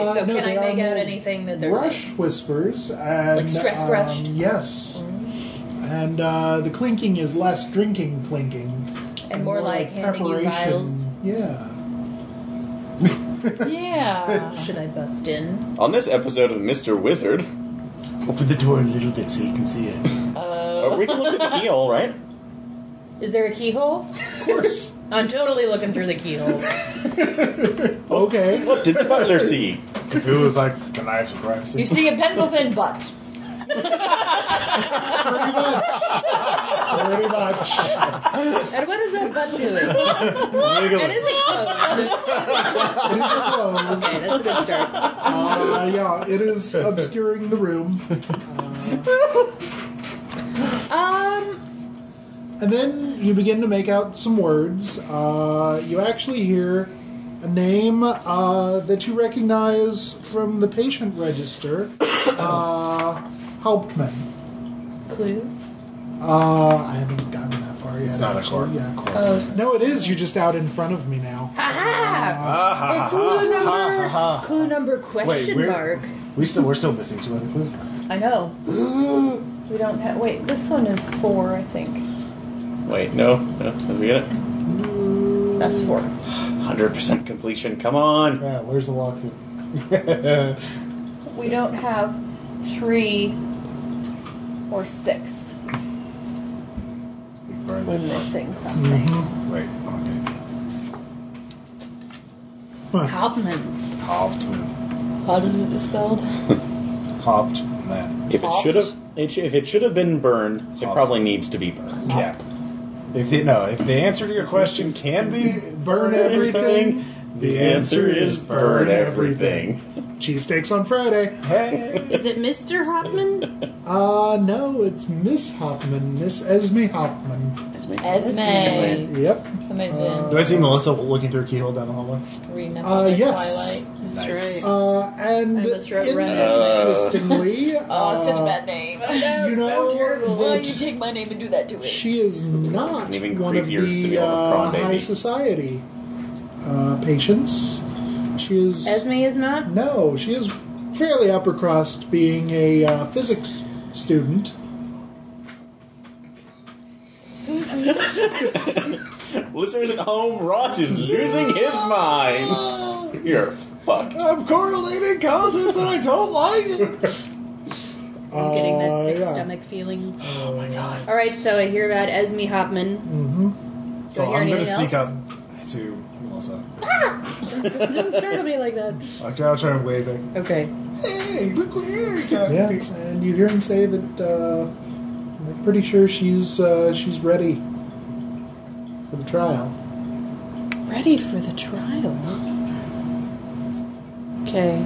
Speaker 2: Uh,
Speaker 4: so
Speaker 2: no,
Speaker 4: can
Speaker 2: they
Speaker 4: I
Speaker 2: are
Speaker 4: make out
Speaker 2: more
Speaker 4: anything that there's like,
Speaker 2: Rushed whispers and
Speaker 4: Like stress
Speaker 2: um,
Speaker 4: rushed?
Speaker 2: Yes, and uh, the clinking is less drinking clinking
Speaker 4: and more like handing you vials?
Speaker 2: Yeah,
Speaker 7: Yeah.
Speaker 4: Should I bust in?
Speaker 5: On this episode of Mr. Wizard,
Speaker 1: Open the door a little bit so you can see it.
Speaker 5: uh, we can look at the keyhole, right?
Speaker 4: Is there a keyhole?
Speaker 2: of course.
Speaker 4: I'm totally looking through the keyhole.
Speaker 2: okay.
Speaker 5: What did the butler see?
Speaker 1: Cthulhu was like, the knives of privacy.
Speaker 7: You see a pencil thin butt.
Speaker 2: Pretty much.
Speaker 4: and what is that button doing? And is it closed?
Speaker 2: It is closed.
Speaker 4: okay, that's a good start.
Speaker 2: Uh, yeah, it is obscuring the room. Uh,
Speaker 4: Um,
Speaker 2: And then you begin to make out some words. Uh, you actually hear a name uh, that you recognize from the patient register uh, Hauptman.
Speaker 4: clue?
Speaker 2: Uh, I haven't gotten that far yet. It's
Speaker 1: not a court.
Speaker 2: Yeah.
Speaker 4: Oh,
Speaker 2: No, it is. You're just out in front of me now.
Speaker 4: it's clue number, clue number
Speaker 1: Wait,
Speaker 4: question
Speaker 1: we're,
Speaker 4: mark.
Speaker 1: we still, we're still missing two other clues now.
Speaker 4: I know. we don't have. Wait, this one is four, I think.
Speaker 5: Wait, no, no, did we get it?
Speaker 4: That's four.
Speaker 5: 100% completion, come on!
Speaker 1: Yeah, where's the walkthrough?
Speaker 4: We don't have three or six. We're missing something.
Speaker 1: Wait, okay.
Speaker 4: Hauptmann.
Speaker 1: Hopped. and-
Speaker 7: How does it spelled?
Speaker 1: Hopped. and that.
Speaker 5: If it should have, it sh- if it should have been burned, it
Speaker 1: Hopped.
Speaker 5: probably needs to be burned.
Speaker 1: Yeah. If the, no, if the answer to your question can be burn everything, the answer is burn everything.
Speaker 2: Cheesesteaks on Friday.
Speaker 1: Hey.
Speaker 18: Is it Mr. Hopman?
Speaker 2: Uh, no, it's Miss Hauptman. Miss Esme Hauptman.
Speaker 5: That's me.
Speaker 7: Esme.
Speaker 2: Yep.
Speaker 7: Somebody's
Speaker 2: Uh,
Speaker 7: been
Speaker 1: Do I see Melissa looking through a keyhole down the hallway?
Speaker 7: reading up
Speaker 2: uh,
Speaker 7: on the
Speaker 2: yes.
Speaker 7: Twilight.
Speaker 18: That's
Speaker 1: Nice.
Speaker 18: right.
Speaker 2: Uh, and
Speaker 18: I misread
Speaker 2: in-
Speaker 18: Ren
Speaker 2: interestingly,
Speaker 7: Oh, such a
Speaker 2: uh,
Speaker 7: bad name.
Speaker 2: you know
Speaker 7: Well,
Speaker 2: that
Speaker 7: you take my name and do that to it.
Speaker 2: she is not
Speaker 5: An even
Speaker 2: one of
Speaker 5: creepier
Speaker 2: the
Speaker 5: Simeon
Speaker 2: uh,
Speaker 5: Cronbaby.
Speaker 2: high society uh, patients. She is
Speaker 9: Esme is not.
Speaker 2: no, she is fairly upper crust, being a uh, physics student.
Speaker 5: Listeners at home, Ross is losing his mind. You're fucked.
Speaker 1: I'm correlating contents and I don't like it.
Speaker 9: I'm getting that
Speaker 2: Uh,
Speaker 9: sick
Speaker 2: yeah.
Speaker 9: stomach feeling. Oh my god. Mm-hmm. All right, so I hear about Esme Hopman.
Speaker 1: So
Speaker 9: hear
Speaker 1: I'm gonna
Speaker 9: anything
Speaker 1: sneak
Speaker 9: else?
Speaker 1: up to Melissa.
Speaker 9: Don't startle me like that.
Speaker 1: Okay, I'll try and wave it.
Speaker 9: Okay.
Speaker 1: Hey, look what here
Speaker 2: Yeah, and you hear him say that uh, they're pretty sure she's uh, she's ready for the trial.
Speaker 9: Ready for the trial? Okay.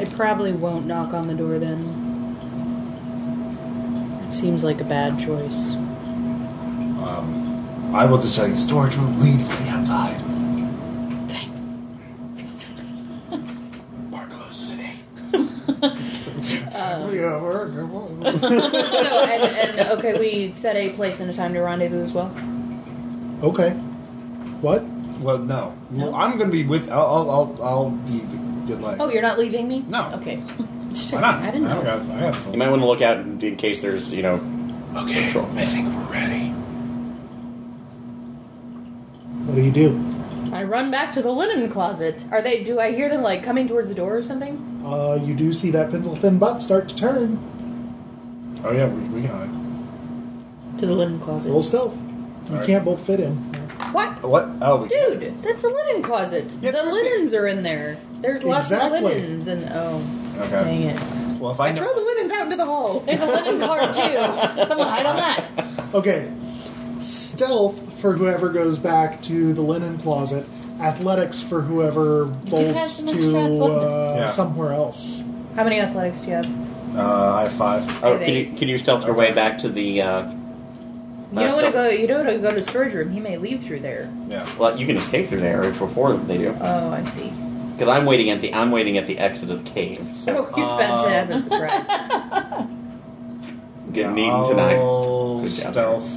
Speaker 9: I probably won't knock on the door then.
Speaker 19: Seems like a bad choice.
Speaker 1: I will just tell you, storage room leads to the outside.
Speaker 9: Thanks.
Speaker 1: Bar closes at 8. yeah, we're good.
Speaker 9: So, and, and okay, we set a place and a time to rendezvous as well.
Speaker 2: Okay, what?
Speaker 1: Well, no. Well, I'm going to be with. I'll, I'll, I'll, I'll be good luck.
Speaker 4: Oh, you're not leaving me?
Speaker 1: No.
Speaker 4: Okay.
Speaker 1: Why not?
Speaker 9: I didn't know.
Speaker 1: got, I got
Speaker 5: You
Speaker 1: full.
Speaker 5: might want to look out in case there's, you know,
Speaker 1: Okay,
Speaker 5: Control.
Speaker 1: I think we're ready.
Speaker 2: What do you do?
Speaker 4: I run back to the linen closet. Are they? Do I hear them like coming towards the door or something?
Speaker 2: Uh, you do see that pencil thin butt start to turn.
Speaker 1: Oh, yeah, we, we can.
Speaker 9: To the linen closet.
Speaker 2: Roll stealth. You
Speaker 1: All right.
Speaker 2: can't both fit in.
Speaker 4: What?
Speaker 1: What? Oh, we can.
Speaker 4: Dude, that's the linen closet.
Speaker 1: Yeah,
Speaker 4: the linens are in there. There's lots
Speaker 2: Exactly.
Speaker 4: of linens and oh,
Speaker 1: Okay.
Speaker 4: dang it!
Speaker 1: Well, if I,
Speaker 4: I
Speaker 1: know.
Speaker 4: throw the linens out into the hall.
Speaker 7: There's a linen card too. Someone hide on that.
Speaker 2: Okay. Stealth for whoever goes back to the linen closet. Athletics for whoever bolts
Speaker 7: have some
Speaker 2: to
Speaker 7: extra
Speaker 2: uh,
Speaker 1: Yeah.
Speaker 2: somewhere else.
Speaker 4: How many athletics do you have?
Speaker 1: Uh, I have five.
Speaker 5: oh,
Speaker 4: Are
Speaker 5: can
Speaker 4: they-
Speaker 5: you, can you stealth your way back to the uh,
Speaker 4: You don't
Speaker 5: Uh,
Speaker 4: want to
Speaker 5: still-
Speaker 4: go. You don't want to go to storage room. He may leave through there.
Speaker 1: Yeah.
Speaker 5: Well, you can escape through there before they do.
Speaker 4: Oh, I see.
Speaker 5: Because I'm waiting at the I'm waiting at the exit of the cave. So
Speaker 4: Oh, you're about
Speaker 2: Uh,
Speaker 4: to have a surprise.
Speaker 5: getting
Speaker 1: I'll
Speaker 5: eaten tonight. Good job.
Speaker 1: stealth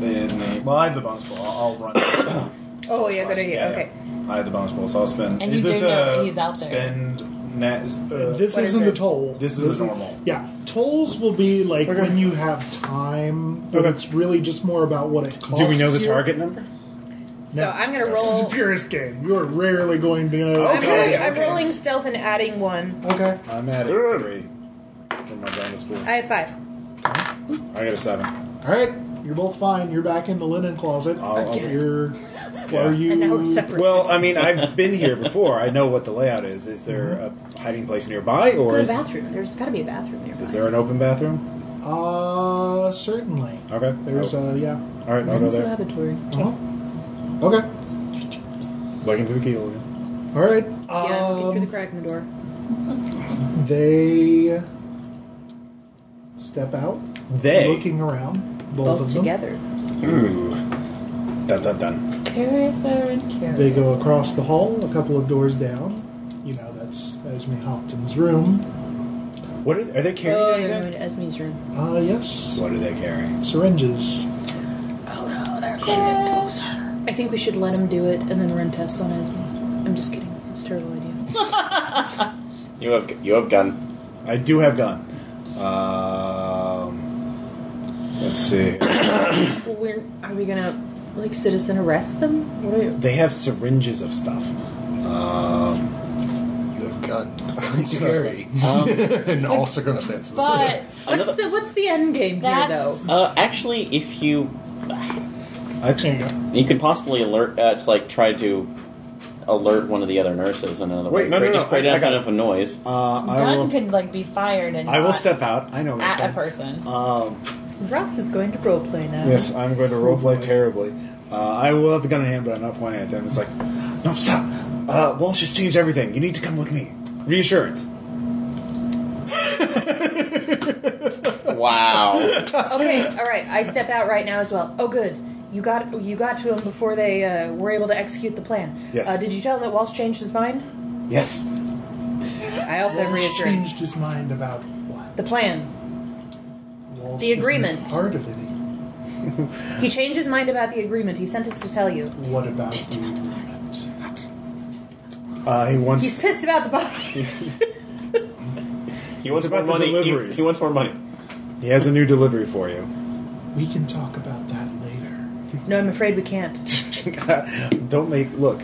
Speaker 1: in the. Well, I have the bonus ball. I'll, I'll run.
Speaker 4: oh, yeah, good
Speaker 1: Yeah,
Speaker 4: idea.
Speaker 1: yeah.
Speaker 4: Okay.
Speaker 1: I have the bonus ball, so I'll spend.
Speaker 7: And
Speaker 1: is
Speaker 7: you
Speaker 1: this
Speaker 7: do know
Speaker 1: a
Speaker 7: that he's out there.
Speaker 1: Spend. Na- is- uh,
Speaker 2: This
Speaker 4: What is
Speaker 2: isn't a
Speaker 4: this?
Speaker 2: toll.
Speaker 1: This is a normal.
Speaker 2: Yeah, tolls will be like
Speaker 1: Okay.
Speaker 2: when you have time. But
Speaker 1: Okay.
Speaker 2: It's really just more about what it costs.
Speaker 1: Do we know the
Speaker 2: you.
Speaker 1: target number?
Speaker 4: So
Speaker 2: No.
Speaker 4: I'm gonna
Speaker 2: This is a
Speaker 4: roll.
Speaker 2: purist game. You are rarely going to know.
Speaker 4: I'm, rolling,
Speaker 1: Okay,
Speaker 4: I'm
Speaker 1: okay.
Speaker 4: rolling stealth and adding one.
Speaker 2: Okay.
Speaker 1: I'm at a three for my bonus ball.
Speaker 4: I have five.
Speaker 1: I got a seven.
Speaker 6: All right.
Speaker 2: You're both fine. You're back in the linen closet.
Speaker 6: Oh,
Speaker 1: I'll- I'll-
Speaker 2: You're. Are you?
Speaker 4: And now we're separate.
Speaker 1: Well, I mean, I've been here before. I know what the layout is. Is there a hiding place nearby,
Speaker 4: Mm-hmm.
Speaker 1: or
Speaker 4: Let's go to
Speaker 1: is,
Speaker 4: the bathroom. There's got to be a bathroom nearby.
Speaker 1: is there an open bathroom?
Speaker 2: Uh, certainly.
Speaker 1: Okay.
Speaker 2: There's
Speaker 1: Oh,
Speaker 2: a yeah.
Speaker 1: all right. I'll go
Speaker 4: There's a
Speaker 1: there.
Speaker 4: lavatory.
Speaker 2: Uh-huh. Okay.
Speaker 1: Looking through the keyhole. again.
Speaker 2: All right.
Speaker 9: Yeah, get through the
Speaker 2: Um,
Speaker 9: crack in the door.
Speaker 2: they step out,
Speaker 1: They.
Speaker 2: looking around. Both,
Speaker 9: Both
Speaker 2: of them.
Speaker 9: together.
Speaker 1: Ooh. Dun dun dun.
Speaker 7: Curious and curious.
Speaker 2: They go across the hall, a couple of doors down. You know, that's Esme Hopton's room.
Speaker 1: What are, are they carrying?
Speaker 4: Oh, they're going
Speaker 1: anything?
Speaker 4: to Esme's room.
Speaker 2: Uh, yes.
Speaker 1: What are they carrying?
Speaker 2: Syringes.
Speaker 9: I think we should let him do it and then run tests on Esme. I'm just kidding. It's a terrible idea.
Speaker 5: You have you have gun.
Speaker 1: I do have gun. Um, let's see.
Speaker 9: Well, we're are we gonna like citizen arrest them? What are you?
Speaker 1: They have syringes of stuff. Um,
Speaker 6: You have gun. It's scary. Um, In all circumstances.
Speaker 7: But
Speaker 9: What's the what's the end game here
Speaker 7: That's-
Speaker 9: though?
Speaker 5: Uh, actually, if you
Speaker 1: actually,
Speaker 5: you could possibly alert, uh, it's like try to alert one of the other nurses in another
Speaker 1: Wait,
Speaker 5: way.
Speaker 1: no, no,
Speaker 5: Create- just
Speaker 1: no,
Speaker 5: create
Speaker 1: I- I
Speaker 5: enough,
Speaker 1: got it.
Speaker 5: enough of noise.
Speaker 1: uh, I
Speaker 7: gun
Speaker 1: will.
Speaker 7: could like be fired and
Speaker 1: I will
Speaker 7: not
Speaker 1: step out. I know.
Speaker 7: at
Speaker 1: okay.
Speaker 7: a person.
Speaker 1: Um,
Speaker 4: Ross is going to roleplay now.
Speaker 1: yes, I'm going to roleplay terribly. Uh, I will have the gun in hand, but I'm not pointing at them. It's like, no, stop. Uh, Walsh has changed everything. You need to come with me. Reassurance.
Speaker 5: wow.
Speaker 4: Okay, all right. I step out right now as well. Oh, good. You got you got to him before they uh, were able to execute the plan.
Speaker 1: Yes.
Speaker 4: Uh, did you tell him that Walsh changed his mind?
Speaker 1: Yes.
Speaker 4: I also have
Speaker 2: Walsh
Speaker 4: reassurance.
Speaker 2: changed his mind about what?
Speaker 4: The plan.
Speaker 2: Walsh
Speaker 4: the
Speaker 2: isn't
Speaker 4: agreement.
Speaker 2: Part of it. He-
Speaker 4: He changed his mind about the agreement. He sent us to tell you.
Speaker 2: What about the agreement?
Speaker 1: Uh, he wants.
Speaker 4: He's pissed about the body.
Speaker 5: He wants
Speaker 1: It's
Speaker 5: more
Speaker 1: about the
Speaker 5: money. He,
Speaker 1: deliveries.
Speaker 5: he wants more money.
Speaker 1: He has a new delivery for you.
Speaker 2: We can talk about that later.
Speaker 4: no, I'm afraid we can't.
Speaker 1: Don't make look.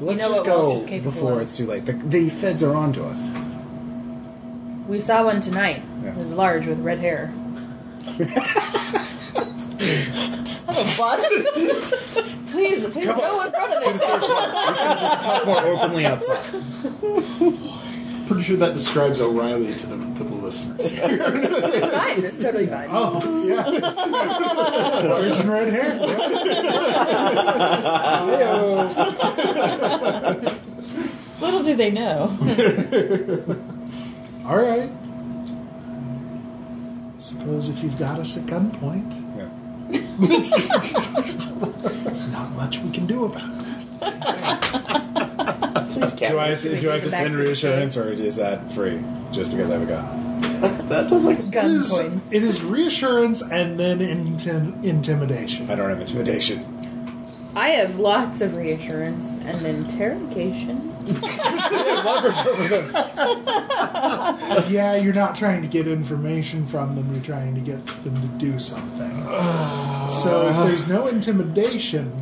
Speaker 1: Let's
Speaker 4: know
Speaker 1: just
Speaker 4: what
Speaker 1: go
Speaker 4: Walsh is capable
Speaker 1: before
Speaker 4: of.
Speaker 1: it's too late. The, the feds are on to us.
Speaker 4: We saw one tonight.
Speaker 1: Yeah.
Speaker 4: It was large with red hair. please, please go in front of it.
Speaker 1: Talk more openly outside.
Speaker 6: Pretty sure that describes O'Reilly to the to the listeners.
Speaker 4: It's fine. It's totally fine.
Speaker 2: Oh, yeah. Virgin red hair. yeah.
Speaker 7: Little do they know.
Speaker 2: All right. Suppose if you've got us at gunpoint,
Speaker 1: Yeah.
Speaker 2: there's not much we can do about it.
Speaker 5: Please,
Speaker 1: Do I
Speaker 5: Captain.
Speaker 1: have to, do I have to
Speaker 4: Back
Speaker 1: spend
Speaker 4: to the
Speaker 1: reassurance, or is that free just because I have a gun?
Speaker 5: That sounds like
Speaker 2: It
Speaker 4: Gun
Speaker 2: is,
Speaker 4: points.
Speaker 2: it is reassurance and then intim- intimidation.
Speaker 1: I don't have intimidation.
Speaker 4: I have lots of reassurance and interrogation.
Speaker 2: yeah, you're not trying to get information from them, you're trying to get them to do something. so if there's no intimidation,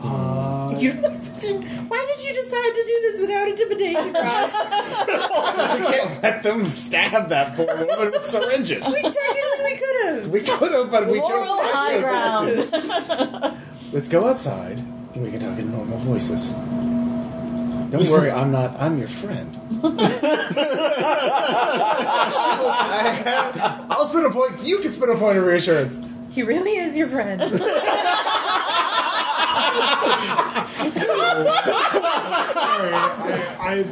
Speaker 2: uh,
Speaker 4: Why did you decide to do this without intimidation, Ross?
Speaker 1: I can't let them stab that poor woman with syringes.
Speaker 4: Technically, we could have.
Speaker 1: We could have, but we
Speaker 7: Moral
Speaker 1: chose. I chose
Speaker 7: high
Speaker 1: not to.
Speaker 7: ground.
Speaker 1: Let's go outside. We can talk in normal voices. Don't worry, I'm not. I'm your friend. I'll spin a point. You can spin a point of reassurance.
Speaker 4: He really is your friend.
Speaker 2: sorry, I, I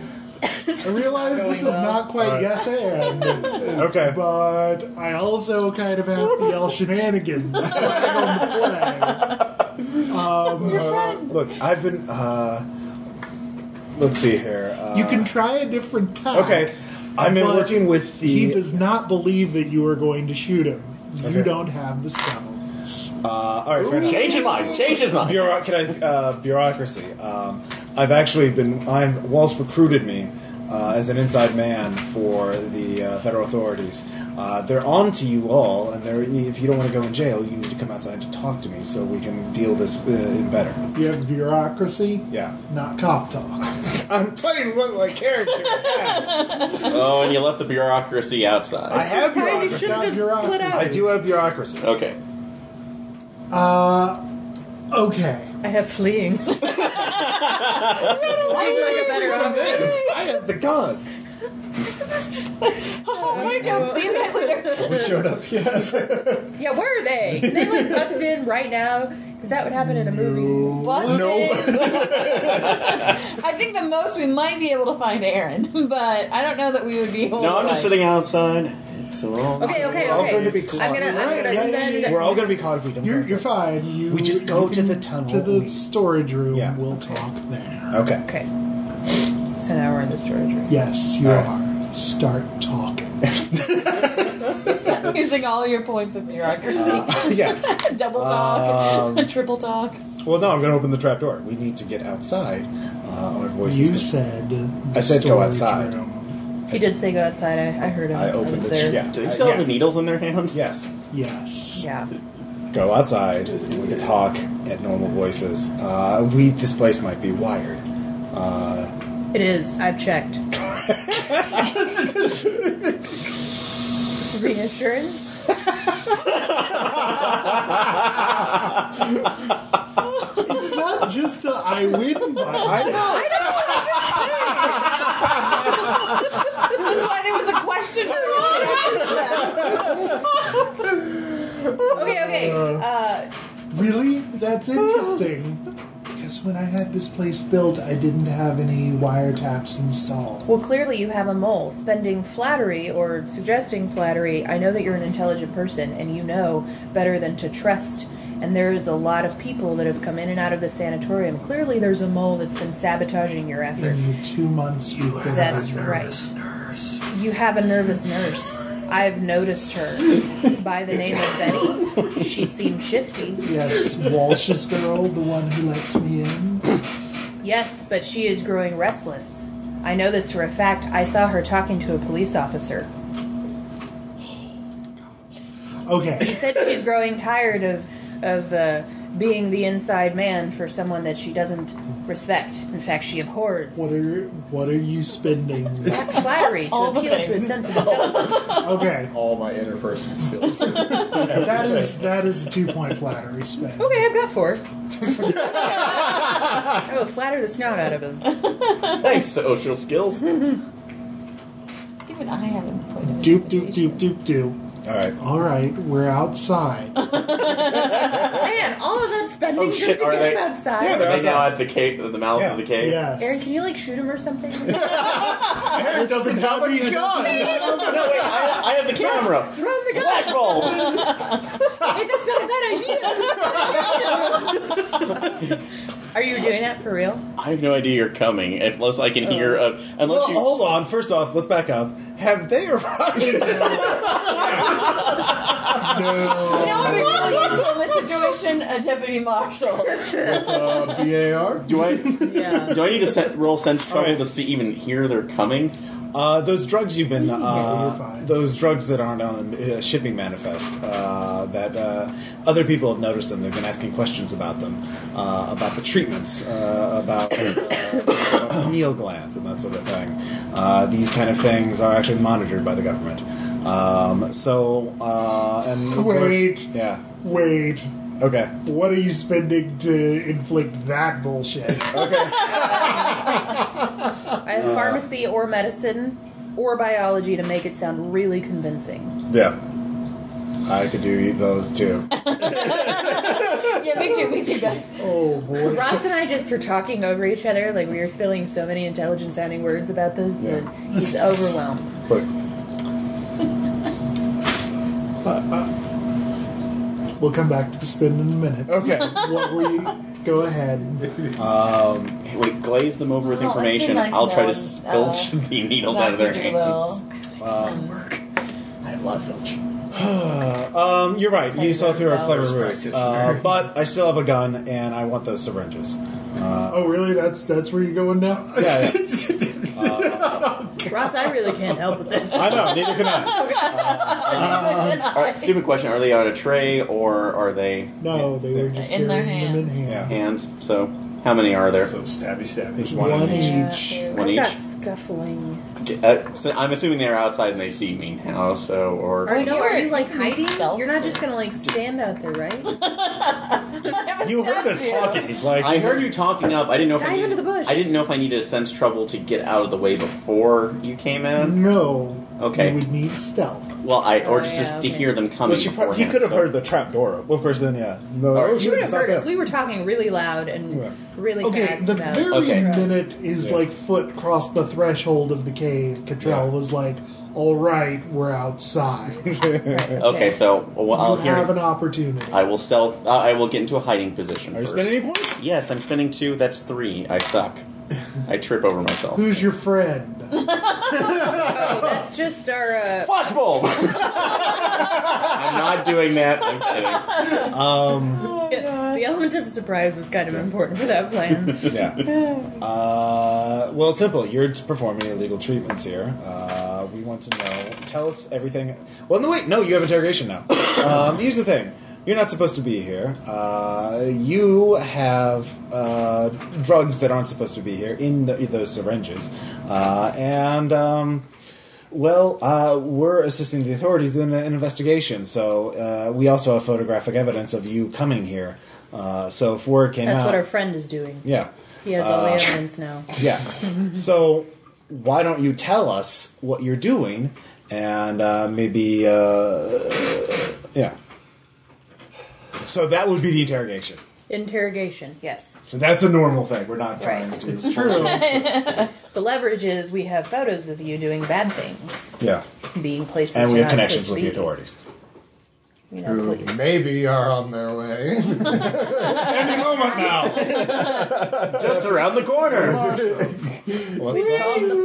Speaker 2: I realize this is not quite yes and.
Speaker 1: Okay.
Speaker 2: But I also kind of have the El shenanigans.
Speaker 1: Look, I've been. Uh, let's see here. Uh,
Speaker 2: You can try a different time.
Speaker 1: Okay, I've been
Speaker 2: But
Speaker 1: working with
Speaker 2: He
Speaker 1: the.
Speaker 2: does not believe that you are going to shoot him. You
Speaker 1: Okay.
Speaker 2: don't have the skills.
Speaker 1: Uh, all right, fair enough.
Speaker 5: Change his mind. Change his mind.
Speaker 1: Bureau- can I, uh, bureaucracy. Um, I've actually been. I'm Walsh recruited me uh, as an inside man for the uh, federal authorities. Uh, they're on to you all, and they're, if you don't want to go in jail, you need to come outside to talk to me so we can deal this uh, better.
Speaker 2: You have bureaucracy,
Speaker 1: Yeah,
Speaker 2: not cop talk.
Speaker 1: I'm playing one of my characters.
Speaker 5: Oh, and you left the bureaucracy
Speaker 1: I
Speaker 5: outside.
Speaker 1: have
Speaker 20: How you
Speaker 1: bureaucracy.
Speaker 20: shouldn't have
Speaker 2: bureaucracy.
Speaker 20: split
Speaker 1: I
Speaker 20: up.
Speaker 1: do have bureaucracy.
Speaker 5: Okay.
Speaker 2: Uh, okay.
Speaker 20: I have fleeing.
Speaker 9: Seems like a better option.
Speaker 1: I have the gun.
Speaker 9: We don't see that later.
Speaker 1: We showed up yet.
Speaker 9: Yeah, where are they? Can they like bust in right now? Because that would happen in a movie.
Speaker 7: Busted. I think the most we might be able to find Aaron, but I don't know that we would be able.
Speaker 5: No,
Speaker 7: to,
Speaker 5: I'm just
Speaker 7: like-
Speaker 5: sitting outside. It's all.
Speaker 9: Okay, okay,
Speaker 1: We're all
Speaker 9: okay.
Speaker 1: going to be caught.
Speaker 9: I'm gonna, I'm gonna
Speaker 1: Yeah, yeah,
Speaker 9: spend.
Speaker 1: We're all going to be caught if we don't.
Speaker 2: You're,
Speaker 1: go.
Speaker 2: you're fine. You,
Speaker 1: We just go to the tunnel.
Speaker 2: To the storage room.
Speaker 1: Yeah.
Speaker 2: We'll talk there.
Speaker 1: Okay.
Speaker 9: Okay. So now we're in the storage room.
Speaker 2: Yes, you
Speaker 1: All right.
Speaker 2: are. Start talking.
Speaker 7: using all your points of bureaucracy.
Speaker 1: Uh, yeah.
Speaker 7: Double talk,
Speaker 1: Um,
Speaker 7: triple talk.
Speaker 1: Well, no, I'm going to open the trap door. We need to get outside. Uh, our voices.
Speaker 2: You
Speaker 1: can-
Speaker 2: said.
Speaker 1: I said go outside.
Speaker 2: storage room.
Speaker 9: He did say go outside. I, I heard him.
Speaker 1: I opened
Speaker 9: was
Speaker 1: the.
Speaker 9: there.
Speaker 1: Yeah.
Speaker 5: Do
Speaker 1: I-
Speaker 5: they still
Speaker 1: Uh, yeah.
Speaker 5: have the needles in their hands?
Speaker 1: Yes.
Speaker 2: Yes.
Speaker 9: Yeah.
Speaker 1: Go outside. We can talk at normal voices. Uh, we. This place might be wired. Uh,
Speaker 9: It is. I've checked. Reinsurance.
Speaker 2: It's not just a I win button.
Speaker 1: I know.
Speaker 7: That's why there was a question.
Speaker 9: Okay, okay. Uh,
Speaker 2: Really? That's interesting. Because when I had this place built, I didn't have any wiretaps installed.
Speaker 9: well, clearly you have a mole. Spending flattery or suggesting flattery. I know that you're an intelligent person, and you know better than to trust. And there is a lot of people that have come in and out of the sanatorium. Clearly, there's a mole that's been sabotaging your efforts.
Speaker 2: In the two months you have
Speaker 9: That's right.
Speaker 2: Mm-hmm.
Speaker 9: You have a nervous nurse. I've noticed her by the name of Betty. She seemed shifty.
Speaker 2: Yes, Walsh's girl, the one who lets me in.
Speaker 9: Yes, but she is growing restless. I know this for a fact. I saw her talking to a police officer. She
Speaker 2: Okay.
Speaker 9: said she's growing tired of of uh, being the inside man for someone that she doesn't respect. In fact, she abhors.
Speaker 2: What are what are you spending?
Speaker 9: Flattery to
Speaker 7: All the
Speaker 9: appeal to a
Speaker 7: things.
Speaker 9: sense of intelligence.
Speaker 2: Okay.
Speaker 14: All my interpersonal skills.
Speaker 2: That is that is a two point flattery spend.
Speaker 9: Okay, I've got four. I will flatter the snout out of him.
Speaker 5: Thanks, social skills.
Speaker 7: Even I haven't point of
Speaker 2: Doop doop doop doop doop.
Speaker 1: All right.
Speaker 2: Alright, we're outside.
Speaker 9: Man, all of that spending
Speaker 5: Oh,
Speaker 9: just
Speaker 5: shit,
Speaker 9: to
Speaker 5: are
Speaker 9: get him
Speaker 5: they-
Speaker 9: outside.
Speaker 1: Yeah,
Speaker 5: Are they
Speaker 1: they're
Speaker 5: now
Speaker 1: outside.
Speaker 5: at the cave, the mouth of the cave?
Speaker 2: Yes.
Speaker 9: Aaron, can you like shoot him or something?
Speaker 2: Aaron doesn't have
Speaker 14: Oh
Speaker 2: a gun.
Speaker 5: No, wait, I, I have the camera.
Speaker 9: Throw him the gun.
Speaker 5: Flash bulb.
Speaker 9: Hey, that's not a bad idea. Are you doing that for real?
Speaker 5: I have no idea you're coming, unless I can hear. A, unless
Speaker 1: Well,
Speaker 5: you
Speaker 1: hold on. First off, let's back up. Have they arrived?
Speaker 7: You know what would really useful in this situation? A deputy marshal.
Speaker 6: Uh, BAR?
Speaker 5: Do I?
Speaker 9: Yeah.
Speaker 5: Do I need to set, roll sense trouble
Speaker 1: All right.
Speaker 5: to see even hear they're coming?
Speaker 1: Uh, those drugs you've been,
Speaker 2: you're
Speaker 1: uh,
Speaker 2: fine.
Speaker 1: those drugs that aren't on the uh, shipping manifest, uh, that uh, other people have noticed them. They've been asking questions about them, uh, about the treatments, uh, about uh, pineal glands and that sort of thing. Uh, these kind of things are actually monitored by the government. Um, so, uh, and
Speaker 2: Wait.
Speaker 1: yeah,
Speaker 2: Wait.
Speaker 1: okay,
Speaker 2: What are you spending to inflict that bullshit?
Speaker 1: okay.
Speaker 9: I
Speaker 5: Uh,
Speaker 9: have pharmacy or medicine or biology to make it sound really convincing.
Speaker 1: Yeah. I could do those too.
Speaker 9: yeah, me too, me too, guys.
Speaker 2: Oh boy.
Speaker 9: Ross and I just are talking over each other, like we are spilling so many intelligent sounding words about this
Speaker 3: Yeah.
Speaker 9: that he's overwhelmed.
Speaker 3: Look,
Speaker 2: We'll come back to the spin in a minute.
Speaker 3: okay.
Speaker 2: what were you? Go ahead.
Speaker 3: Um,
Speaker 5: Would glaze them over with
Speaker 7: Oh, I think
Speaker 5: information.
Speaker 7: I
Speaker 5: I'll try to
Speaker 7: smell,
Speaker 5: filch
Speaker 7: uh,
Speaker 5: the needles out of their
Speaker 7: Dr.
Speaker 5: hands.
Speaker 7: Doolittle.
Speaker 9: I love Filch.
Speaker 1: um, you're right. You saw through our clever
Speaker 5: Nurse
Speaker 1: ruse.
Speaker 5: practitioner.
Speaker 1: Uh, but I still have a gun, and I want those syringes. Uh,
Speaker 2: Oh, really? That's that's where you're going now?
Speaker 1: yeah, yeah.
Speaker 9: Ross, I really can't help with this.
Speaker 1: I know. Neither can I.
Speaker 7: Oh
Speaker 5: Uh, stupid question. Are they on a tray or are they
Speaker 2: No, they were just
Speaker 7: In their
Speaker 2: carrying them in hand.
Speaker 1: Yeah.
Speaker 5: hand? So how many are there?
Speaker 3: so stabby stabby.
Speaker 1: There's
Speaker 2: One,
Speaker 1: one. in each.
Speaker 2: each.
Speaker 5: One
Speaker 4: I've
Speaker 5: each.
Speaker 4: got scuffling.
Speaker 5: Uh, so I'm assuming they're outside and they see me now. So or
Speaker 4: Are you,
Speaker 7: you-
Speaker 4: are you like hiding?
Speaker 7: stealthy.
Speaker 4: You're not just gonna like stand out there, right?
Speaker 1: You heard us talking. Like
Speaker 5: I heard you talking up. I didn't know if I
Speaker 4: Dive
Speaker 5: needed,
Speaker 4: into the bush.
Speaker 5: I didn't know if I needed to sense trouble to get out of the way before you came in.
Speaker 2: No.
Speaker 5: Okay.
Speaker 2: You would need stealth.
Speaker 5: Well, I or
Speaker 9: Oh,
Speaker 5: just,
Speaker 9: yeah,
Speaker 5: just to
Speaker 9: okay.
Speaker 5: hear them coming.
Speaker 1: Well, she pro- he
Speaker 5: beforehand,
Speaker 1: could have
Speaker 5: so-
Speaker 1: heard the trap door. Well, first then, yeah. No,
Speaker 5: Or
Speaker 1: oh,
Speaker 5: you
Speaker 1: shit,
Speaker 9: You would
Speaker 1: it's
Speaker 9: have
Speaker 1: not
Speaker 9: heard us.
Speaker 1: there.
Speaker 9: We were talking really loud and
Speaker 1: Right.
Speaker 9: really
Speaker 2: Okay,
Speaker 9: fast
Speaker 2: the
Speaker 9: about
Speaker 2: very
Speaker 5: Okay.
Speaker 2: minute is like foot crossed the threshold of the cave. Catrell
Speaker 1: Yeah.
Speaker 2: was like, "All right, we're outside.
Speaker 5: Okay, so well, I'll
Speaker 2: you
Speaker 5: hear.
Speaker 2: have an opportunity."
Speaker 5: I will stealth. Uh, I will get into a hiding position
Speaker 1: Are you
Speaker 5: first.
Speaker 1: spending any points?
Speaker 5: Yes, I'm spending two. That's three. I suck. I trip over myself.
Speaker 2: Who's your friend?
Speaker 4: Oh, that's just our. Uh,
Speaker 5: Flashbulb! I'm not doing that. I'm kidding.
Speaker 1: Um,
Speaker 9: the element of surprise was kind of important for that plan.
Speaker 1: yeah. Uh, well, it's simple. You're performing illegal treatments here. Uh, we want to know. Tell us everything. Well, no, wait. No, you have interrogation now. Um, here's the thing. You're not supposed to be here. Uh, you have uh, drugs that aren't supposed to be here in, the, in those syringes, uh, and um, Well, uh, we're assisting the authorities in an investigation, so uh, we also have photographic evidence of you coming here. Uh, so if word came
Speaker 4: that's
Speaker 1: out,
Speaker 4: what our friend is doing.
Speaker 1: yeah,
Speaker 4: He has
Speaker 1: Uh.
Speaker 4: all the evidence now.
Speaker 1: yeah. so why don't you tell us what you're doing, and uh, maybe, uh, yeah. So that would be the interrogation.
Speaker 4: Interrogation. Yes.
Speaker 1: So that's a normal thing. We're not trying
Speaker 4: Right.
Speaker 1: to.
Speaker 2: it's true.
Speaker 4: The leverage is we have photos of you doing bad things,
Speaker 1: Yeah,
Speaker 4: being places.
Speaker 1: and we
Speaker 4: you're
Speaker 1: have
Speaker 4: not
Speaker 1: connections with
Speaker 4: supposed
Speaker 1: the
Speaker 4: to be.
Speaker 1: authorities.
Speaker 4: You know,
Speaker 6: Who
Speaker 4: please.
Speaker 6: maybe are on their way.
Speaker 1: Any moment now.
Speaker 5: Just around the corner.
Speaker 1: What's
Speaker 4: We
Speaker 1: that?
Speaker 4: called the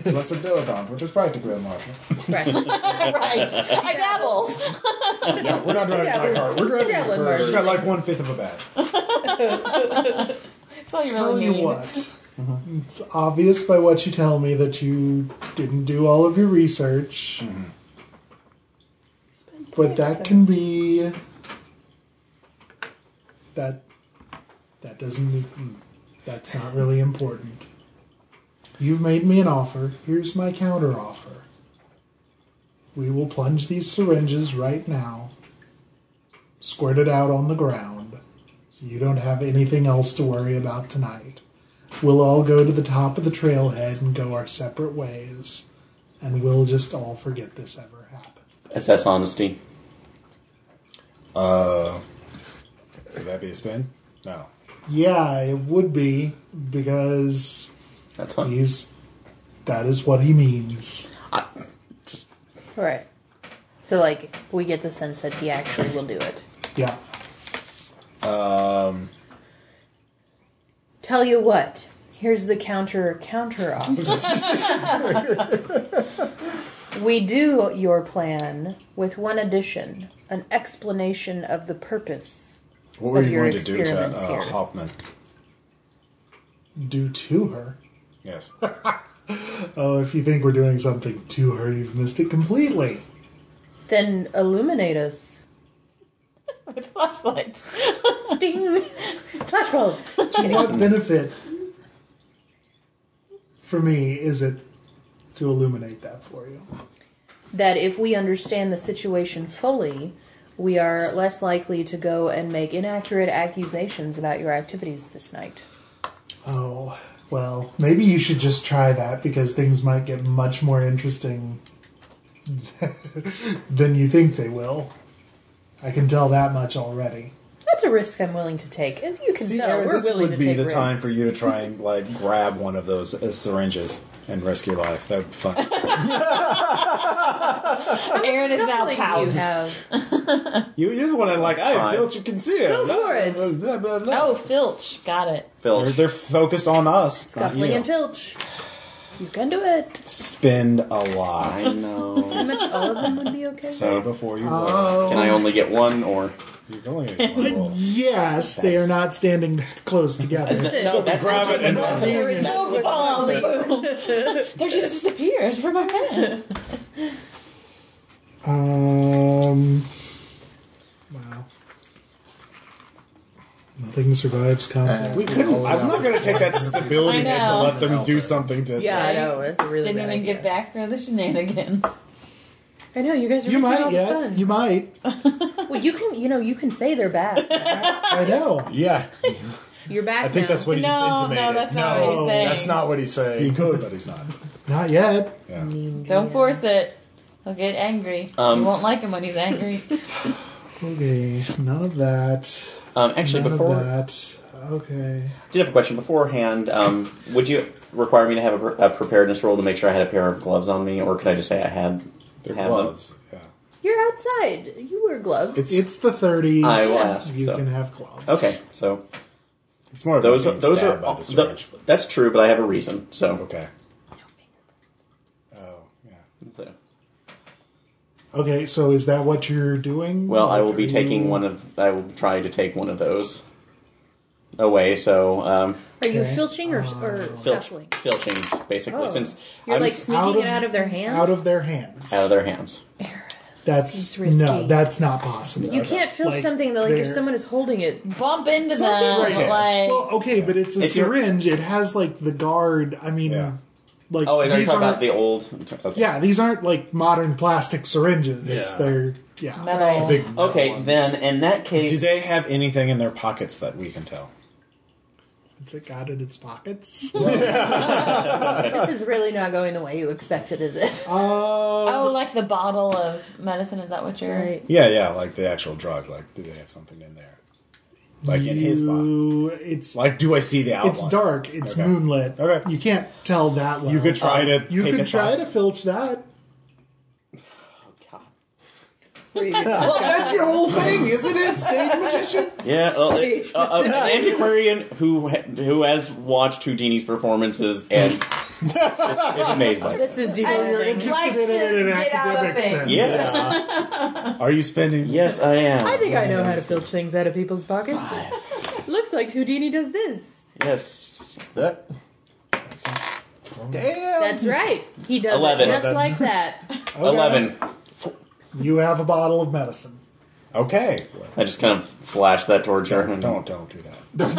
Speaker 4: police.
Speaker 1: Less a dilettante, which is practically a marshal.
Speaker 4: Right.
Speaker 7: right. I dabble.
Speaker 1: No, we're not driving my car. We're driving.
Speaker 4: Devlin
Speaker 1: I just
Speaker 4: Marsh.
Speaker 1: got like one fifth of a badge.
Speaker 7: That's all you
Speaker 2: tell
Speaker 7: really
Speaker 2: you
Speaker 7: need.
Speaker 2: what. It's obvious by what you tell me that you didn't do all of your research. But that can be that that doesn't need- mm, that's not really important. You've made me an offer. Here's my counter offer. We will plunge these syringes right now. Squirt it out on the ground. So you don't have anything else to worry about tonight. We'll all go to the top of the trailhead and go our separate ways. And we'll just all forget this ever happened.
Speaker 5: Assess honesty.
Speaker 1: Uh, would that be a spin? No.
Speaker 2: Yeah, it would be, because
Speaker 5: That's fun.
Speaker 2: he's. That is what he means.
Speaker 4: right. So like we get the sense that he actually will do it.
Speaker 2: Yeah.
Speaker 1: Um,
Speaker 4: Tell you what. Here's the counter counter offer. we do your plan with one addition, an explanation of the purpose.
Speaker 1: what were
Speaker 4: Of
Speaker 1: you
Speaker 4: your
Speaker 1: going to do to
Speaker 4: experiments here.
Speaker 1: uh, Hoffman?
Speaker 2: Do to her.
Speaker 1: Yes.
Speaker 2: Oh, if you think we're doing something to her, you've missed it completely.
Speaker 4: Then illuminate us.
Speaker 7: With flashlights.
Speaker 4: Ding! Flashbulb!
Speaker 2: To what benefit for me is it to illuminate that for you?
Speaker 4: that if we understand the situation fully, we are less likely to go and make inaccurate accusations about your activities this night.
Speaker 2: Oh, well, maybe you should just try that because things might get much more interesting than you think they will. I can tell that much already.
Speaker 9: that's a risk I'm willing to take. As you can
Speaker 1: See,
Speaker 9: tell,
Speaker 1: Aaron,
Speaker 9: we're
Speaker 1: this
Speaker 9: willing
Speaker 1: would
Speaker 9: to
Speaker 1: be
Speaker 9: take
Speaker 1: the
Speaker 9: risks.
Speaker 1: time for you to try and like grab one of those uh, syringes and risk your life. That'd be fun.
Speaker 7: Aaron is now
Speaker 9: Feelings you
Speaker 7: pouts.
Speaker 9: have.
Speaker 1: you, you're the one that like. I
Speaker 5: Fine.
Speaker 1: feel you can see it.
Speaker 9: Go for it.
Speaker 1: Blah, blah, blah.
Speaker 7: Oh, Filch, got it.
Speaker 1: They're,
Speaker 5: Phil.
Speaker 1: they're focused on us, not
Speaker 4: Scuffling
Speaker 1: you.
Speaker 4: and Filch.
Speaker 9: You can do it.
Speaker 1: Spend a lot.
Speaker 5: I know.
Speaker 9: Pretty much all of them would be okay.
Speaker 1: Say before you roll.
Speaker 5: Can I only get one or?
Speaker 1: You're going to get one roll.
Speaker 2: Yes, they are not standing close together.
Speaker 5: No, that's
Speaker 1: grab it and
Speaker 5: that's-
Speaker 7: No, follow me. they just disappeared from our hands.
Speaker 2: Um, wow. Nothing survives combat.
Speaker 1: We
Speaker 6: Oh,
Speaker 1: couldn't. I'm not going to take that stability
Speaker 7: I
Speaker 1: hit to
Speaker 7: know.
Speaker 1: let them do something to.
Speaker 9: Yeah, I know. That's a really
Speaker 7: Didn't
Speaker 9: bad
Speaker 7: even
Speaker 9: idea.
Speaker 7: get back for the shenanigans.
Speaker 9: I know you guys are
Speaker 2: you
Speaker 9: missing
Speaker 2: might,
Speaker 9: all the
Speaker 2: yeah.
Speaker 9: fun.
Speaker 2: You might.
Speaker 9: well, you can, you know, you can say they're back.
Speaker 2: I know.
Speaker 14: Yeah,
Speaker 9: You're back.
Speaker 14: I think
Speaker 9: now.
Speaker 14: that's what he just
Speaker 7: No,
Speaker 14: intimated.
Speaker 7: no, that's not what he's saying.
Speaker 14: that's not what he's
Speaker 1: He
Speaker 14: saying.
Speaker 1: could, but he's not.
Speaker 2: Not yet.
Speaker 1: Yeah.
Speaker 7: Don't force it. He'll get angry.
Speaker 5: Um,
Speaker 7: you won't like him when he's angry.
Speaker 2: Okay, none of that.
Speaker 5: Um, actually,
Speaker 2: None
Speaker 5: before
Speaker 2: of that. Okay.
Speaker 5: I did have a question beforehand. Um, would you require me to have a, pre- a preparedness roll to make sure I had a pair of gloves on me, or could I just say I had?
Speaker 1: They're
Speaker 5: have
Speaker 1: gloves. Yeah.
Speaker 9: You're outside. You wear gloves.
Speaker 2: It's, the 30s.
Speaker 5: I will ask,
Speaker 2: You
Speaker 5: so.
Speaker 2: can have gloves.
Speaker 5: them? Okay, so
Speaker 1: It's more of
Speaker 5: those
Speaker 1: a
Speaker 5: are
Speaker 1: being
Speaker 5: those are
Speaker 1: stabbed by the
Speaker 5: the-
Speaker 1: syringe.
Speaker 5: that's true, but I have a reason. So,
Speaker 1: okay. Oh yeah.
Speaker 5: so-
Speaker 2: Okay, so is that what you're doing?
Speaker 5: well, I will be
Speaker 2: Are
Speaker 5: taking
Speaker 2: you-
Speaker 5: one of I will try to take one of those away. So um,
Speaker 4: Are you
Speaker 2: Okay. Oh.
Speaker 4: filching or, or
Speaker 5: fil-
Speaker 4: scuffling?
Speaker 5: filching basically,
Speaker 4: Oh.
Speaker 5: since
Speaker 4: You're
Speaker 5: I'm
Speaker 4: like
Speaker 5: s-
Speaker 4: sneaking
Speaker 2: Out
Speaker 4: it
Speaker 2: of-
Speaker 4: out of their hand?
Speaker 2: Out of their hands.
Speaker 5: out of their hands.
Speaker 2: That's
Speaker 4: Seems risky.
Speaker 2: no, that's not possible.
Speaker 4: you can't uh, filch
Speaker 2: Like,
Speaker 4: something that, like, if
Speaker 2: they're-
Speaker 4: someone is holding it.
Speaker 7: Bump into
Speaker 9: Something
Speaker 7: them.
Speaker 9: like
Speaker 1: that.
Speaker 7: Like,
Speaker 2: Well, okay, but it's a
Speaker 5: If you're-
Speaker 2: syringe. It has like the guard. I mean,
Speaker 1: Yeah.
Speaker 2: like
Speaker 5: Oh, wait, are you
Speaker 2: these
Speaker 5: talking
Speaker 2: aren't-
Speaker 5: about the old? Okay.
Speaker 2: yeah, these aren't like modern plastic syringes.
Speaker 14: Yeah.
Speaker 2: They're yeah.
Speaker 7: metal.
Speaker 14: Big
Speaker 5: Okay,
Speaker 14: ones.
Speaker 5: then in that case,
Speaker 1: Do they have anything in their pockets that we can tell?
Speaker 2: It's it got in its pockets.
Speaker 9: this is really not going the way you expected, is it?
Speaker 2: Uh,
Speaker 7: Oh, like the bottle of medicine. Is that what you're?
Speaker 9: Right.
Speaker 1: Yeah, yeah, like the actual drug. Like, do they have something in there? Like in his pocket.
Speaker 2: you, it's
Speaker 1: Like, do I see the outline?
Speaker 2: it's dark. It's
Speaker 1: Okay.
Speaker 2: moonlit.
Speaker 1: Okay.
Speaker 2: You can't tell that well.
Speaker 1: You could try to.
Speaker 2: You
Speaker 1: pick
Speaker 2: could
Speaker 1: us
Speaker 2: try
Speaker 1: up.
Speaker 2: to filch that.
Speaker 1: Well, that's your whole thing, isn't it? Stage magician.
Speaker 5: Yeah, well, it- uh, uh, an antiquarian who ha- who has watched Houdini's performances and is, is amazed by it.
Speaker 9: This is
Speaker 2: So you're
Speaker 9: dehumanizing.
Speaker 2: interested in it in an
Speaker 7: get out of
Speaker 2: academic
Speaker 7: things.
Speaker 2: sense.
Speaker 5: Yes,
Speaker 1: Are you spending?
Speaker 5: yes, I am.
Speaker 9: I think I know how to filch things out of people's pockets. Looks like Houdini does this.
Speaker 5: yes.
Speaker 14: That-
Speaker 1: Damn.
Speaker 9: That's right. He does
Speaker 5: Eleven.
Speaker 9: it just like that.
Speaker 5: Eleven.
Speaker 2: You have a bottle of medicine.
Speaker 1: Okay.
Speaker 5: I just kind of flashed that towards her.
Speaker 1: Don't don't, don't do that.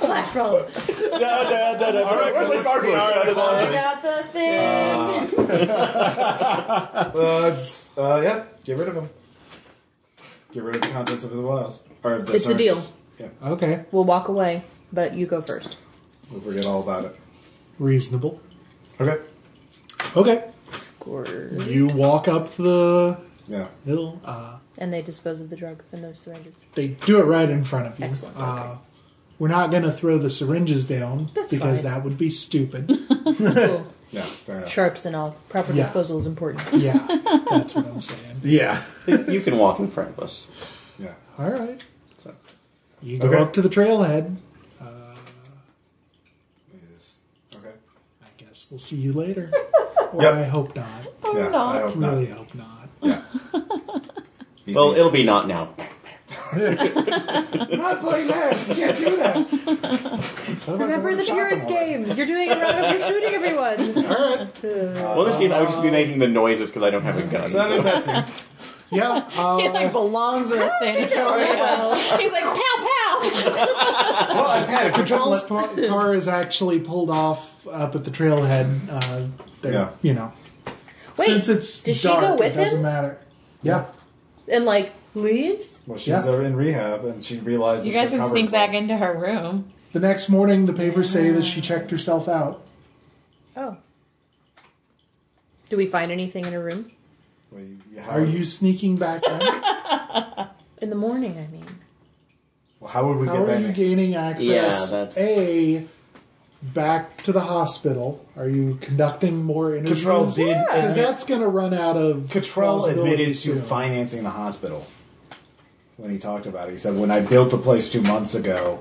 Speaker 9: Flash roll.
Speaker 1: All right, where's my sparkler?
Speaker 7: I got the thing.
Speaker 1: Uh, it's- uh, yeah, get rid of them. Get rid of the contents of the vials. Or of the
Speaker 9: It's a
Speaker 1: syringes.
Speaker 9: deal.
Speaker 1: Yeah,
Speaker 2: Okay,
Speaker 9: We'll walk away, but you go first.
Speaker 1: we'll forget all about it.
Speaker 2: reasonable.
Speaker 1: Okay.
Speaker 2: Okay,
Speaker 9: Score.
Speaker 2: you walk up the
Speaker 1: Yeah.
Speaker 2: hill. Uh,
Speaker 9: And they dispose of the drug in those syringes.
Speaker 2: they do it right in front of you.
Speaker 9: Excellent,
Speaker 2: Uh, we're not going to throw the syringes down
Speaker 9: That's
Speaker 2: because
Speaker 9: fine.
Speaker 2: that would be stupid.
Speaker 9: Cool.
Speaker 1: Yeah. Fair enough.
Speaker 9: Sharps and all. Proper
Speaker 2: Yeah.
Speaker 9: disposal is important.
Speaker 2: yeah, that's what I'm saying.
Speaker 14: Yeah.
Speaker 5: You can walk in front of us.
Speaker 1: Yeah.
Speaker 2: All right,
Speaker 5: So.
Speaker 2: you go
Speaker 1: Okay.
Speaker 2: up to the trailhead.
Speaker 1: Yes. Okay.
Speaker 2: I guess we'll see you later, or
Speaker 1: Yep.
Speaker 2: I hope not.
Speaker 1: yeah. I hope not.
Speaker 2: Really hope not.
Speaker 1: Yeah. He's
Speaker 5: Well,
Speaker 1: like,
Speaker 5: it'll be not now.
Speaker 1: I'm not playing mass. We can't do that.
Speaker 9: Remember the Purist game. You're doing it wrong if you're shooting everyone.
Speaker 5: Well, in this case, I would just be making the noises because I don't have a gun.
Speaker 1: So that
Speaker 5: so-
Speaker 1: is that scene.
Speaker 2: Yeah,
Speaker 7: He
Speaker 2: uh,
Speaker 7: like belongs in the sanatorium. He's like pow pow.
Speaker 1: Well, I panicked.
Speaker 2: Charles' pa- car is actually pulled off up at the trailhead. Uh, there,
Speaker 1: Yeah.
Speaker 2: you know.
Speaker 9: Wait,
Speaker 2: Since it's
Speaker 9: does she
Speaker 2: dark,
Speaker 9: go with
Speaker 2: it doesn't
Speaker 9: him?
Speaker 2: matter. Yeah,
Speaker 9: And like leaves?
Speaker 1: Well, she's
Speaker 2: Yeah.
Speaker 1: uh, in rehab, and she realizes
Speaker 7: You guys
Speaker 1: her
Speaker 7: can
Speaker 1: cover's
Speaker 7: sneak back
Speaker 1: blown.
Speaker 7: into her room.
Speaker 2: the next morning the papers say that she checked herself out.
Speaker 9: Oh. Do we find anything in her room?
Speaker 1: Well, you-
Speaker 2: Are you sneaking back in?
Speaker 9: In the morning, I mean.
Speaker 1: Well, how would we
Speaker 2: How
Speaker 1: get
Speaker 2: are
Speaker 1: back?
Speaker 2: you gaining access?
Speaker 5: Yeah, that's-
Speaker 2: A, back to the hospital. Are you conducting more interviews?
Speaker 1: Cottrell did
Speaker 2: Because
Speaker 1: admit-
Speaker 2: that's going to run out of.
Speaker 1: Cottrell
Speaker 2: plausibility
Speaker 1: uh, admitted to
Speaker 2: soon.
Speaker 1: financing the hospital when he talked about it. He said, "When I built the place two months ago,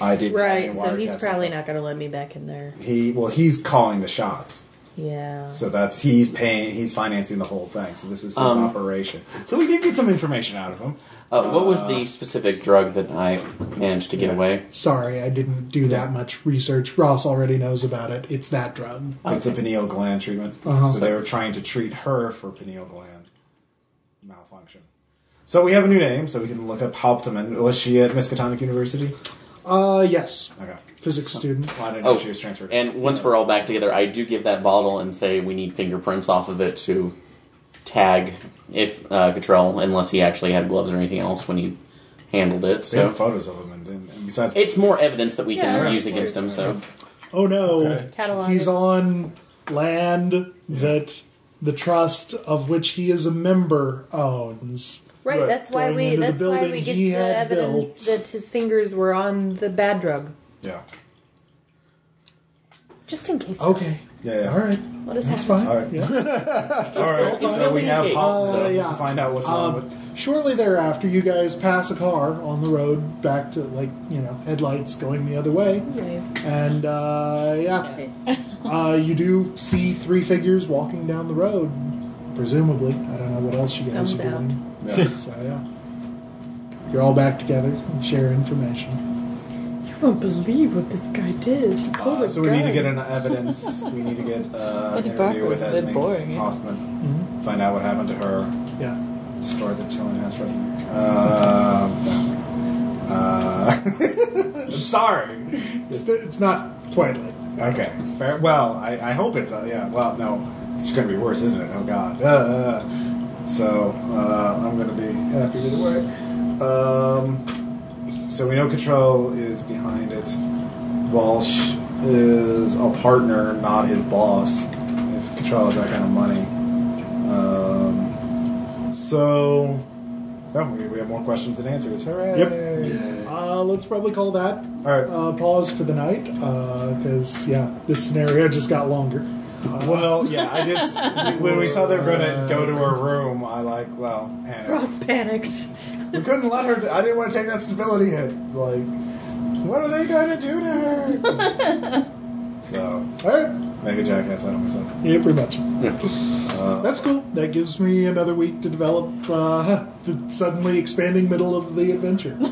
Speaker 1: I didn't." have any
Speaker 9: Right, so
Speaker 1: wire
Speaker 9: he's
Speaker 1: caps and
Speaker 9: probably
Speaker 1: stuff."
Speaker 9: not going to let me back in there.
Speaker 1: He well, he's calling the shots,
Speaker 9: Yeah.
Speaker 1: so that's he's paying, he's financing the whole thing. So this is his
Speaker 5: Um,
Speaker 1: operation. So we did get some information out of him.
Speaker 5: Uh, what was the specific drug that I managed to get away?
Speaker 2: Sorry, I didn't do that much research. Ross already knows about it. It's that drug.
Speaker 1: It's the pineal gland treatment.
Speaker 2: Uh-huh.
Speaker 1: So they were trying to treat her for pineal gland malfunction. So we have a new name, so we can look up Hauptmann. Was she at Miskatonic University?
Speaker 2: Uh, yes.
Speaker 1: Okay.
Speaker 2: Physics student.
Speaker 1: Well, I didn't know
Speaker 5: Oh,
Speaker 1: if she was transferred.
Speaker 5: and once we're all back together, I do give that bottle and say we need fingerprints off of it to tag if uh, Cottrell, unless he actually had gloves or anything else when he handled it.
Speaker 1: They have
Speaker 5: So
Speaker 1: photos of him, and, then- and besides,
Speaker 5: it's more evidence that we can
Speaker 9: Yeah.
Speaker 5: use against him. So
Speaker 2: Oh no.
Speaker 1: Okay.
Speaker 9: Catalog.
Speaker 2: He's on land that the trust of which he is a member owns.
Speaker 9: Right,
Speaker 1: Right.
Speaker 9: that's why
Speaker 2: Going
Speaker 9: we
Speaker 2: into the
Speaker 9: that's why
Speaker 2: building
Speaker 9: we get
Speaker 2: he
Speaker 9: the
Speaker 2: had
Speaker 9: evidence
Speaker 2: built.
Speaker 9: that his fingers were on the bad drug.
Speaker 1: yeah,
Speaker 9: Just in case.
Speaker 2: Okay.
Speaker 1: yeah, yeah.
Speaker 2: All right.
Speaker 9: What is
Speaker 2: That's
Speaker 9: happening?
Speaker 1: All
Speaker 2: fine.
Speaker 1: right.
Speaker 2: Yeah.
Speaker 1: All right. So we have
Speaker 5: Uh,
Speaker 1: Hauptmann
Speaker 2: yeah.
Speaker 1: to find out what's wrong with.
Speaker 2: Um, shortly thereafter, you guys pass a car on the road back to, like, you know, headlights going the other way. And, uh, yeah. Uh, you do see three figures walking down the road, presumably. I don't know what else you guys
Speaker 9: Thumbs
Speaker 2: are doing.
Speaker 1: Yeah.
Speaker 2: So, yeah. You're all back together and share information.
Speaker 4: You won't believe what this guy did. He
Speaker 1: Uh, so we need to get an evidence. We need to get uh, an
Speaker 4: Pretty
Speaker 1: interview
Speaker 4: boring.
Speaker 1: with
Speaker 4: They're
Speaker 1: Esme
Speaker 4: boring, yeah.
Speaker 1: Hauptmann. Find out what happened to her.
Speaker 2: Yeah.
Speaker 1: Destroy the Tilling House Wrestling. Uh, uh, I'm sorry.
Speaker 2: It's, it's not quite like
Speaker 1: Okay. Fair. Well, I, I hope it's. Uh, yeah. Well, no. It's going to be worse, isn't it? Oh, God. Uh, so, uh, I'm going to be happy either way. Um, so, we know Control is behind it. Walsh is a partner, not his boss. If Control has that kind of money. Um, so, yeah, we, we have more questions than answers. Hooray!
Speaker 2: Yep. Uh, let's probably call that
Speaker 1: All right.
Speaker 2: uh, pause for the night because yeah, this scenario just got longer. Uh,
Speaker 1: Well, yeah, I just when we saw they were gonna go to her room, I like, well, Hannah,
Speaker 9: Ross panicked.
Speaker 1: we couldn't let her. I didn't want to take that stability hit. Like, what are they gonna do to her? so
Speaker 2: all right,
Speaker 1: make a jackass out of myself.
Speaker 2: yeah, pretty much.
Speaker 1: Uh,
Speaker 2: That's cool. That gives me another week to develop uh, the suddenly expanding middle of the adventure. Uh,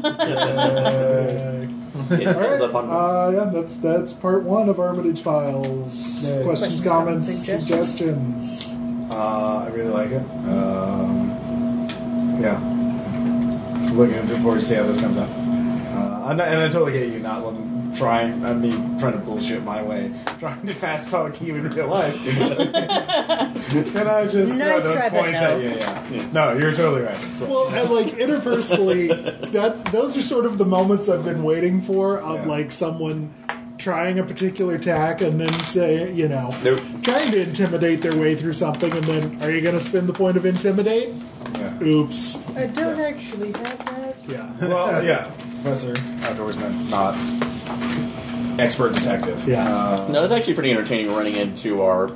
Speaker 5: it
Speaker 2: all
Speaker 5: filled
Speaker 2: right.
Speaker 5: up on
Speaker 2: Uh, yeah, that's that's part one of Armitage Files.
Speaker 1: Yay.
Speaker 2: Questions, comments, suggestions.
Speaker 1: uh, I really like it. Um, yeah, looking forward to see how this comes out. Uh, I'm not, and I totally get you not letting, trying. I me trying to bullshit my way, trying to fast talk you in real life. Can I just
Speaker 9: Nice
Speaker 1: throw
Speaker 9: try,
Speaker 1: those
Speaker 9: but
Speaker 1: points
Speaker 9: no.
Speaker 1: at you? Yeah. No, you're totally right. So,
Speaker 2: Well, and like interpersonally, that's those are sort of the moments I've been waiting for of
Speaker 1: Yeah.
Speaker 2: like someone trying a particular tack and then say, you know,
Speaker 5: Nope.
Speaker 2: trying to intimidate their way through something, and then are you going to spin the point of intimidate?
Speaker 1: yeah.
Speaker 2: Oops.
Speaker 4: I don't actually have that.
Speaker 2: Yeah.
Speaker 1: well, yeah. Professor outdoorsman, not expert detective.
Speaker 2: Yeah.
Speaker 1: Uh,
Speaker 5: No, it's actually pretty entertaining running into our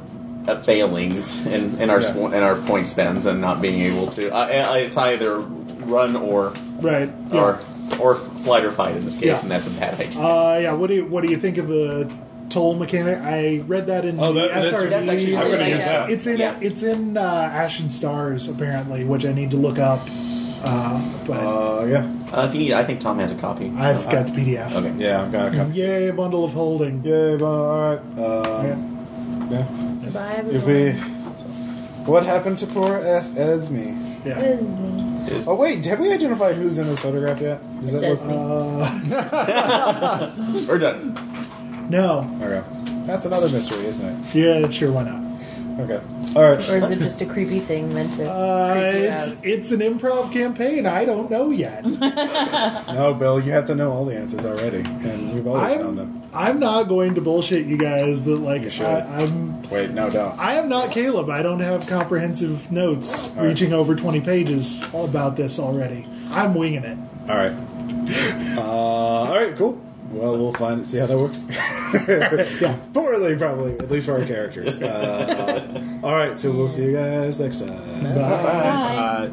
Speaker 5: uh, failings and in, our
Speaker 1: Yeah.
Speaker 5: sw- in our point spends and not being able to. I, I, it's either run or
Speaker 2: Right. Yeah.
Speaker 5: or or flight or fight in this case,
Speaker 2: Yeah.
Speaker 5: and that's a bad idea.
Speaker 2: Uh, yeah. What do you What do you think of the toll mechanic? I read that in
Speaker 1: Oh,
Speaker 2: the
Speaker 1: that- that's-
Speaker 2: SRD.
Speaker 5: that's actually
Speaker 1: I'm gonna
Speaker 5: Yeah.
Speaker 1: use that.
Speaker 2: It's in
Speaker 5: Yeah.
Speaker 2: it's in uh, Ashen Stars apparently, which I need to look up. Uh, but
Speaker 1: Uh, yeah.
Speaker 5: Uh, if you need, I think Tom has a copy. Uh,
Speaker 2: I've got the PDF.
Speaker 5: Okay.
Speaker 1: Yeah. I've got a couple.
Speaker 2: Yay, bundle of holding.
Speaker 1: Yay, but all right. Um, yeah.
Speaker 9: Goodbye,
Speaker 1: If
Speaker 9: everyone.
Speaker 1: we, what happened to poor es- Esme?
Speaker 2: Yeah.
Speaker 1: Oh wait, have we identified who's in this photograph yet? Is
Speaker 9: It's
Speaker 1: what's-
Speaker 9: Esme.
Speaker 2: Uh,
Speaker 5: We're done.
Speaker 2: no.
Speaker 1: Okay, that's another mystery, isn't it?
Speaker 2: Yeah, sure, why not?
Speaker 1: Okay. All right.
Speaker 4: Or is it just a creepy thing meant to
Speaker 2: Uh,
Speaker 4: creep you
Speaker 2: it's
Speaker 4: out?
Speaker 2: it's an improv campaign. I don't know yet.
Speaker 1: No, Bill, you have to know all the answers already, and you've always known them.
Speaker 2: I'm, I'm not going to bullshit you guys that like
Speaker 1: You should.
Speaker 2: I, I'm
Speaker 1: Wait, no, don't.
Speaker 2: I am not Caleb. I don't have comprehensive notes
Speaker 1: right.
Speaker 2: reaching over 20 pages about this already. I'm winging it.
Speaker 1: All right. Uh, all right. Cool. Well, we'll find see how that works. yeah, poorly probably, at least for our characters. Uh, all right, so we'll see you guys next time.
Speaker 2: Bye.
Speaker 7: Bye.
Speaker 6: Uh,